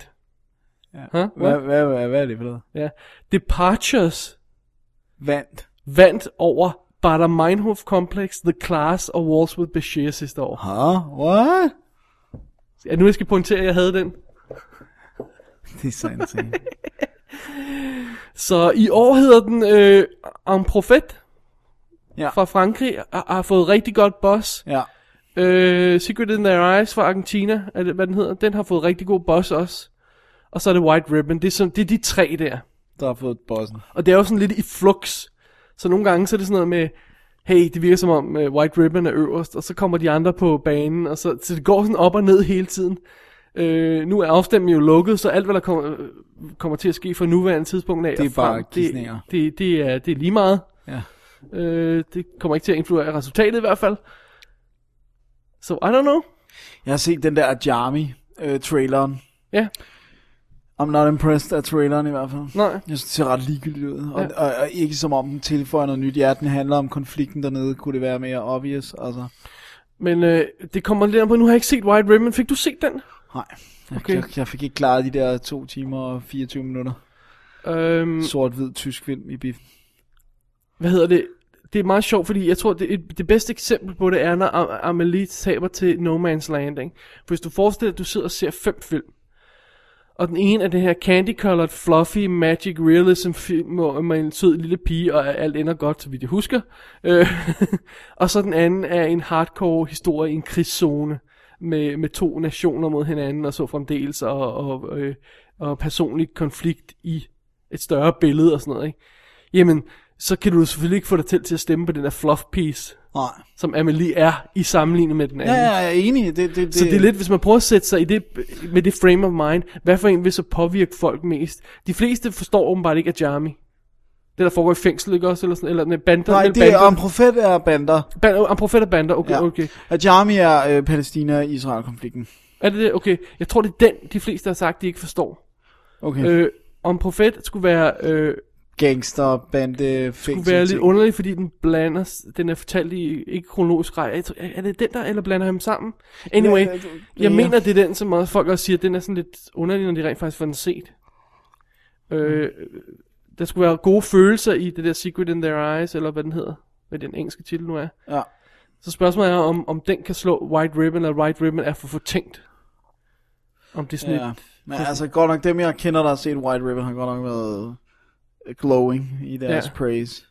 Speaker 1: Ja.
Speaker 2: Huh?
Speaker 1: Hvad, hvad, hvad, hvad er det for noget?
Speaker 2: Ja. Departures
Speaker 1: vandt.
Speaker 2: vandt over Bader Meinhof Complex, The Class og Walls with Bashir sidste år.
Speaker 1: Huh? What?
Speaker 2: Ja, nu jeg skal pointere, at jeg havde den.
Speaker 1: Det er sandt.
Speaker 2: Så i år hedder den øh, En Prophet
Speaker 1: ja.
Speaker 2: fra Frankrig, har, har fået rigtig godt boss.
Speaker 1: Ja.
Speaker 2: Øh, Secret in Their Eyes fra Argentina, er det, hvad den hedder, den har fået rigtig god boss også. Og så er det White Ribbon, det er, sådan, det er de tre der.
Speaker 1: Der har fået bossen.
Speaker 2: Og det er jo sådan lidt i flux. Så nogle gange så er det sådan noget med, hey, det virker som om uh, White Ribbon er øverst, og så kommer de andre på banen, og så, så det går sådan op og ned hele tiden. Øh, nu er afstemningen jo lukket, så alt, hvad der kommer, øh, kommer til at ske fra nuværende tidspunkt af
Speaker 1: Det er
Speaker 2: og frem,
Speaker 1: bare gisninger.
Speaker 2: det, det, det, er, det er lige meget.
Speaker 1: Ja.
Speaker 2: Øh, det kommer ikke til at influere resultatet i hvert fald. Så I don't know.
Speaker 1: Jeg har set den der Ajami øh, traileren.
Speaker 2: Ja.
Speaker 1: I'm not impressed af traileren i hvert fald.
Speaker 2: Nej.
Speaker 1: Jeg synes, det ser ret ligegyldigt ud. Og,
Speaker 2: Ja.
Speaker 1: ja. og, og, ikke som om den tilføjer noget nyt. Ja, den handler om konflikten dernede. Kunne det være mere obvious? Altså,
Speaker 2: Men øh, det kommer lidt an på, nu har jeg ikke set White Ribbon. Fik du set den?
Speaker 1: nej. Jeg,
Speaker 2: Okay.
Speaker 1: okay. jeg, jeg, fik ikke klaret de der to timer og 24 minutter.
Speaker 2: Øhm,
Speaker 1: Sort-hvid tysk film i biffen.
Speaker 2: hvad hedder det, det er meget sjovt, fordi jeg tror, det, et- det bedste eksempel på det er, når Am- Amelie taber til No Man's Land, ikke? For hvis du forestiller dig, at du sidder og ser fem film, og den ene er den her candy-colored, fluffy, magic realism film hvor- med en sød lille pige, og alt ender godt, så vidt jeg husker. Øh, og så den anden er en hardcore historie i en krigszone med, med to nationer mod hinanden og så fremdeles, og, og, øh, og personlig konflikt i et større billede og sådan noget, ikke? Jamen, så kan du selvfølgelig ikke få dig til, til at stemme på den der fluff piece,
Speaker 1: Nej.
Speaker 2: som Amelie er i sammenligning med den
Speaker 1: Ja,
Speaker 2: anden.
Speaker 1: ja, jeg er enig. Det, det, det,
Speaker 2: Så det er lidt, hvis man prøver at sætte sig i det, med det frame of mind, hvad for en vil så påvirke folk mest? De fleste forstår åbenbart ikke Ajami. Det, der foregår i fængsel, ikke også? Eller, sådan, eller med bander.
Speaker 1: Nej,
Speaker 2: mellem
Speaker 1: det er
Speaker 2: bander.
Speaker 1: om profet er bander.
Speaker 2: Ban- om profet og bander, okay,
Speaker 1: Ja.
Speaker 2: okay.
Speaker 1: Ajami er øh, Palæstina-Israel-konflikten.
Speaker 2: Er det det? Okay. Jeg tror, det er den, de fleste har sagt, de ikke forstår.
Speaker 1: Okay.
Speaker 2: Øh, om profet skulle være... Øh,
Speaker 1: Gangster, bande, fængsel.
Speaker 2: skulle være lidt
Speaker 1: ting.
Speaker 2: underlig, fordi den blander, s- den er fortalt i ikke kronologisk række. Jeg tror- Er det den der, eller blander jeg dem sammen? Anyway,
Speaker 1: Ja,
Speaker 2: ja,
Speaker 1: ja, det-
Speaker 2: jeg
Speaker 1: ja.
Speaker 2: mener, det er den, som også folk også siger, den er sådan lidt underlig, når de rent faktisk får den set. Øh,
Speaker 1: Mm.
Speaker 2: der skulle være gode følelser i det der Secret in Their Eyes, eller hvad den hedder, hvad den engelske titel nu er.
Speaker 1: Ja.
Speaker 2: Så spørgsmålet er, om, om den kan slå White Ribbon, eller White Ribbon er for fortænkt. Om det er sådan
Speaker 1: Ja,
Speaker 2: et,
Speaker 1: men altså godt nok dem, jeg kender, der har set White Ribbon, har godt nok været øh, glowing i deres
Speaker 2: Ja.
Speaker 1: ja. praise.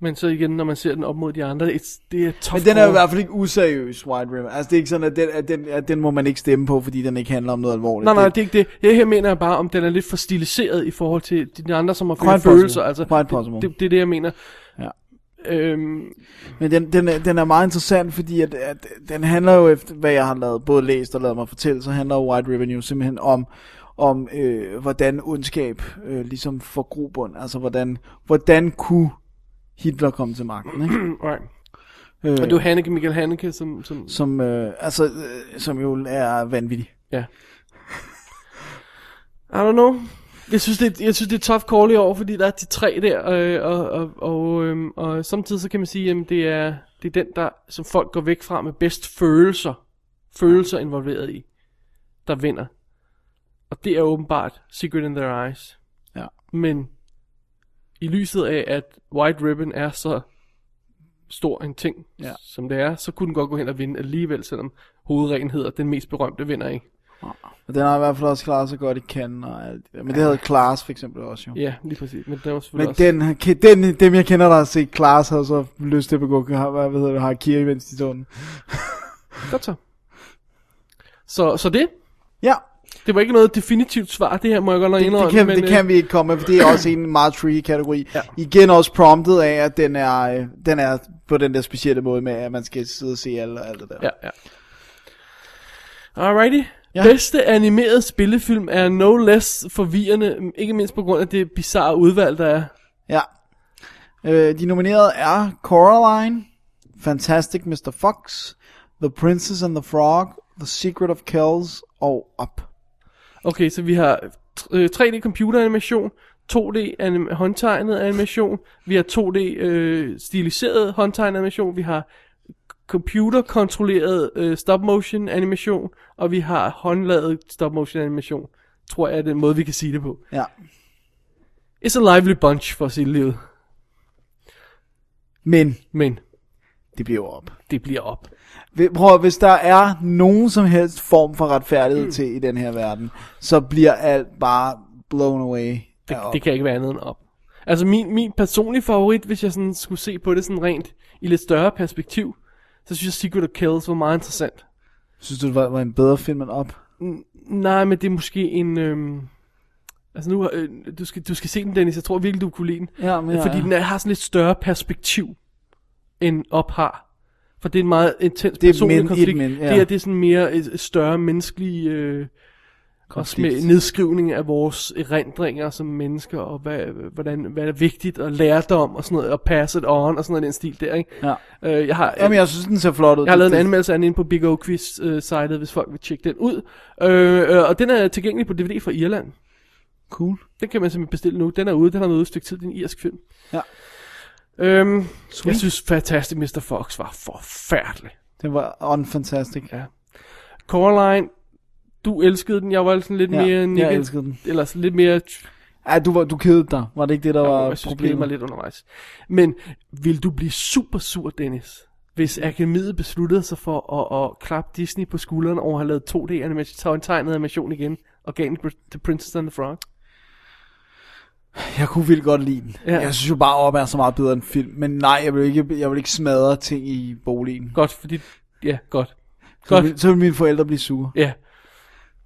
Speaker 2: Men så igen, når man ser den op mod de andre, det er, det er tough
Speaker 1: Men den er jo i
Speaker 2: call.
Speaker 1: hvert fald ikke useriøs, White Ribbon. Altså det er ikke sådan, at den, at den, at den må man ikke stemme på, fordi den ikke handler om noget alvorligt.
Speaker 2: Nej, nej, det er ikke det. Jeg her mener jeg bare, om den er lidt for stiliseret i forhold til de- de andre, som har flere
Speaker 1: Quite
Speaker 2: følelser.
Speaker 1: possible.
Speaker 2: Altså,
Speaker 1: Quite
Speaker 2: det-
Speaker 1: possible.
Speaker 2: Det, det, er det, jeg mener.
Speaker 1: Ja.
Speaker 2: Øhm,
Speaker 1: Men den, den, er, den er meget interessant, fordi at, at den handler jo efter, hvad jeg har lavet, både læst og lavet mig fortælle, så handler White Ribbon jo simpelthen om, om øh, hvordan ondskab øh, ligesom får grobund. Altså hvordan, hvordan kunne Hitler komme til magten, ikke?
Speaker 2: right.
Speaker 1: Øh,
Speaker 2: Og det er jo Hanneke, Michael Hanneke, som... som
Speaker 1: som, øh, altså, øh, som jo er vanvittig.
Speaker 2: ja. I don't know. Jeg synes, det er, jeg synes, det er tough call i år, fordi der er de tre der, øh, og, og, og, øhm, og samtidig så kan man sige, at det er, det er den, der, som folk går væk fra med bedst følelser, følelser involveret i, der vinder. Og det er åbenbart Secret in Their Eyes.
Speaker 1: Ja.
Speaker 2: Men i lyset af, at White Ribbon er så stor en ting,
Speaker 1: Ja.
Speaker 2: ja. som det er, så kunne den godt gå hen og vinde alligevel, selvom hovedreglen hedder, den mest berømte vinder, ikke?
Speaker 1: Men den har i hvert fald også klaret sig godt i Cannes og alt. Men det havde Klaas for eksempel også jo.
Speaker 2: Ja, lige præcis. Men det var selvfølgelig
Speaker 1: Men
Speaker 2: også...
Speaker 1: den, den, dem jeg kender, der har set Klaas, havde så lyst til at begå hvad hedder det, Harkiri, mens de så den.
Speaker 2: Godt så. Så, så det?
Speaker 1: Ja.
Speaker 2: Det var ikke noget definitivt svar, det her må jeg godt nok
Speaker 1: Det,
Speaker 2: indrømme.
Speaker 1: det, kan,
Speaker 2: men,
Speaker 1: det
Speaker 2: øh,
Speaker 1: kan vi ikke komme med, for det er også en meget tricky kategori. Ja. Igen også promptet af, at den er, øh, den er på den der specielle måde med, at man skal sidde og se alle og alt det der.
Speaker 2: Ja, ja. Alrighty. Ja. Bedste animerede spillefilm er no less forvirrende, ikke mindst på grund af det bizarre udvalg, der er.
Speaker 1: Ja. Øh, de nominerede er Coraline, Fantastic Mr. Fox, The Princess and the Frog, The Secret of Kells og Up.
Speaker 2: Okay, så vi har øh, 3D computeranimation, 2D anim- håndtegnet animation, vi har 2D øh, stiliseret håndtegnet animation, vi har computerkontrolleret øh, stop motion animation, og vi har håndlavet stop motion animation. Tror jeg er den måde, vi kan sige det på.
Speaker 1: Ja.
Speaker 2: It's a lively bunch, for at sige det livet.
Speaker 1: Men
Speaker 2: Men
Speaker 1: det bliver jo op.
Speaker 2: det bliver op.
Speaker 1: Vi- Prøv at- hvis der er nogen som helst form for retfærdighed mm. til i den her verden, så bliver alt bare blown away.
Speaker 2: Det,
Speaker 1: af Up.
Speaker 2: det kan ikke være andet end op. Altså min, min personlige favorit, hvis jeg sådan skulle se på det sådan rent i lidt større perspektiv, så synes jeg Secret of Kells var meget interessant.
Speaker 1: Synes du, det var, var en bedre film end Up?
Speaker 2: N- nej, men det er måske en... Øhm, altså nu, har- øh, du, skal, du skal se den, Dennis. Jeg tror virkelig, du kunne lide den. Øh,
Speaker 1: Ja, men ja,
Speaker 2: fordi
Speaker 1: ja.
Speaker 2: den er, har sådan lidt større perspektiv, end op har. For det er en meget intens
Speaker 1: Det er et
Speaker 2: personlig
Speaker 1: men- et
Speaker 2: konflikt.
Speaker 1: men, ja.
Speaker 2: Det, er, det er sådan mere et, et større menneskelig... Øh, også med
Speaker 1: Konflikt.
Speaker 2: nedskrivning af vores erindringer som mennesker, og hvad, hvordan, hvad er vigtigt, og lærdom, og sådan noget, og pass it on, og sådan noget i den stil der, ikke?
Speaker 1: Ja.
Speaker 2: Øh, jeg har,
Speaker 1: Jamen, jeg synes, den ser flot ud.
Speaker 2: Jeg har lavet en
Speaker 1: Det-
Speaker 2: anmeldelse af den inde på Big O Quiz øh, sitet, hvis folk vil tjekke den ud. Øh, øh, og den er tilgængelig på DVD fra Irland.
Speaker 1: Cool.
Speaker 2: Den kan man simpelthen bestille nu. Den er ude, den har været ude et stykke tid, den irsk film.
Speaker 1: Ja.
Speaker 2: Øhm, jeg synes Fantastic Mr. Fox var forfærdelig.
Speaker 1: Den var unfantastic.
Speaker 2: Ja. Coraline, du elskede den. Jeg var sådan lidt
Speaker 1: Ja,
Speaker 2: mere...
Speaker 1: jeg
Speaker 2: nikket-
Speaker 1: elskede den.
Speaker 2: Eller sådan lidt mere...
Speaker 1: Ja, du, var, du kedede dig. Var det ikke det, der var
Speaker 2: jeg synes, det
Speaker 1: problemet?
Speaker 2: mig lidt undervejs. Men vil du blive super sur, Dennis, hvis akademiet besluttede sig for at, at klappe Disney på skulderen over at have lavet 2D animation, tage en tegnet animation igen, og gav den til Princess and the Frog?
Speaker 1: Jeg kunne vildt godt lide den. Ja.
Speaker 2: Ja.
Speaker 1: Jeg synes jo bare, op er så meget bedre end film. Men nej, jeg vil ikke, jeg vil ikke smadre ting i boligen.
Speaker 2: Godt, fordi... Ja, godt.
Speaker 1: Så
Speaker 2: Godt.
Speaker 1: vil, så vil mine forældre blive sure.
Speaker 2: Ja.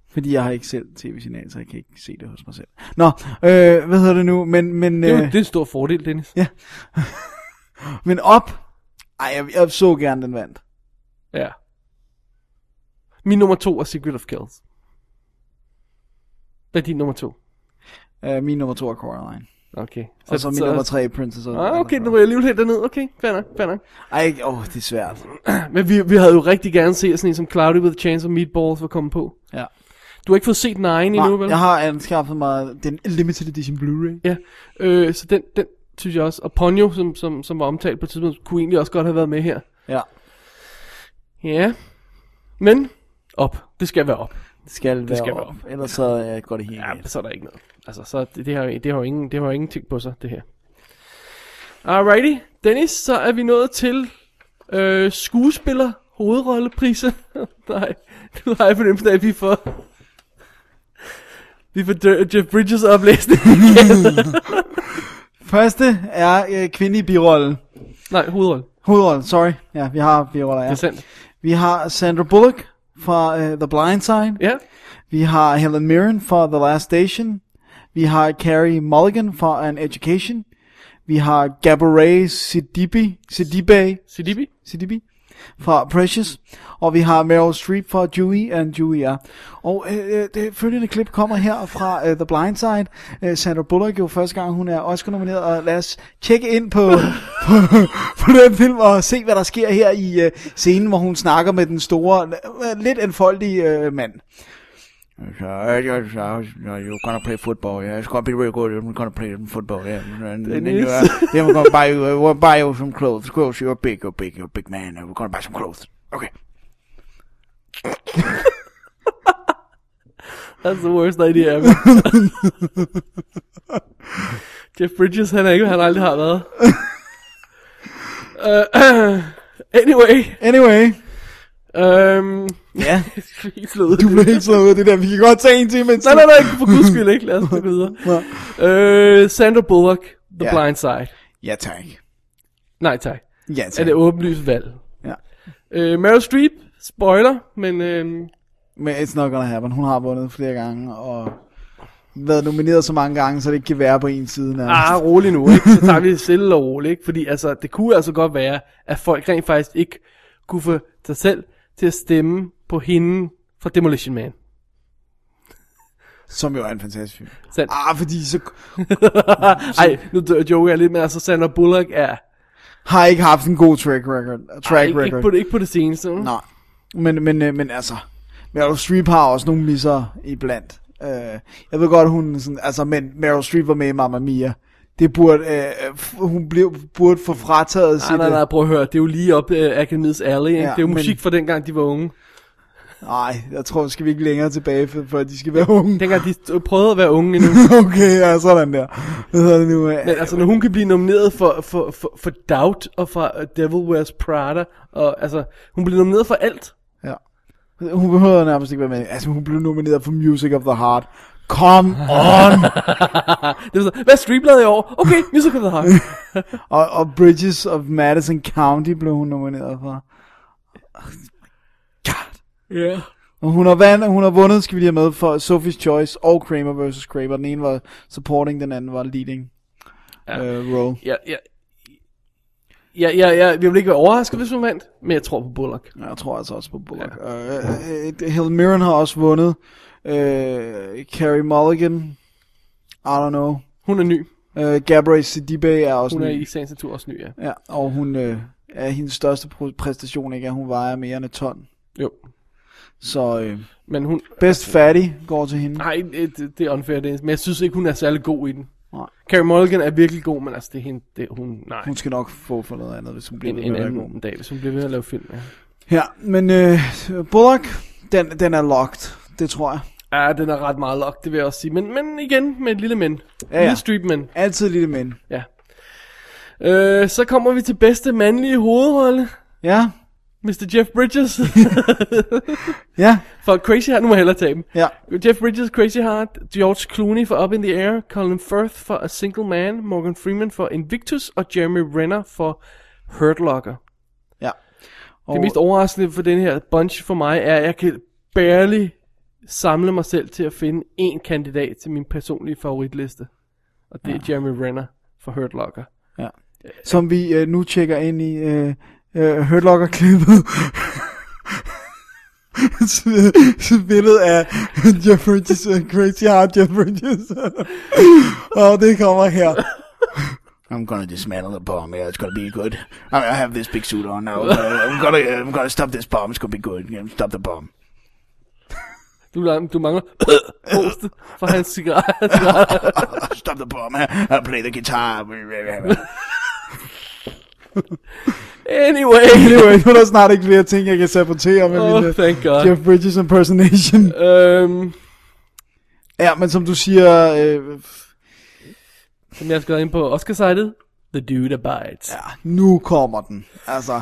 Speaker 1: Fordi jeg har ikke selv tv-signal, så jeg kan ikke se det hos mig selv. Nå, øh, hvad hedder det nu? Men, men,
Speaker 2: Det er jo
Speaker 1: øh,
Speaker 2: det er en stor fordel, Dennis.
Speaker 1: Ja. men op. Ej, jeg, jeg så gerne, den vandt.
Speaker 2: Ja. Min nummer to er Secret of Kells. Hvad er din nummer to?
Speaker 1: Øh, min nummer to er Coraline.
Speaker 2: Okay.
Speaker 1: Og så min nummer tre er Princess of the
Speaker 2: Ah, okay,
Speaker 1: Underground.
Speaker 2: nu ryger jeg alligevel helt derned. Okay, fair nok, fair nok.
Speaker 1: Ej, åh, oh, det er svært.
Speaker 2: Men vi, vi havde jo rigtig gerne set sådan en som Cloudy with a Chance of Meatballs var kommet på.
Speaker 1: Ja.
Speaker 2: Du har ikke fået set Nine endnu,
Speaker 1: Nej,
Speaker 2: vel?
Speaker 1: jeg har anskaffet mig den limited edition Blu-ray.
Speaker 2: Ja, øh, så den, den synes jeg også. Og Ponyo, som, som, som var omtalt på et tidspunkt, kunne egentlig også godt have været med her.
Speaker 1: Ja.
Speaker 2: Ja. Men, op. Det skal være op.
Speaker 1: Det skal være,
Speaker 2: Det skal være op.
Speaker 1: Ellers så øh, går det helt
Speaker 2: Ja, så er der ikke noget. Altså, så det, det, har, det har jo ingen, det har jo ingenting på sig, det her. Alrighty. Dennis, så er vi nået til øh, skuespiller hovedrollepriser. Nej, nu har jeg fornemmelsen af, at vi får... Vi får Jer- Jeff Bridges oplæsning igen.
Speaker 1: Første er øh, kvinde i birollen.
Speaker 2: Nej, hovedrolle.
Speaker 1: Hovedrollen, sorry. Ja, vi har biroller, ja.
Speaker 2: Det er sandt.
Speaker 1: Vi har Sandra Bullock fra øh, The Blind Side.
Speaker 2: Ja.
Speaker 1: Vi har Helen Mirren fra The Last Station. Vi har Carrie Mulligan fra An Education. Vi har Gabourey Sidibe, Sidibe,
Speaker 2: Sidibe?
Speaker 1: Sidibe fra Precious. Og vi har Meryl Streep fra Dewey and Dewey er. Og øh, øh, det følgende klip kommer her fra øh, The Blind Side. Øh, Sandra Bullock jo første gang, hun er Oscar-nomineret. Og lad os tjekke ind på, på, på den film og se, hvad der sker her i øh, scenen, hvor hun snakker med den store, øh, lidt enfoldige øh, mand.
Speaker 4: So I, I, I was, you know, you're gonna play football, yeah. It's gonna be real good. I'm gonna play some football, yeah. And, and then, you, uh,
Speaker 1: Dennis.
Speaker 4: then we're gonna buy you, uh, we'll buy you some clothes. Clothes, you're big, you're big, you're a big man. And we're gonna buy some clothes. Okay.
Speaker 2: That's the worst idea ever. Jeff Bridges, han er ikke, hvad han aldrig har været. uh, anyway.
Speaker 1: Anyway. Øhm,
Speaker 2: Um,
Speaker 1: ja.
Speaker 2: du
Speaker 1: blev helt slået ud af det der. Vi kan godt tage en til, men...
Speaker 2: nej, nej, nej, for guds skyld ikke. Lad os gå videre. uh, Sandra Bullock, The
Speaker 1: Ja.
Speaker 2: Blind Side.
Speaker 1: Ja, tak.
Speaker 2: Nej, tak.
Speaker 1: Ja, tak.
Speaker 2: Er det åbenlyst valg?
Speaker 1: Ja.
Speaker 2: Uh, Meryl Streep, spoiler, men... Uh,
Speaker 1: Men it's not gonna happen. Hun har vundet flere gange, og været nomineret så mange gange, så det ikke kan være på en side nærmest.
Speaker 2: ah, rolig nu, ikke? Så tager vi det stille og roligt, ikke? Fordi altså, det kunne altså godt være, at folk rent faktisk ikke kunne få sig selv til at stemme på hende fra Demolition Man.
Speaker 1: Som jo er en fantastisk film.
Speaker 2: Sand.
Speaker 1: Ah, fordi så... Ah.
Speaker 2: Ej, nu dør- joker jeg lidt, men altså Sandra Bullock er...
Speaker 1: Har ikke haft en god track record. Track
Speaker 2: Ej, ikke,
Speaker 1: record.
Speaker 2: ikke, på det, ikke på det seneste.
Speaker 1: Nej. Men, men, øh, men altså, Meryl Streep har også nogle misser iblandt. Øh, jeg ved godt, hun sådan, altså, men Meryl Streep var med i Mamma Mia. Det burde, øh, f- hun blev, burde få frataget øh,
Speaker 2: Nej, nej, nej, prøv at høre. Det er jo lige op uh, Akademiets alley, ikke?
Speaker 1: Ja,
Speaker 2: Ja, det er jo
Speaker 1: men-
Speaker 2: musik fra dengang, de var unge.
Speaker 1: Nej, jeg tror, skal vi ikke længere tilbage, for, for de skal være unge.
Speaker 2: Dengang de prøvede at være unge endnu.
Speaker 1: okay, ja, sådan der. Hvad hedder det nu? Øh,
Speaker 2: Men altså, når hun kan blive nomineret for, for, for, for Doubt og for øh, Devil Wears Prada, og altså, hun bliver nomineret for alt.
Speaker 1: Ja. Øh, Hun behøver nærmest ikke være med. Altså, hun blev nomineret for Music of the Heart. Come on!
Speaker 2: det var så, hvad streamlade i år? Okay, Music of the Heart.
Speaker 1: og, og Bridges of Madison County blev hun nomineret for.
Speaker 2: Ja.
Speaker 1: Og hun har, vand, hun har vundet, skal vi lige have med, for Sophie's Choice og Kramer vs. Kramer. Den ene var supporting, den anden var leading ja. øh, role.
Speaker 2: Ja, ja. Ja, ja, ja, jeg vil ikke være overrasket, hvis hun vandt, men jeg tror på Bullock.
Speaker 1: Jeg tror altså også på Bullock. Ja. Øh, øh, Helen Mirren har også vundet. Øh, Carrie Mulligan. I don't know.
Speaker 2: Hun er ny.
Speaker 1: Øh, Gabrielle Sidibe er også
Speaker 2: Hun er
Speaker 1: ny.
Speaker 2: i sagens natur også ny, ja.
Speaker 1: Ja, og hun øh, er hendes største pr- præstation, ikke? At hun vejer mere end et ton.
Speaker 2: Jo.
Speaker 1: Så øh,
Speaker 2: Men hun...
Speaker 1: Best fatty går til hende.
Speaker 2: Nej, det, det- det er unfair, Dennis, men jeg synes ikke, hun er særlig god i den.
Speaker 1: Nej.
Speaker 2: Carrie Mulligan er virkelig god, men altså, det er hende, det, hun... Nej,
Speaker 1: Hun skal nok få for noget andet, hvis hun bliver
Speaker 2: en,
Speaker 1: ved
Speaker 2: en
Speaker 1: med at være
Speaker 2: anden dag, hvis hun bliver ved at lave film, ja.
Speaker 1: Ja, men øh, Bullock, den, den er locked. Det tror jeg.
Speaker 2: Ja, den er ret meget locked, det vil jeg også sige. Men, men igen, med et lille men. Ja,
Speaker 1: ja.
Speaker 2: ja. Lille street men.
Speaker 1: Altid lille mænd.
Speaker 2: Ja. Øh, så kommer vi til bedste mandlige hovedrolle.
Speaker 1: Ja,
Speaker 2: Mr. Jeff Bridges.
Speaker 1: ja.
Speaker 2: For Crazy Heart, nu må jeg hellere tage dem.
Speaker 1: Ja.
Speaker 2: Jeff Bridges, Crazy Heart, George Clooney for Up in the Air, Colin Firth for A Single Man, Morgan Freeman for Invictus og Jeremy Renner for Hurt Locker.
Speaker 1: Ja.
Speaker 2: Og... Det mest overraskende for den her bunch for mig er, at jeg kan barely samle mig selv til at finde en kandidat til min personlige favoritliste. Og det ja. er Jeremy Renner for Hurt Locker.
Speaker 1: Ja. Som vi øh, nu tjekker ind i øh, øh, Hurt Locker klippet. Så billedet af Jeff Bridges, øh, Crazy Heart Jeff Bridges. og det kommer her.
Speaker 4: I'm gonna dismantle the bomb. Yeah, it's gonna be good. I, I have this big suit on now. Uh, I'm gonna, uh, I'm gonna stop this bomb. It's gonna be good. Yeah, stop the bomb.
Speaker 2: Du, du mangler hoste fra hans cigaret.
Speaker 4: Stop the bomb. I'll play the guitar.
Speaker 2: anyway.
Speaker 1: Anyway, nu er der snart ikke flere ting, jeg kan sabotere med
Speaker 2: Oh,
Speaker 1: min øh,
Speaker 2: thank God.
Speaker 1: Jeff Bridges impersonation.
Speaker 2: Øhm,
Speaker 1: Ja, men som du siger, øh,
Speaker 2: som jeg skrev ind på Oscar-sitet, The Dude Abides. Ja.
Speaker 1: nu kommer den. Altså,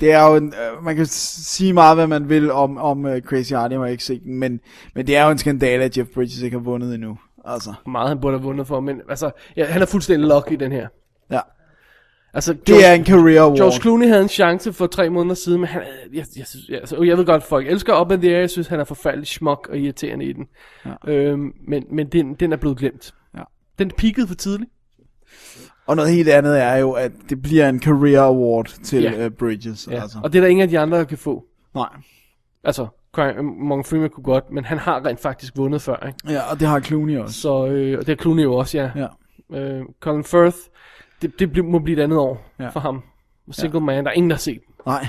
Speaker 1: det er jo en, øh, man kan s- sige meget, hvad man vil om, om øh, Crazy Heart, jeg har ikke set den, men, men det er jo en skandale, at Jeff Bridges ikke har vundet endnu. Altså,
Speaker 2: Meget han burde have vundet for, men altså, ja, han er fuldstændig lucky i den her.
Speaker 1: ja.
Speaker 2: Altså, det
Speaker 1: er en career award.
Speaker 2: George Clooney havde en chance for tre måneder siden, men han, jeg, jeg, synes, jeg, altså, jeg ved godt, folk elsker Up in the Air, jeg synes, han er forfærdelig smuk og irriterende i den. Ja. Øhm, men men den, den er blevet glemt.
Speaker 1: Ja.
Speaker 2: Den peakede for tidligt.
Speaker 1: Og noget helt andet er jo, at det bliver en career award til
Speaker 2: Ja.
Speaker 1: ja. øh, Bridges.
Speaker 2: Ja.
Speaker 1: Ja. Altså.
Speaker 2: Og det er der ingen af de andre, der kan få.
Speaker 1: Nej.
Speaker 2: Altså, Cry- Morgan Freeman kunne godt, men han har rent faktisk vundet før, ikke?
Speaker 1: Ja, og det har Clooney også.
Speaker 2: Så, øh, og det er Clooney jo også, ja. ja. Øh, Colin Firth, det, det bliver, må blive et andet år ja.
Speaker 1: Ja.
Speaker 2: for ham. Single ja. Man, der er ingen, der har set.
Speaker 1: Nej.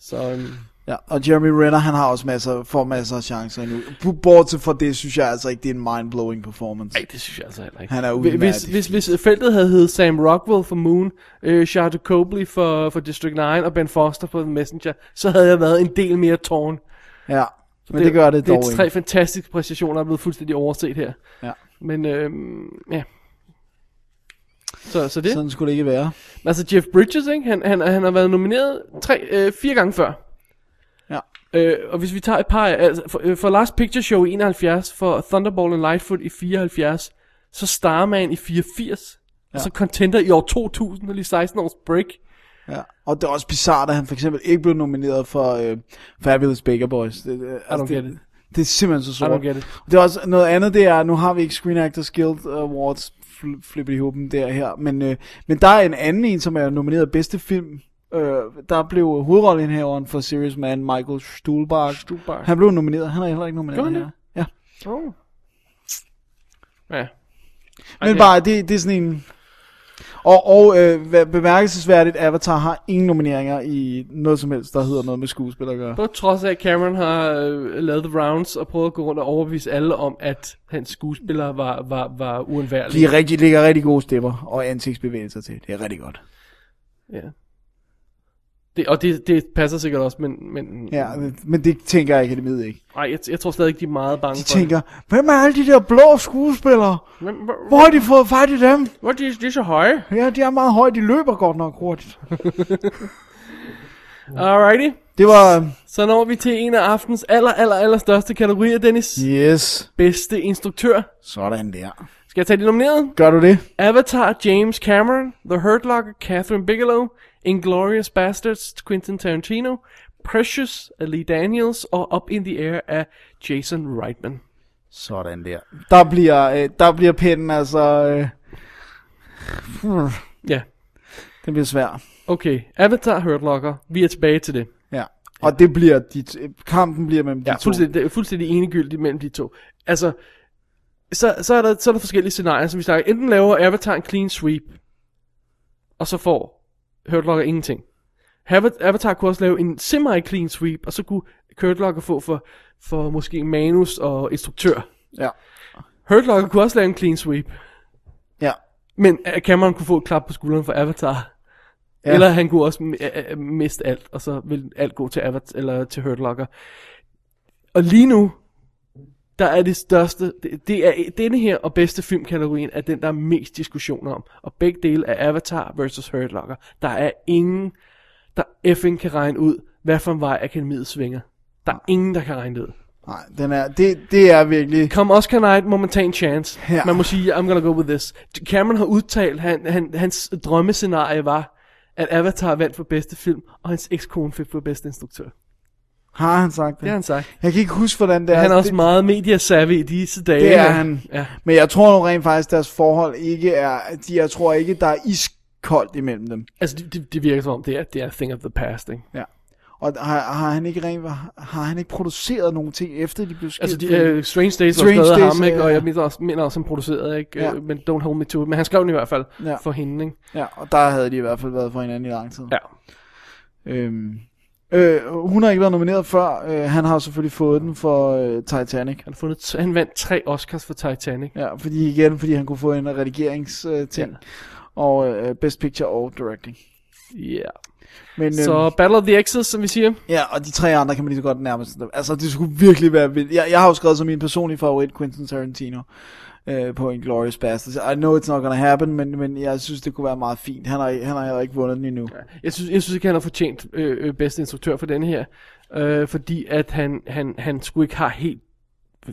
Speaker 2: Så, øhm,
Speaker 1: Ja, og Jeremy Renner, han har også masser, får masser af chancer nu. Bortset fra det, synes jeg altså ikke, det er en mind-blowing performance.
Speaker 2: Nej, det synes jeg altså heller ikke.
Speaker 1: Han er
Speaker 2: Hvis-
Speaker 1: udmærket.
Speaker 2: hvis, hvis, hvis feltet havde heddet Sam Rockwell for Moon, øh, Charlotte Copley for, for District 9 og Ben Foster for The Messenger, så havde jeg været en del mere tårn.
Speaker 1: Ja, men det gør det
Speaker 2: Det
Speaker 1: dog
Speaker 2: er tre
Speaker 1: ikke.
Speaker 2: fantastiske præstationer, der er blevet fuldstændig overset her.
Speaker 1: Ja.
Speaker 2: Men øhm, ja. Så, så det.
Speaker 1: Sådan skulle det ikke være.
Speaker 2: Altså Jeff Bridges, ikke? Han, han, han har været nomineret tre, øh, fire gange før.
Speaker 1: Ja.
Speaker 2: Øh, og hvis vi tager et par, altså, for, øh, for Last Picture Show i 71, for Thunderball and Lightfoot i 74, så Starman i 84, ja. og så Contender i år 2000, og lige 16 års break.
Speaker 1: Ja, og det er også bizarrt, at han for eksempel ikke blev nomineret for øh, Fabulous Baker Boys. Det, det,
Speaker 2: don't get it.
Speaker 1: det, det er simpelthen så sort.
Speaker 2: I don't get it.
Speaker 1: Det er også noget andet, det er, nu har vi ikke Screen Actors Guild Awards fl- flippet i håben der her, men, øh, men der er en anden en, som er nomineret bedste film. Øh, der blev hovedrollenhaveren for Serious Man, Michael Stuhlbarg.
Speaker 2: Stuhlbarg.
Speaker 1: Han blev nomineret, han er heller ikke nomineret.
Speaker 2: Gjorde han
Speaker 1: her. Ja.
Speaker 2: det? Oh. Ja. Ej,
Speaker 1: Men
Speaker 2: det-
Speaker 1: bare, det, det er sådan en... Og, og øh, hvad- bemærkelsesværdigt, Avatar har ingen nomineringer i noget som helst, der hedder noget med skuespil at gøre.
Speaker 2: På trods af, at Cameron har øh, lavet the rounds og prøvet at gå rundt og overbevise alle om, at hans skuespiller var, var, var uundværlig.
Speaker 1: De er rigtig, ligger rigtig gode stemmer og ansigtsbevægelser til. Det er rigtig godt.
Speaker 2: Ja. Det, og det, det passer sikkert også, men... men
Speaker 1: Ja, men- men det tænker jeg akademiet ikke.
Speaker 2: Nej, jeg, jeg tror stadig ikke, de er meget bange
Speaker 1: De
Speaker 2: for
Speaker 1: tænker, hvem er alle de der blå skuespillere?
Speaker 2: Hvem, hvor,
Speaker 1: Hvor har de fået fat i dem?
Speaker 2: Hvor de, de er så høje?
Speaker 1: Ja, de er meget høje. De løber godt nok hurtigt.
Speaker 2: det. Alrighty.
Speaker 1: Det var...
Speaker 2: Så når vi til en af aftens aller, aller, aller største kategorier, Dennis.
Speaker 1: Yes.
Speaker 2: Bedste instruktør.
Speaker 1: Sådan der.
Speaker 2: Skal jeg tage de nominerede?
Speaker 1: Gør du det?
Speaker 2: Avatar, James Cameron, The Hurt Locker, Catherine Bigelow, Inglourious Bastards, Quentin Tarantino, Precious af Lee Daniels og Up in the Air af Jason Reitman.
Speaker 1: Sådan der. Der bliver, øh, der bliver pinden altså... Øh, hmm,
Speaker 2: Ja,
Speaker 1: den bliver svær.
Speaker 2: okay. Avatar, Hurt Locker. Vi er tilbage til det.
Speaker 1: Ja. Og det bliver... De, t- kampen bliver mellem de
Speaker 2: Ja,
Speaker 1: to.
Speaker 2: fuldstændig, det er fuldstændig enegyldigt mellem de to. Altså, så, så, er der, så er der forskellige scenarier, som vi snakker. Enten laver Avatar en clean sweep, og så får Hurt Locker ingenting. Hava- Avatar kunne også lave en semi-clean sweep, og så kunne Hurt Locker få for, for måske manus og instruktør.
Speaker 1: Ja.
Speaker 2: Hurt Locker kunne også lave en clean sweep,
Speaker 1: Ja.
Speaker 2: men øh, Cameron kunne få et klap på skulderen for Avatar.
Speaker 1: Ja.
Speaker 2: Ja. Eller han kunne også øh, øh, miste alt, og så vil alt gå til Avatar, eller til Hurt Locker. Og lige nu, der er det største, det, det er denne her og bedste filmkategorien, er den, der er mest diskussion om. Og begge dele er Avatar versus Hurt Locker. Der er ingen, der effing kan regne ud, hvad for en vej akademiet svinger. Der er ingen, der kan regne det ud.
Speaker 1: Nej, den er, det, det er virkelig...
Speaker 2: Kom Oscar Knight må man tage en chance.
Speaker 1: Ja.
Speaker 2: Ja. Man må sige, I'm gonna go with this. Cameron har udtalt, han, han, hans drømmescenarie var, at Avatar vandt for bedste film, og hans ekskone fik for bedste instruktør.
Speaker 1: Har han sagt det?
Speaker 2: Det har han sagt.
Speaker 1: Jeg kan ikke huske, hvordan det er.
Speaker 2: han er
Speaker 1: Det-
Speaker 2: også meget mediasavvy i disse dage.
Speaker 1: Det er han.
Speaker 2: Ja.
Speaker 1: Men jeg tror nu rent faktisk, deres forhold ikke er... De, jeg tror ikke, der er iskoldt imellem dem.
Speaker 2: Altså, det, det, det virker som om, det er, det er a thing of the past, ikke?
Speaker 1: Ja. Og har, har, han ikke rent, har han ikke produceret nogle ting, efter de blev skilt?
Speaker 2: Altså, de, uh, Strange Days Strange var
Speaker 1: Strange
Speaker 2: skrevet af
Speaker 1: Days,
Speaker 2: ham, ikke?
Speaker 1: ja.
Speaker 2: Og jeg mener også, mener også han producerede, ikke?
Speaker 1: Ja.
Speaker 2: Ja. Men Don't Hold Me To It. Men han skrev den i hvert fald
Speaker 1: Ja.
Speaker 2: ja. for hende, ikke?
Speaker 1: Ja, og der havde de i hvert fald været for hinanden i lang tid.
Speaker 2: Ja.
Speaker 1: Øhm, øh, hun har ikke været nomineret før. Øh, han har jo selvfølgelig fået den for øh, Titanic.
Speaker 2: Han, har fundet, han vandt tre Oscars for Titanic.
Speaker 1: Ja, fordi igen, fordi han kunne få en redigeringsting. Øh, ting. Og øh, Best Picture og Directing.
Speaker 2: Ja. Yeah.
Speaker 1: Men, øhm,
Speaker 2: Så Battle of the Exes, som vi siger.
Speaker 1: Ja, og de tre andre kan man lige så godt nærmest... Altså, det skulle virkelig være vildt. Jeg, jeg har jo skrevet som min personlige favorit Quentin Tarantino øh, på Inglourious Bastards. I know it's not gonna happen, men, men jeg synes, det kunne være meget fint. Han har, han har heller ikke vundet den endnu.
Speaker 2: Jeg synes, jeg synes ikke, han har fortjent øh, øh, bedste instruktør for denne her. Øh, fordi at han, han, han skulle ikke have helt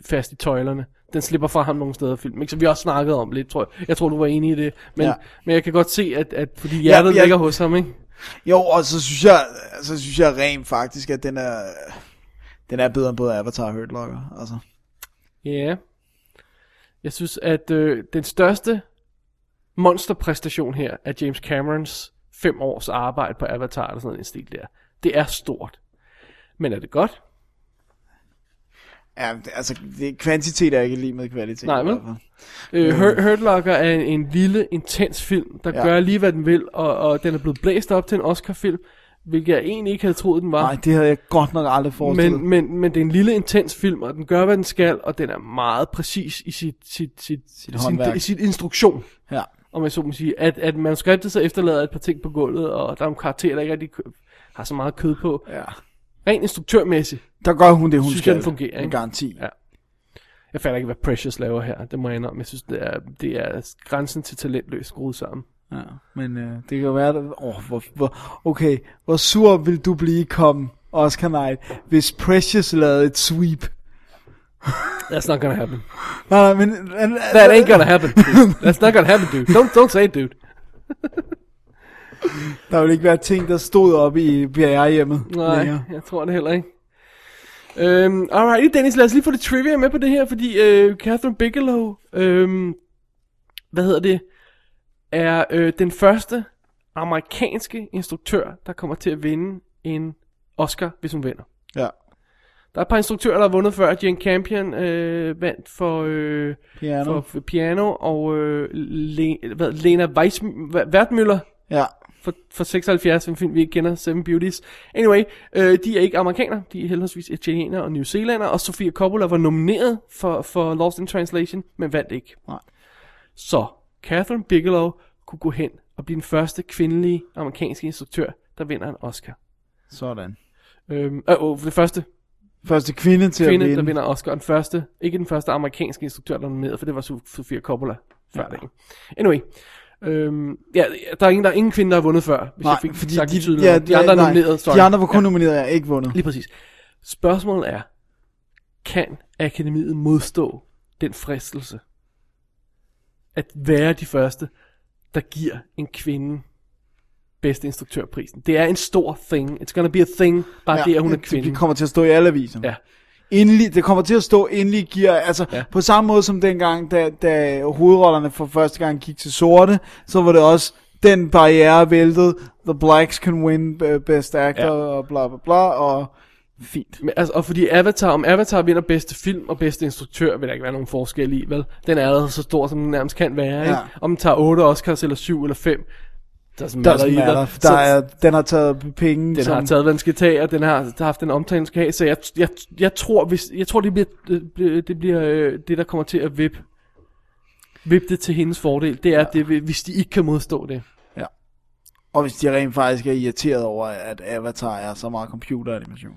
Speaker 2: fast i tøjlerne. Den slipper fra ham nogle steder i filmen. Ikke? Så vi har også snakket om lidt, tror jeg. Jeg tror, du var enig i det. Men,
Speaker 1: Ja.
Speaker 2: ja. men jeg kan godt se, at, at fordi hjertet ja,
Speaker 1: jeg-
Speaker 2: ligger hos ham, ikke?
Speaker 1: Jo, og så synes jeg, så synes jeg rent faktisk, at den er... Den er bedre end både Avatar og Hurt Locker, altså.
Speaker 2: Ja. Yeah. Jeg synes, at øh, den største monsterpræstation her er James Camerons fem års arbejde på Avatar eller sådan en stil der. Det er stort. Men er det godt?
Speaker 1: Ja, det- altså, det, kvantitet er ikke lige med kvalitet.
Speaker 2: Nej,
Speaker 1: i
Speaker 2: vel?
Speaker 1: hvert fald.
Speaker 2: Øh, Hurt Hurt Locker er en, en lille, intens film, der
Speaker 1: Ja.
Speaker 2: ja. gør lige, hvad den vil, og, og den er blevet blæst op til en Oscar-film. hvilket jeg egentlig ikke havde troet, den var.
Speaker 1: Nej, det havde jeg godt nok aldrig forestillet.
Speaker 2: Men, men, men det er en lille, intens film, og den gør, hvad den skal, og den er meget præcis i sit, sit, sit, sit
Speaker 1: håndværk.
Speaker 2: i sit instruktion.
Speaker 1: Ja.
Speaker 2: Om jeg så må sige, at, at manuskriptet så efterlader et par ting på gulvet, og der er nogle karakterer, der ikke rigtig kø- har så meget kød på.
Speaker 1: Ja.
Speaker 2: Rent instruktørmæssigt.
Speaker 1: Der gør hun det, hun
Speaker 2: synes,
Speaker 1: skal.
Speaker 2: Jeg, den fungerer,
Speaker 1: Med
Speaker 2: ikke?
Speaker 1: garanti.
Speaker 2: Ja. Jeg fatter ikke, hvad Precious laver her. Det må jeg indrømme. Jeg synes, det er, det er grænsen til talentløst skruet sammen.
Speaker 1: Ja, men øh, det kan jo være, at, åh, hvor, hvor, okay, hvor sur vil du blive kom Oscar Knight, hvis Precious lavede et sweep?
Speaker 2: That's not gonna happen.
Speaker 1: Nej, nej, men...
Speaker 2: That ain't gonna happen, dude. That's not gonna happen, dude. Don't, don't say it, dude.
Speaker 1: Der ville ikke være ting, der stod oppe i bjergehjemmet.
Speaker 2: Nej,
Speaker 1: længere.
Speaker 2: jeg tror det heller ikke. Øhm, alright, Dennis, lad os lige få det trivia med på det her, fordi øh, Catherine Bigelow, øhm, hvad hedder det, er øh, den første amerikanske instruktør, der kommer til at vinde en Oscar, hvis hun vinder.
Speaker 1: Ja.
Speaker 2: Der er et par instruktører, der har vundet før. Jane Campion øh, vandt for, øh,
Speaker 1: Piano.
Speaker 2: for, for piano, og øh, Le, hvad, Lena Weiss, Wertmüller
Speaker 1: ja.
Speaker 2: for, for 76, en film vi ikke kender, Seven Beauties. Anyway, øh, de er ikke amerikanere, de er heldigvis italienere og newzealandere, og Sofia Coppola var nomineret for, for Lost in Translation, men vandt ikke.
Speaker 1: Nej.
Speaker 2: Så Catherine Bigelow kunne gå hen og blive den første kvindelige amerikanske instruktør, der vinder en Oscar.
Speaker 1: Sådan.
Speaker 2: Øhm, øh, øh, den første
Speaker 1: Første kvinde til
Speaker 2: kvinde,
Speaker 1: at
Speaker 2: der
Speaker 1: vinde.
Speaker 2: vinder Oscar. Den første, ikke den første amerikanske instruktør, der er nomineret, for det var Sof- Sofia Coppola før ja. det. Anyway. Øhm, ja, der er, ingen, der er ingen kvinde, der har vundet før, hvis
Speaker 1: Nej,
Speaker 2: jeg fik
Speaker 1: fordi
Speaker 2: sagt
Speaker 1: de-
Speaker 2: det tydeligt.
Speaker 1: ja,
Speaker 2: nok. de andre er
Speaker 1: nej,
Speaker 2: nomineret, sorry.
Speaker 1: de andre var kun nomineret, jeg ikke vundet.
Speaker 2: Lige præcis. Spørgsmålet er, kan akademiet modstå den fristelse at være de første, der giver en kvinde bedste instruktørprisen? Det er en stor thing. It's gonna be a thing, bare ja, det, at hun er
Speaker 1: det-
Speaker 2: kvinde.
Speaker 1: Det kommer til at stå i alle aviser.
Speaker 2: Ja.
Speaker 1: Endelig, det kommer til at stå endelig gear, altså ja. på samme måde som dengang, da, da hovedrollerne for første gang gik til sorte, så var det også den barriere væltet, the blacks can win øh, best actor, ja. og bla bla bla, og fint.
Speaker 2: Men, altså, og fordi Avatar, om Avatar vinder bedste film og bedste instruktør, vil der ikke være nogen forskel i, vel? Den er allerede så stor, som den nærmest kan være,
Speaker 1: Ja.
Speaker 2: ikke? Om den tager 8 Oscars, eller 7 eller 5, doesn't
Speaker 1: Der,
Speaker 2: matter,
Speaker 1: der,
Speaker 2: either.
Speaker 1: der,
Speaker 2: Så-
Speaker 1: der er, den har taget penge.
Speaker 2: Den har taget, hvad den skal tage, og den har, har haft den omtale, den skal have. Så jeg, jeg, jeg, tror, hvis, jeg tror, det bliver, det bliver- det, bliver øh, det, der kommer til at vippe vip det til hendes fordel. Det er, ja. det, hvis de ikke kan modstå det.
Speaker 1: Ja. Og hvis de rent faktisk er irriteret over, at Avatar er så meget computeranimation.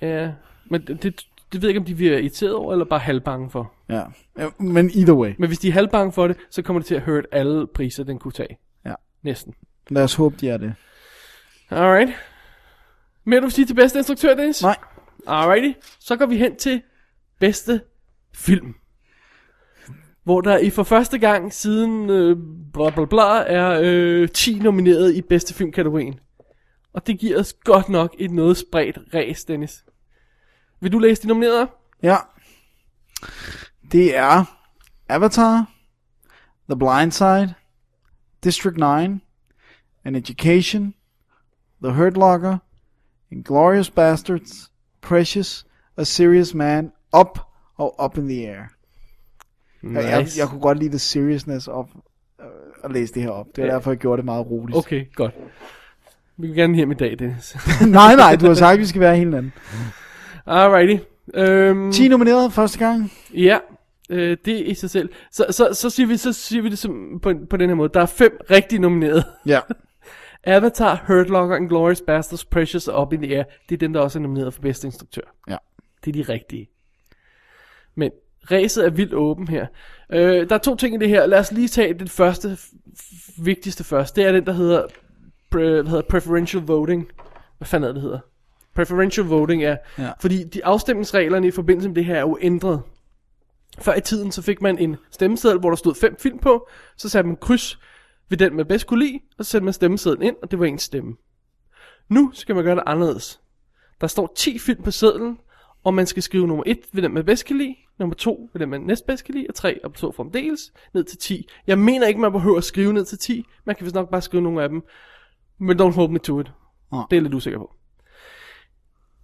Speaker 2: Ja, men det, det, det ved jeg ikke, om de bliver irriteret over, eller bare halvbange for.
Speaker 1: Ja. Ja, Men either way.
Speaker 2: Men hvis de er halvbange for det, så kommer det til at hurt alle priser, den kunne tage.
Speaker 1: Ja.
Speaker 2: Næsten.
Speaker 1: Lad os håbe, de er det.
Speaker 2: Alright. Mere du vil sige til bedste instruktør, Dennis? Nej. Alrighty. Så går vi hen til bedste film. Hvor der i for første gang siden øh, bla bla bla er øh, 10 nomineret i bedste filmkategorien. Og det giver os godt nok et noget spredt ræs, Dennis. Vil du læse de nominerede op?
Speaker 1: Ja. Det er Avatar, The Blind Side, District 9, An Education, The Hurt Locker, Inglorious Bastards, Precious, A Serious Man, Up og Up in the Air. Nice. Jeg, jeg,
Speaker 2: Nice.
Speaker 1: jeg kunne godt lide The Seriousness op øh, at læse det her op. Det er
Speaker 2: Ja.
Speaker 1: derfor, jeg gjorde det meget roligt.
Speaker 2: Okay, godt. Vi vil gerne hjem i dag, Dennis.
Speaker 1: nej, nej, du har sagt, at vi skal være helt anden.
Speaker 2: Alrighty. Um, Øhm,
Speaker 1: 10 nomineret første gang.
Speaker 2: Ja, øh, det i sig selv. Så, så, så, siger, vi, så siger vi det som, på, på den her måde. Der er fem rigtig nominerede.
Speaker 1: Ja.
Speaker 2: Avatar, Hurt Locker, Inglourious Basterds, Precious og Up in the Air. Det er dem, der også er nomineret for bedste instruktør.
Speaker 1: Ja.
Speaker 2: Det er de rigtige. Men ræset er vildt åben her. Øh, der er to ting i det her. Lad os lige tage den første, f- f- vigtigste først. Det er den, der hedder, pre, hvad hedder preferential voting. Hvad fanden er det, det hedder? Preferential voting er,
Speaker 1: Ja.
Speaker 2: fordi de afstemningsreglerne i forbindelse med det her er jo ændret. Før i tiden, så fik man en stemmeseddel, hvor der stod fem film på, så satte man kryds ved den, man bedst kunne lide, og så satte man stemmesedlen ind, og det var ens stemme. Nu skal man gøre det anderledes. Der står 10 film på sedlen, og man skal skrive nummer 1 ved den, man bedst kan lide, nummer 2 ved den, man næst bedst kan lide, og 3 og så fremdeles, ned til 10. Jeg mener ikke, man behøver at skrive ned til 10, man kan vist nok bare skrive nogle af dem, men don't hold me to it.
Speaker 1: Nej.
Speaker 2: Det er jeg lidt usikker på.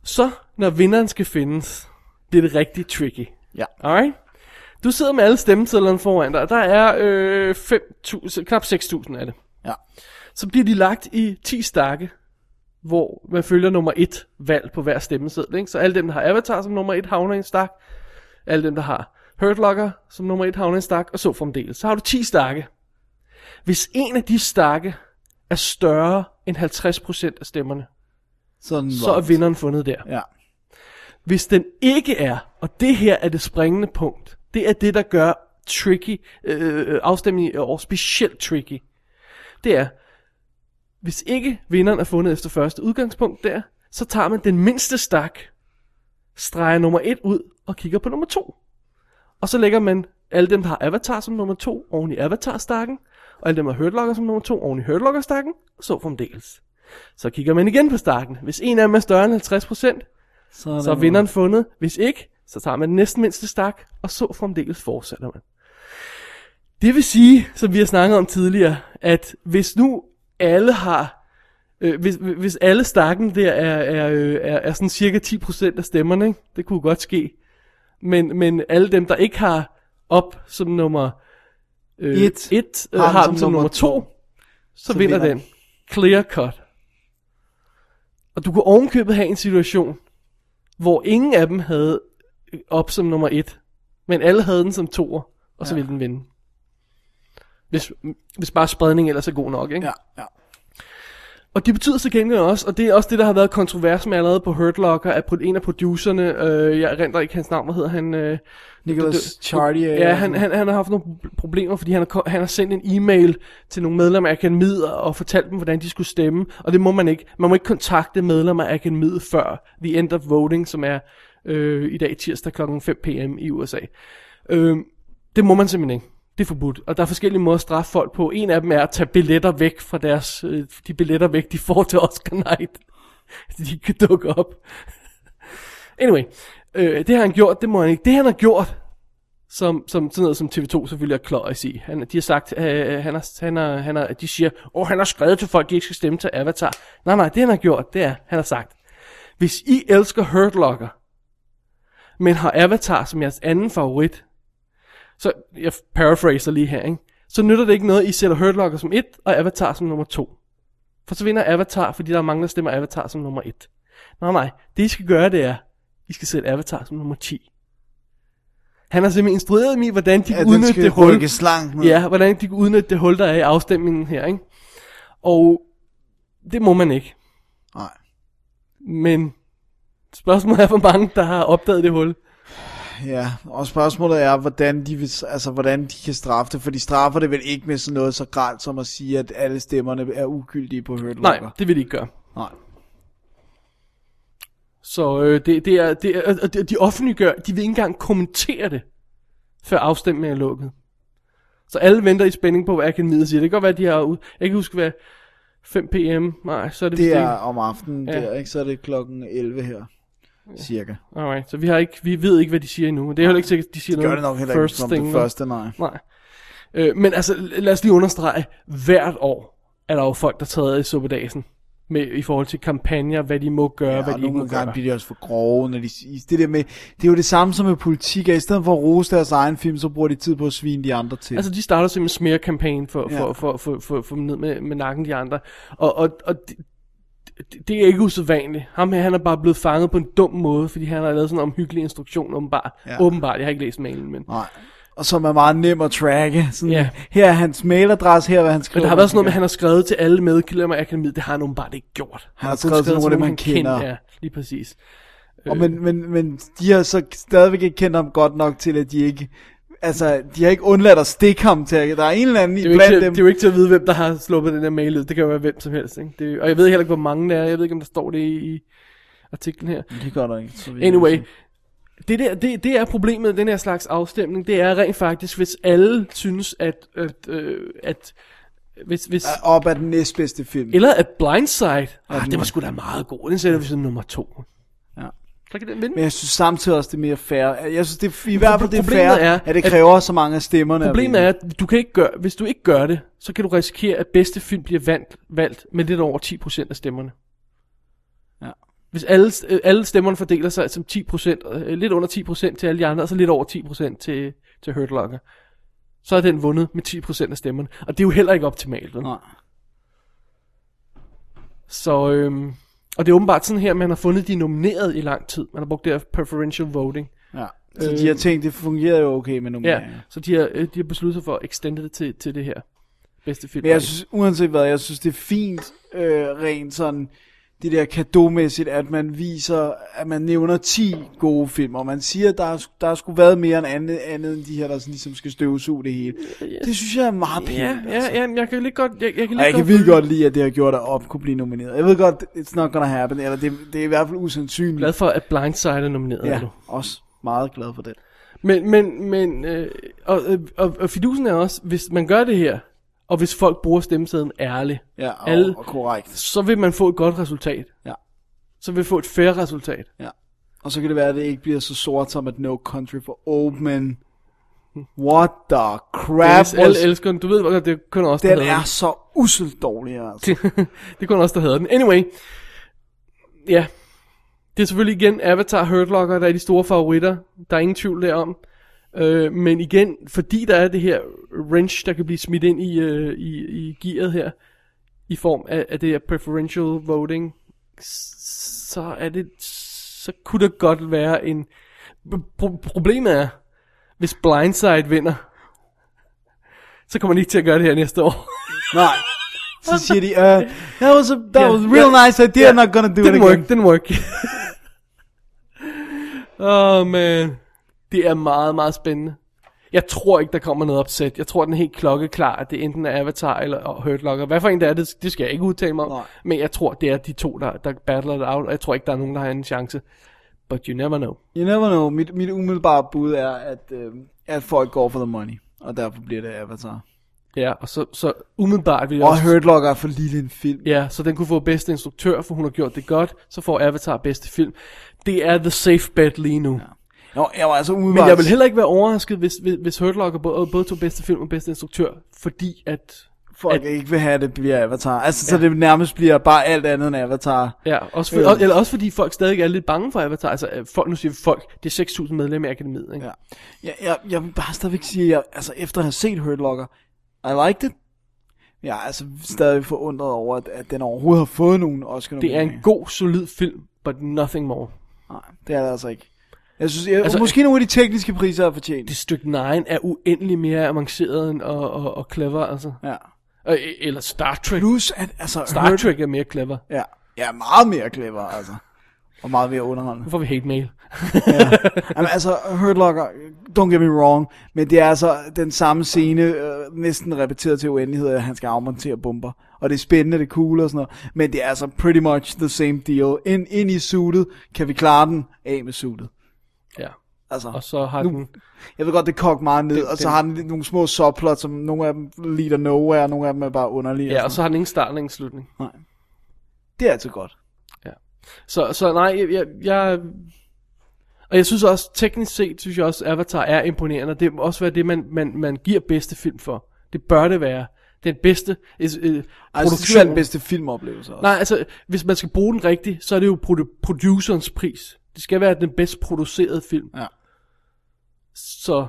Speaker 2: Så, når vinderen skal findes, bliver det rigtig tricky.
Speaker 1: Ja.
Speaker 2: Alright? Du sidder med alle stemmesedlerne foran dig, og der er øh, 5.000, knap 6.000 af det.
Speaker 1: Ja.
Speaker 2: Så bliver de lagt i 10 stakke. hvor man følger nummer et valg på hver stemmeseddel. Ikke? Så alle dem, der har Avatar som nummer et, havner i en stak. Alle dem, der har Hurt Locker som nummer et, havner i en stak, og så fremdeles. Så har du 10 stakke. Hvis en af de stakke er større end 50% af stemmerne,
Speaker 1: Sådan
Speaker 2: så er
Speaker 1: var det.
Speaker 2: vinderen fundet der.
Speaker 1: Ja.
Speaker 2: Hvis den ikke er, og det her er det springende punkt, det er det, der gør tricky, øh, øh, afstemningen over specielt tricky, det er, hvis ikke vinderen er fundet efter første udgangspunkt der, så tager man den mindste stak, streger nummer 1 ud og kigger på nummer 2. Og så lægger man alle dem, der har Avatar som nummer 2, oven i Avatar-stakken, og alle dem, der har Hurtlocker som nummer 2, oven i Hurtlocker-stakken, og så fremdeles. Så kigger man igen på stakken. Hvis en af dem er større end 50%,
Speaker 1: Så er
Speaker 2: så er
Speaker 1: det-
Speaker 2: vinderen fundet. Hvis ikke, så tager man den næsten mindste stak, og så fremdeles fortsætter man. Det vil sige, som vi har snakket om tidligere, at hvis nu alle har, øh, hvis, hvis alle stakken der er, er, øh, er, er sådan cirka 10% af stemmerne, ikke? det kunne godt ske, men, men alle dem, der ikke har op som nummer 1, øh,
Speaker 1: Et,
Speaker 2: et, øh, har dem som nummer 2, så, så vinder den. Clear cut. Og du kunne ovenkøbet have en situation, hvor ingen af dem havde op som nummer 1, men alle havde den som toer, og
Speaker 1: Ja.
Speaker 2: så ville den vinde. Hvis, hvis bare spredningen ellers er god nok, ikke?
Speaker 1: Ja, ja.
Speaker 2: Og det betyder så gengæld også, og det er også det, der har været kontrovers med allerede på Hurt Locker, at en af producerne, øh, jeg render ikke hans navn, hvad hedder han? Øh,
Speaker 1: Nicholas
Speaker 2: d- d-
Speaker 1: Chartier.
Speaker 2: Ja, han, han, han har haft nogle pro- problemer, fordi han har, ko- han har sendt en e-mail til nogle medlemmer af akademiet og fortalt dem, hvordan de skulle stemme, og det må man ikke. Man må ikke kontakte medlemmer af akademiet før The End of Voting, som er øh, i dag tirsdag kl. 5 p.m. i USA. Øh, det må man simpelthen ikke. Det er forbudt, og der er forskellige måder at straffe folk på. En af dem er at tage billetter væk fra deres, øh, de billetter væk, de får til Oscar Night. Så de kan dukke op. Anyway, øh, det har han gjort, det må han ikke. Det han har gjort, som, som sådan noget som TV2 selvfølgelig er kløjs i. Han, de har sagt, øh, han har, han har, han har, de siger, åh, han har skrevet til folk, de ikke skal stemme til Avatar. Nej, nej, det han har gjort, det er, han har sagt, hvis I elsker Hurt Locker, men har Avatar som jeres anden favorit, så jeg paraphraser lige her, ikke? så nytter det ikke noget, I sætter Hurt Locker som 1 og Avatar som nummer 2. For så vinder Avatar, fordi der er mange, der stemmer Avatar som nummer 1. Nej, nej, det I skal gøre, det er, I skal sætte Avatar som nummer 10. Han har simpelthen instrueret dem i, hvordan de
Speaker 1: Ja,
Speaker 2: ja, kan
Speaker 1: den
Speaker 2: udnytte
Speaker 1: skal
Speaker 2: det hul.
Speaker 1: rykkes langt ned.
Speaker 2: Ja, hvordan de kan udnytte det hul, der er i afstemningen her, ikke? Og det må man ikke.
Speaker 1: Nej.
Speaker 2: Men spørgsmålet er, hvor mange, der har opdaget det hul.
Speaker 1: Ja, og spørgsmålet er, hvordan de, vil, altså, hvordan de kan straffe det, for de straffer det vel ikke med sådan noget så gralt som at sige, at alle stemmerne er ugyldige på Hurt
Speaker 2: Nej,
Speaker 1: Locker.
Speaker 2: det vil de ikke gøre.
Speaker 1: Nej.
Speaker 2: Så øh, det, det er, det er, og de- de offentliggør, de vil ikke engang kommentere det, før afstemningen er lukket. Så alle venter i spænding på, hvad akademiet siger. Det kan godt være, de har ud... Jeg kan huske, hvad 5 p.m. Nej, så er det
Speaker 1: Det
Speaker 2: vist
Speaker 1: er
Speaker 2: ikke.
Speaker 1: om aftenen
Speaker 2: Ja.
Speaker 1: ja. der, ikke? Så er det klokken 11 her, cirka.
Speaker 2: Alright, så vi, har ikke, vi ved ikke, hvad de siger endnu. Det er heller ikke sikkert, at de siger
Speaker 1: Det gør
Speaker 2: noget.
Speaker 1: det nok heller ikke
Speaker 2: first
Speaker 1: som
Speaker 2: thing,
Speaker 1: det
Speaker 2: vel?
Speaker 1: første, nej.
Speaker 2: Nej. Øh, men altså, lad os lige understrege, hvert år er der jo folk, der træder i suppedasen med, i forhold til kampagner, hvad de må gøre, ja, hvad
Speaker 1: og
Speaker 2: de ikke må
Speaker 1: nogle
Speaker 2: gøre.
Speaker 1: gange bliver de også for grove, når de siger- det der med, det er jo det samme som med politik, at i stedet for at rose deres egen film, så bruger de tid på at svine de andre til.
Speaker 2: Altså, de starter simpelthen smear-kampagne for, for,
Speaker 1: Ja.
Speaker 2: for, for, for, for, for dem ned med, med nakken de andre. Og, og, og det, det- det er ikke usædvanligt. Ham her, han er bare blevet fanget på en dum måde, fordi han har lavet sådan en omhyggelig instruktion, åbenbart. Ja.
Speaker 1: Ja.
Speaker 2: Åbenbart, jeg har ikke læst mailen, men...
Speaker 1: Nej. Og som er meget nem at tracke. Sådan,
Speaker 2: Ja.
Speaker 1: yeah. Her er hans mailadresse, her er hvad han skriver.
Speaker 2: Men der har været sådan noget med, at han har skrevet til alle medlemmer af akademiet. Det har han åbenbart ikke gjort.
Speaker 1: Han har
Speaker 2: kun
Speaker 1: skrevet til nogle af dem, han kender.
Speaker 2: Ja, lige præcis.
Speaker 1: Og
Speaker 2: Øh.
Speaker 1: men, men, men de har så stadigvæk ikke kendt ham godt nok til, at de ikke... Altså, de har ikke undladt at stikke ham til. at- Der er en eller anden
Speaker 2: Det er, jo
Speaker 1: i
Speaker 2: ikke til,
Speaker 1: blandt dem.
Speaker 2: det er jo ikke til at vide, hvem der har sluppet den der mail ud. Det kan jo være hvem som helst. Ikke? Det, er- og jeg ved heller ikke, hvor mange der er. Jeg ved ikke, om der står det i, i artiklen her.
Speaker 1: Det gør der ikke. Så vidt jeg
Speaker 2: Anyway,
Speaker 1: ved.
Speaker 2: det, der, det, det er problemet med den her slags afstemning. Det er rent faktisk, hvis alle synes, at... at, øh, at hvis, hvis,
Speaker 1: Er Op af den næstbedste film.
Speaker 2: eller at Blindside... Ah,
Speaker 1: den-
Speaker 2: det var sgu da meget god. Den sætter vi som nummer to.
Speaker 1: Ja.
Speaker 2: Så kan den vinde.
Speaker 1: Men jeg synes samtidig også, det er mere fair. Jeg synes, det er, i hvert fald det er fair,
Speaker 2: problemet er,
Speaker 1: at det
Speaker 2: at-
Speaker 1: kræver så mange af stemmerne.
Speaker 2: Problemet er, at du kan ikke gøre, hvis du ikke gør det, så kan du risikere, at bedste film bliver valgt, valgt med lidt over 10% af stemmerne.
Speaker 1: Ja.
Speaker 2: Hvis alle, øh, alle stemmerne fordeler sig som 10%, øh, lidt under 10% til alle de andre, og så lidt over 10% til, til Hurt Locker, så er den vundet med 10% af stemmerne. Og det er jo heller ikke optimalt. Vel?
Speaker 1: Nej.
Speaker 2: Så øhm, Og det er åbenbart sådan her, man har fundet de nomineret i lang tid. Man har brugt det her preferential voting.
Speaker 1: Ja. Så de her ting, det fungerede jo okay med
Speaker 2: Øh. Ja,
Speaker 1: nomineringer.
Speaker 2: så de har, øh, de har besluttet sig for at extende det til, til det her bedste film.
Speaker 1: Men jeg synes, uanset hvad, jeg synes, det er fint øh, rent sådan, det der kadomæssigt, at man viser, at man nævner 10 gode film, og man siger, at der, er- der skulle været mere end andet, andet end de her, der sådan, ligesom skal støvsuge det hele. Det synes jeg er meget pænt.
Speaker 2: Ja, ja, ja, men jeg kan lige godt... Jeg, jeg
Speaker 1: Og
Speaker 2: kan, lige
Speaker 1: jeg kan
Speaker 2: godt
Speaker 1: virkelig godt lide, at det har gjort, at op kunne blive nomineret. Jeg ved godt, it's not gonna happen, eller det, det er i hvert fald usandsynligt.
Speaker 2: glad for, at Blindside er nomineret
Speaker 1: Ja,
Speaker 2: nu.
Speaker 1: også meget glad for det.
Speaker 2: Men, men, men øh, og, øh, og, og fidusen er også, hvis man gør det her, og hvis folk bruger stemmesedlen ærligt,
Speaker 1: Ja, og- og korrekt.
Speaker 2: så vil man få et godt resultat.
Speaker 1: Ja.
Speaker 2: Så vil man få et fair resultat.
Speaker 1: Ja. Og så kan det være, at det ikke bliver så sort som at No Country for Old Men. What the crap
Speaker 2: Dennis, alle elsker den. Du ved godt, det er kun os, der
Speaker 1: Den
Speaker 2: hader
Speaker 1: er så usel dårlig, altså.
Speaker 2: det er kun os, der hader den. Anyway. Ja. Det er selvfølgelig igen Avatar Hurt Locker, der er de store favoritter. Der er ingen tvivl derom. Øh, men igen, fordi der er det her wrench, der kan blive smidt ind i, øh, i, i gearet her, i form af, af det her preferential voting, s- så er det, så kunne der godt være en... Pro- problemet er, hvis Blindside vinder, så kommer de ikke til at gøre det her næste år.
Speaker 1: Nej. Så siger de, uh, that was a that
Speaker 2: Yeah,
Speaker 1: was a real
Speaker 2: yeah,
Speaker 1: nice idea,
Speaker 2: yeah.
Speaker 1: I'm not gonna do
Speaker 2: didn't
Speaker 1: it
Speaker 2: work,
Speaker 1: again.
Speaker 2: Didn't work, Åh, oh, man. Det er meget, meget spændende. Jeg tror ikke, der kommer noget opsæt. Jeg tror, den er helt klokkeklar, at det enten er Avatar eller Hurt Locker. Hvad for en det er, det, det skal jeg ikke udtale mig om. Nej. Men jeg tror, det er de to, der, der battler det out, og jeg tror ikke, der er nogen, der har en chance. But you never know.
Speaker 1: You never know. Mit, mit umiddelbare bud er, at, øh, at folk går for the money. Og derfor bliver det Avatar.
Speaker 2: Ja, og så, så umiddelbart vil jeg
Speaker 1: Og
Speaker 2: også...
Speaker 1: Hurt Locker er for lille en film.
Speaker 2: Ja, så den kunne få bedste instruktør, for hun har gjort det godt. Så får Avatar bedste film. Det er the safe bet lige nu. Ja.
Speaker 1: Nå, jeg var altså umiddelbart...
Speaker 2: Men jeg vil heller ikke være overrasket, hvis, hvis, hvis Hurt Locker både, både tog bedste film og bedste instruktør, fordi at...
Speaker 1: Folk at... ikke vil have, at det bliver Avatar. Altså, ja. så det nærmest bliver bare alt andet end Avatar.
Speaker 2: Ja, også for,
Speaker 1: Øh.
Speaker 2: eller også fordi folk stadig er lidt bange for Avatar. Altså, øh, folk, nu siger vi folk, det er 6.000 medlemmer af akademiet, ikke?
Speaker 1: Ja. Jeg, jeg, jeg vil bare stadigvæk sige, at jeg, altså, efter at have set Hurt Locker, I liked it. Jeg er altså stadig forundret over, at, at den overhovedet har fået nogen oscar
Speaker 2: Det er en god, solid film, but nothing more.
Speaker 1: Nej, det er det altså ikke. Jeg synes, jeg,
Speaker 2: Altså,
Speaker 1: altså, måske nogle af de tekniske priser er fortjent.
Speaker 2: Det stykke 9 er uendelig mere avanceret end, og, og, og clever, altså.
Speaker 1: Ja.
Speaker 2: Og, eller Star Trek.
Speaker 1: Plus, at altså...
Speaker 2: Star
Speaker 1: Hurt-
Speaker 2: Trek er mere clever.
Speaker 1: Ja, ja meget mere clever, altså. Og meget mere underholdende.
Speaker 2: Nu får vi hate mail.
Speaker 1: Jamen, altså, Hurt Locker, don't get me wrong, men det er altså den samme scene, øh, næsten repeteret til uendelighed, at han skal afmontere bomber. Og det er spændende, det er cool og sådan noget, men det er altså pretty much the same deal. Ind, ind i suitet, kan vi klare den, af med suitet.
Speaker 2: Ja.
Speaker 1: Altså,
Speaker 2: og så har
Speaker 1: nu-
Speaker 2: den...
Speaker 1: Jeg ved godt, det kogt meget ned,
Speaker 2: Den-
Speaker 1: den, og så
Speaker 2: den-
Speaker 1: har den lidt nogle små subplots, som nogle af dem leader nowhere, og nogle af dem er bare underlige.
Speaker 2: Ja, og
Speaker 1: sådan
Speaker 2: så har den ingen start og ingen slutning.
Speaker 1: noget. Nej. Det er altid godt.
Speaker 2: Så, så nej, jeg, jeg, jeg... Og jeg synes også, teknisk set, synes jeg også, Avatar er imponerende. og Det må også være det, man, man, man giver bedste film for. Det bør det være. Den bedste is, uh, altså,
Speaker 1: Altså, det skal være den bedste filmoplevelse også.
Speaker 2: Nej, altså, hvis man skal bruge den rigtigt, så er det jo produ- producerens pris. Det skal være den bedst producerede film.
Speaker 1: Ja.
Speaker 2: Så,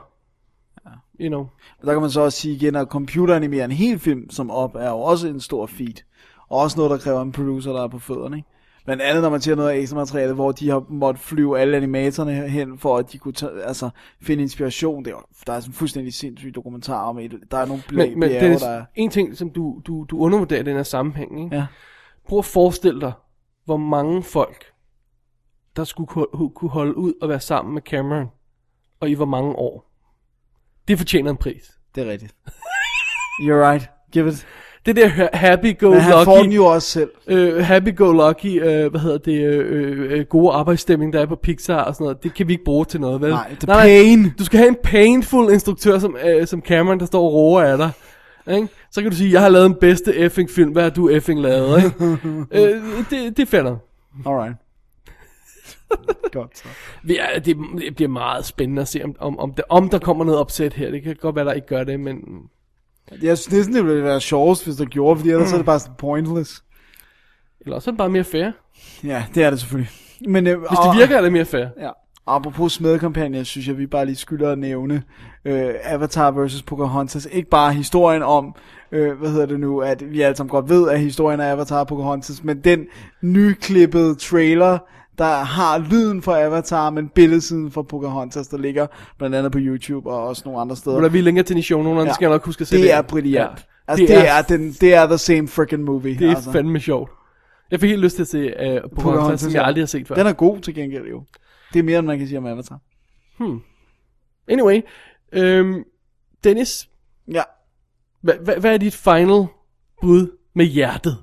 Speaker 2: you know.
Speaker 1: Men Der kan man så også sige igen, at computeranimerer en hel film som op, er jo også en stor feat. Og også noget, der kræver en producer, der er på fødderne. Ikke? Blandt andet, når man ser noget af ekstra materiale, hvor de har måttet flyve alle animatorerne hen, for at de kunne tage, altså, finde inspiration. Det er, jo- der er sådan en fuldstændig sindssyg dokumentar om et, Der er nogle blæ-
Speaker 2: Men, men
Speaker 1: bjerge,
Speaker 2: Dennis,
Speaker 1: der er...
Speaker 2: en ting, som du, du, du undervurderer i den her sammenhæng, ikke?
Speaker 1: Ja.
Speaker 2: prøv at forestille dig, hvor mange folk, der skulle ku- kunne holde ud og være sammen med Cameron, og i hvor mange år. Det fortjener en pris.
Speaker 1: Det er rigtigt. You're right. Give it.
Speaker 2: Det der ha-
Speaker 1: Men han får den
Speaker 2: happy-go-lucky,
Speaker 1: jo også selv.
Speaker 2: øh, happy-go-lucky, øh, hvad hedder det, øh, øh, gode arbejdsstemning, der er på Pixar og sådan noget, det kan vi ikke bruge til noget, vel?
Speaker 1: Nej, the pain.
Speaker 2: Du skal have en painful instruktør som, øh, som Cameron, der står og roer af dig. Ikke? Så kan du sige, jeg har lavet den bedste effing film, hvad har du effing lavet? Ikke? øh, det, det falder.
Speaker 1: Alright. Godt så.
Speaker 2: Vi er, det, det bliver meget spændende at se, om, om, om, der, om der kommer noget opsæt her. Det kan godt være, der ikke gør det, men...
Speaker 1: Jeg synes næsten, det ville være sjovest, hvis der gjorde, fordi ellers er det bare sådan pointless.
Speaker 2: Eller også er det bare mere fair.
Speaker 1: Ja, det er det selvfølgelig. Men, øh,
Speaker 2: Hvis det virker, er det mere fair.
Speaker 1: Ja. Apropos smedekampagne, synes jeg, vi bare lige skylder at nævne øh, Avatar vs. Pocahontas. Ikke bare historien om, øh, hvad hedder det nu, at vi alle sammen godt ved, at historien er Avatar og Pocahontas, men den nyklippede trailer, der har lyden fra Avatar, men billedsiden fra Pocahontas, der ligger blandt andet på YouTube og også nogle andre steder.
Speaker 2: Hvor der vi linker til den i show, nogen ja. skal jeg nok huske at se
Speaker 1: det.
Speaker 2: det.
Speaker 1: er brilliant. Altså, det, er, den, det er the same freaking movie.
Speaker 2: Det er
Speaker 1: altså.
Speaker 2: fandme sjovt. Jeg fik helt lyst til at se uh, Pocahontas, som jeg
Speaker 1: ja.
Speaker 2: aldrig har set før.
Speaker 1: Den er god til gengæld jo. Det er mere, end man kan sige om Avatar.
Speaker 2: Hmm. Anyway, øhm, Dennis.
Speaker 1: Ja.
Speaker 2: Hvad hva, hvad er dit final bud med hjertet?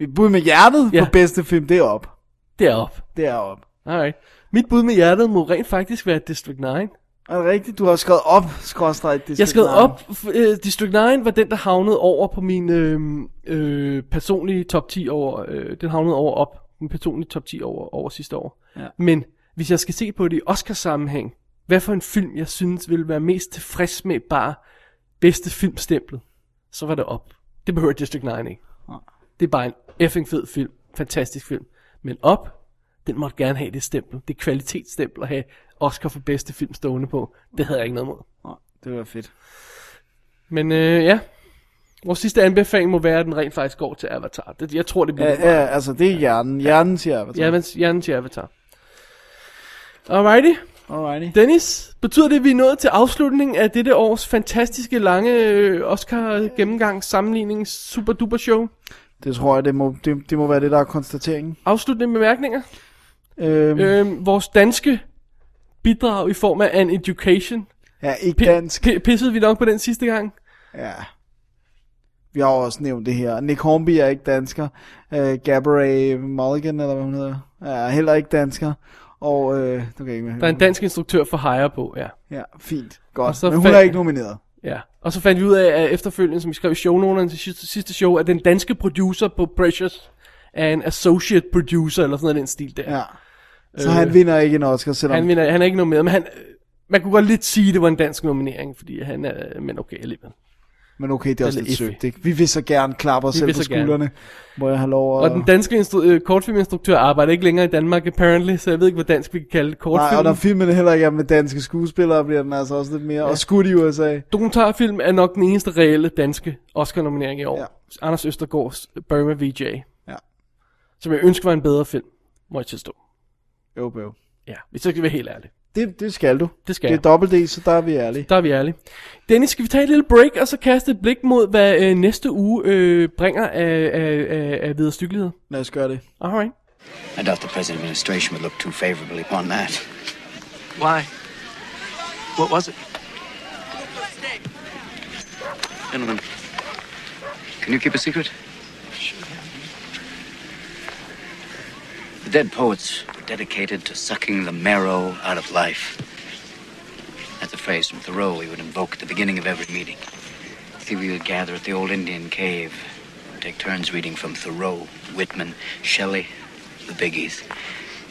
Speaker 1: Mit bud med hjertet
Speaker 2: Ja.
Speaker 1: på bedste film, det er op.
Speaker 2: Det er op.
Speaker 1: Det er op.
Speaker 2: Alright. Mit bud med hjertet må rent faktisk være District 9.
Speaker 1: Er det rigtigt? Du har skrevet op, skråstreg det
Speaker 2: Jeg skrev op, f- øh, District 9 var den, der havnede over på min øh, øh, personlige top 10 over, øh, den havnede over op, min personlige top 10 over, over sidste år.
Speaker 1: Ja.
Speaker 2: Men hvis jeg skal se på det i Oscars-sammenhæng, hvad for en film, jeg synes ville være mest tilfreds med bare bedste filmstemplet, så var det op. Det behøver District 9 ikke. Det er bare en effing fed film, fantastisk film. Men op, den måtte gerne have det stempel, det kvalitetsstempel at have Oscar for bedste film stående på. Det havde jeg ikke noget mod.
Speaker 1: Nej, det var fedt.
Speaker 2: Men øh, ja, vores sidste anbefaling må være, at den rent faktisk går til Avatar. Det, jeg tror, det bliver
Speaker 1: Ja, ja, altså det er hjernen. Hjernen siger Avatar.
Speaker 2: Avatar. Hjernen til Avatar. Alrighty.
Speaker 1: Alrighty.
Speaker 2: Dennis, betyder det, at vi er nået til afslutningen af dette års fantastiske lange øh, Oscar-gennemgang, sammenligning, super duper show?
Speaker 1: Det tror jeg, det må, det, det må være det, der er konstateringen.
Speaker 2: Afsluttende bemærkninger?
Speaker 1: Øhm,
Speaker 2: Øhm, vores danske bidrag i form af An Education.
Speaker 1: Ja, ikke dansk.
Speaker 2: P- pissede vi nok på den sidste gang?
Speaker 1: Ja. Vi har jo også nævnt det her. Nick Hornby er ikke dansker. Øh, Gabrielle Mulligan, eller hvad hun hedder, er heller ikke dansker. Og, øh, du kan ikke med
Speaker 2: Der er en dansk instruktør for hire på, ja.
Speaker 1: Ja, fint.
Speaker 2: Og
Speaker 1: Godt.
Speaker 2: så
Speaker 1: Men hun
Speaker 2: fandt-
Speaker 1: er ikke nomineret.
Speaker 2: Ja, og så fandt vi ud af at efterfølgende, som vi skrev i shownoterne til sidste, sidste show, at den danske producer på Precious er en associate producer, eller sådan noget i den stil der.
Speaker 1: Ja. Så
Speaker 2: Øh,
Speaker 1: han vinder ikke en Oscar, selvom...
Speaker 2: Han, vinder, han er ikke nomineret, men han, øh, man kunne godt lidt sige, at det var en dansk nominering, fordi han er, men okay, alligevel.
Speaker 1: Men okay, det er også
Speaker 2: Den er
Speaker 1: lidt
Speaker 2: iffy.
Speaker 1: søgt, ikke? Vi vil så gerne klappe os
Speaker 2: Vi
Speaker 1: selv
Speaker 2: vil
Speaker 1: på
Speaker 2: så gerne.
Speaker 1: skuldrene. Må jeg have lov at...
Speaker 2: Og den danske instru- øh, kortfilminstruktør arbejder ikke længere i Danmark, apparently, så jeg ved ikke, hvor dansk vi kan kalde det.
Speaker 1: Nej,
Speaker 2: Kortfilm.
Speaker 1: og når filmen heller ikke er med danske skuespillere, bliver den altså også lidt mere... Ja. Og skudt i USA.
Speaker 2: Dokumentarfilm er nok den eneste reelle danske Oscar-nominering i år. Ja. Anders Østergaards Burma VJ.
Speaker 1: Ja.
Speaker 2: Som jeg ønsker var en bedre film, må jeg tilstå.
Speaker 1: Jo, bøv.
Speaker 2: Ja, hvis jeg skal være helt ærlig.
Speaker 1: Det, det skal du.
Speaker 2: Det skal
Speaker 1: Det er
Speaker 2: jeg.
Speaker 1: dobbelt D, så der er vi ærlige.
Speaker 2: Der er vi ærlige. Dennis, skal vi tage et lille break, og så kaste et blik mod, hvad øh, næste uge øh, bringer af, af, af, af viderestykkelighed?
Speaker 1: Lad os gøre det.
Speaker 2: Alright.
Speaker 13: I doubt the present administration would look too favorably upon that. Why? What was it? Gentlemen, can you keep a secret? The dead poets were dedicated to sucking the marrow out of life. That's a phrase from Thoreau we would invoke at the beginning of every meeting. I think we would gather at the old Indian cave, take turns reading from Thoreau, Whitman, Shelley, the biggies,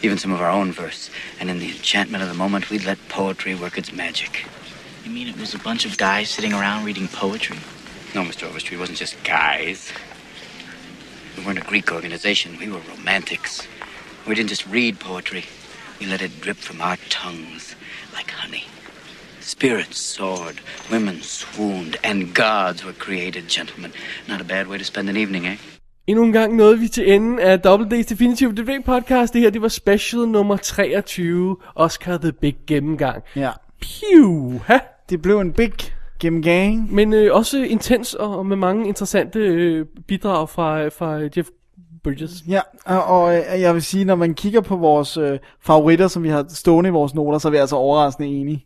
Speaker 13: even some of our own verse. And in the enchantment of the moment, we'd let poetry work its magic.
Speaker 14: You mean it was a bunch of guys sitting around reading poetry?
Speaker 13: No, Mr. Overstreet, it wasn't just guys. We weren't a Greek organization, we were romantics. We didn't just read poetry, we let it drip from our tongues like honey. Spirits soared, women swooned, and gods were created, gentlemen. Not a bad way to spend an evening, eh?
Speaker 2: Endnu en gang nåede vi til enden af Double D's Definitive Debate Podcast. Det her, det var special nummer 23, Oscar The Big Gennemgang.
Speaker 1: Ja.
Speaker 2: Pew! Ha?
Speaker 1: Det blev en big gennemgang.
Speaker 2: Men øh, også intens og og med mange interessante øh, bidrag fra, fra Jeff Bridges.
Speaker 1: Ja, og, og øh, jeg vil sige, når man kigger på vores øh, favoritter, som vi har stående i vores noter, så er vi altså overraskende enige.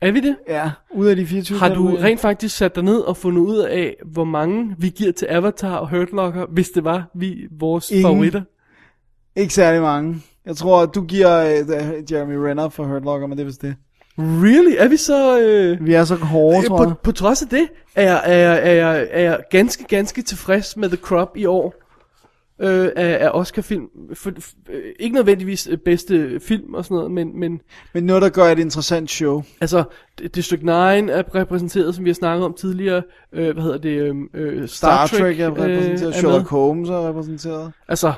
Speaker 2: Er vi det?
Speaker 1: Ja, ud af de 24
Speaker 2: Har du
Speaker 1: kategorier.
Speaker 2: rent faktisk sat dig ned og fundet ud af, hvor mange vi giver til Avatar og Hurt Locker, hvis det var vi vores
Speaker 1: Ingen.
Speaker 2: favoritter?
Speaker 1: Ikke særlig mange. Jeg tror, at du giver øh, Jeremy Renner for Hurt Locker, men det er vist det.
Speaker 2: Really? Er vi så... Øh...
Speaker 1: Vi er så hårde, tror
Speaker 2: på,
Speaker 1: jeg.
Speaker 2: på trods af det, er jeg, er, jeg, er, jeg, er jeg ganske, ganske tilfreds med The Crop i år. Øh, af, af Oscar-film. For, f- øh, ikke nødvendigvis øh, bedste film og sådan noget, men... Men,
Speaker 1: men noget, der gør et interessant show.
Speaker 2: Altså, D- District 9 er repræsenteret, som vi har snakket om tidligere. Øh, hvad hedder det? Øh, øh, Star,
Speaker 1: Star Trek er
Speaker 2: øh,
Speaker 1: repræsenteret,
Speaker 2: er med.
Speaker 1: Sherlock Holmes er repræsenteret.
Speaker 2: Altså,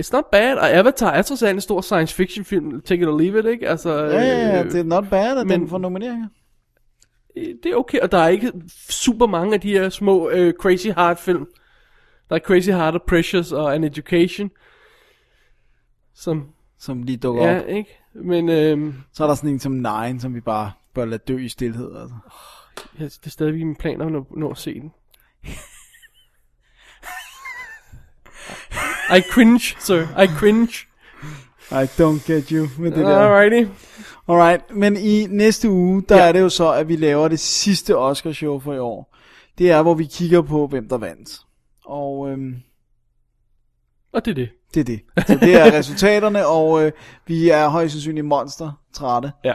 Speaker 2: It's not bad, og Avatar er trods alt en stor science fiction film, take it or leave it, ikke? Altså,
Speaker 1: Ja, ja, ja,
Speaker 2: øh,
Speaker 1: det er not bad, at
Speaker 2: men-
Speaker 1: den får nomineringer.
Speaker 2: øh, det er okay, og der er ikke super mange af de her små øh, Crazy Heart film. Der er Crazy Heart og Precious og An Education, som...
Speaker 1: Som lige dukker
Speaker 2: Ja,
Speaker 1: op.
Speaker 2: ikke? Men, øhm,
Speaker 1: Så er der sådan en som Nine, som vi bare bør lade dø i stillhed. Altså.
Speaker 2: Ja, det er stadigvæk min plan at nå, nå at se den. I cringe, sir. I cringe.
Speaker 1: I don't get you med det
Speaker 2: Alrighty.
Speaker 1: der. Alright, men i næste uge, der
Speaker 2: Ja.
Speaker 1: ja. er det jo så, at vi laver det sidste Oscar-show for i år. Det er, hvor vi kigger på, hvem der vandt. Og øhm,
Speaker 2: Og det er det.
Speaker 1: det er det. Så det er resultaterne, og øh, vi er højst sandsynligt monster trætte.
Speaker 2: Ja.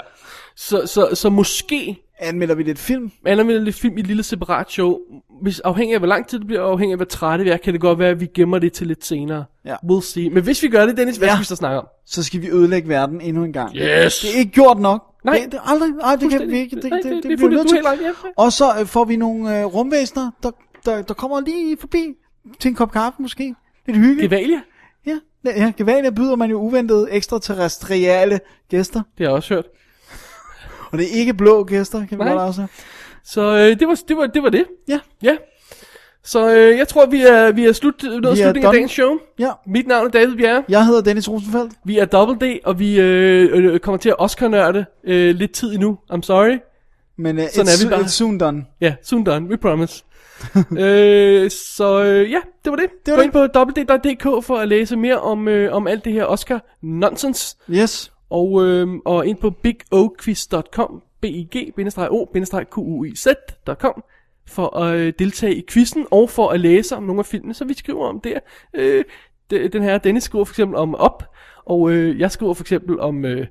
Speaker 2: Så, så, så måske...
Speaker 1: Anmelder vi lidt film?
Speaker 2: Anmelder vi lidt film i et lille separat show. Hvis afhængig af, hvor lang tid det bliver, og afhængig af, hvor trætte vi er, kan det godt være, at vi gemmer det til lidt senere.
Speaker 1: Ja.
Speaker 2: We'll see. Men hvis vi gør det, Dennis, hvad
Speaker 1: Ja.
Speaker 2: skal vi så snakke om?
Speaker 1: Så skal vi ødelægge verden endnu en gang.
Speaker 2: Yes.
Speaker 1: Det er ikke gjort nok.
Speaker 2: Nej.
Speaker 1: Det, det, er aldrig, nej, det kan vi
Speaker 2: Fuldstændig.
Speaker 1: ikke. Det,
Speaker 2: Nej,
Speaker 1: det,
Speaker 2: det-
Speaker 1: det,
Speaker 2: det er
Speaker 1: det, det
Speaker 2: fuldt-
Speaker 1: vi nødt
Speaker 2: du er
Speaker 1: til.
Speaker 2: helt ret, ja.
Speaker 1: Og så øh, får vi nogle øh, rumvæsener, der, der, der kommer lige forbi til en kop kaffe måske. Lidt hyggeligt.
Speaker 2: Gevalia?
Speaker 1: Ja, ja Gevalia byder man jo uventede ekstraterrestriale gæster.
Speaker 2: Det har jeg også hørt.
Speaker 1: Og det er ikke blå gæster, kan vi
Speaker 2: Nej.
Speaker 1: godt afsætte.
Speaker 2: Så øh, det, var, det, var, det var det.
Speaker 1: Ja.
Speaker 2: Ja. Så øh, jeg tror, vi er, vi er slut, nået
Speaker 1: er
Speaker 2: slutningen af
Speaker 1: done.
Speaker 2: dagens show.
Speaker 1: Ja.
Speaker 2: Mit navn er David Bjerre.
Speaker 1: Jeg hedder Dennis Rosenfeldt.
Speaker 2: Vi er Double D, og vi øh, øh, kommer til at Oscar-nørde øh, lidt tid endnu. I'm sorry.
Speaker 1: Men uh,
Speaker 2: Sådan
Speaker 1: it's,
Speaker 2: er vi bare.
Speaker 1: it's soon done.
Speaker 2: Ja, yeah, soon done. We promise. øh, så øh, ja, det var det. det var Gå ind på www.dk for at læse mere om, øh, om alt det her Oscar-nonsense.
Speaker 1: Yes.
Speaker 2: Og, øh, og ind på bigoquiz.com, b i g o q u i z.com for at øh, deltage i quizzen og for at læse om nogle af filmene, så vi skriver om der. Øh, de- den her Dennis skriver for eksempel om Op, og øh, jeg skriver for eksempel om... Øh,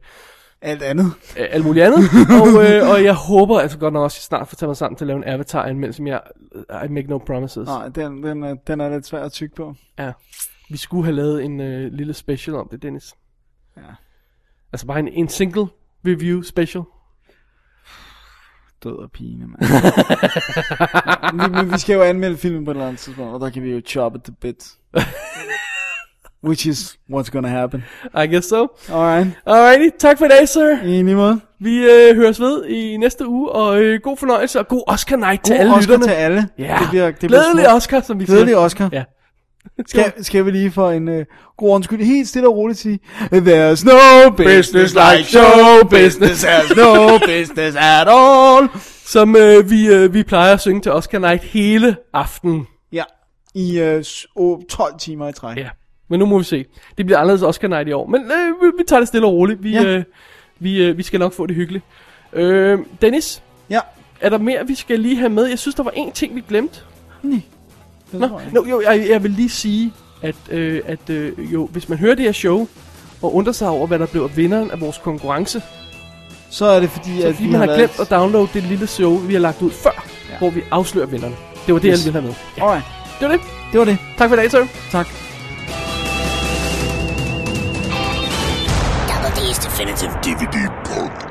Speaker 1: Alt andet.
Speaker 2: øh, alt muligt andet. og, øh, og jeg håber altså godt nok også, at jeg snart får taget mig sammen til at lave en avatar, mens jeg... øh, I make no promises.
Speaker 1: Nej, den, den, er, den er lidt svær at tykke på.
Speaker 2: Ja. Vi skulle have lavet en øh, lille special om det, Dennis.
Speaker 1: Ja.
Speaker 2: Altså bare en, en single review special.
Speaker 1: Død og pine, mand. vi, men vi skal jo anmelde filmen på et eller andet tidspunkt, og der kan vi jo chop it to bits. Which is what's gonna happen.
Speaker 2: I guess so.
Speaker 1: Alright.
Speaker 2: Alrighty, tak for i dag, sir.
Speaker 1: I lige måde.
Speaker 2: Vi øh, høres ved i næste uge, og øh, god fornøjelse, og god Oscar night til
Speaker 1: God
Speaker 2: alle
Speaker 1: Oscar
Speaker 2: lytterne.
Speaker 1: til alle.
Speaker 2: Ja,
Speaker 1: Det bliver- det bliver
Speaker 2: glædelig
Speaker 1: smukt.
Speaker 2: Oscar, som vi
Speaker 1: Glædelig
Speaker 2: siger.
Speaker 1: Oscar.
Speaker 2: Ja.
Speaker 1: Skal, skal vi lige for en uh, god undskyld helt stille og roligt sige There's no business like show business has no business at all
Speaker 2: Som øh, vi, øh, vi plejer at synge til Oscar night hele aftenen.
Speaker 1: Ja, i øh, s- åh, 12 timer i træk
Speaker 2: Ja, men nu må vi se. Det bliver anderledes Oscar night i år, men øh, vi, vi tager det stille og roligt. Vi, ja.
Speaker 1: Ja.
Speaker 2: øh, vi, øh, vi skal nok få det hyggeligt. Øh, Dennis?
Speaker 1: Ja?
Speaker 2: Er der mere, vi skal lige have med? Jeg synes, der var en ting, vi glemte.
Speaker 1: Nej.
Speaker 2: Nå, no, jo, jeg, jeg vil lige sige, at, øh, at øh, jo, hvis man hører det her show, og undrer sig over, hvad der blev af vinderen af vores konkurrence,
Speaker 1: Så er det fordi,
Speaker 2: så
Speaker 1: at
Speaker 2: fordi
Speaker 1: vi
Speaker 2: man har
Speaker 1: lavet-
Speaker 2: glemt at downloade det lille show, vi har lagt ud før, ja.
Speaker 1: Ja.
Speaker 2: hvor vi afslører vinderne. Det var det, yes.
Speaker 1: Yes.
Speaker 2: jeg ville have med.
Speaker 1: Alright,
Speaker 2: Det var det.
Speaker 1: det var det
Speaker 2: Tak for i dag, sir.
Speaker 1: Tak
Speaker 3: Double D's Definitive DVD Podcast.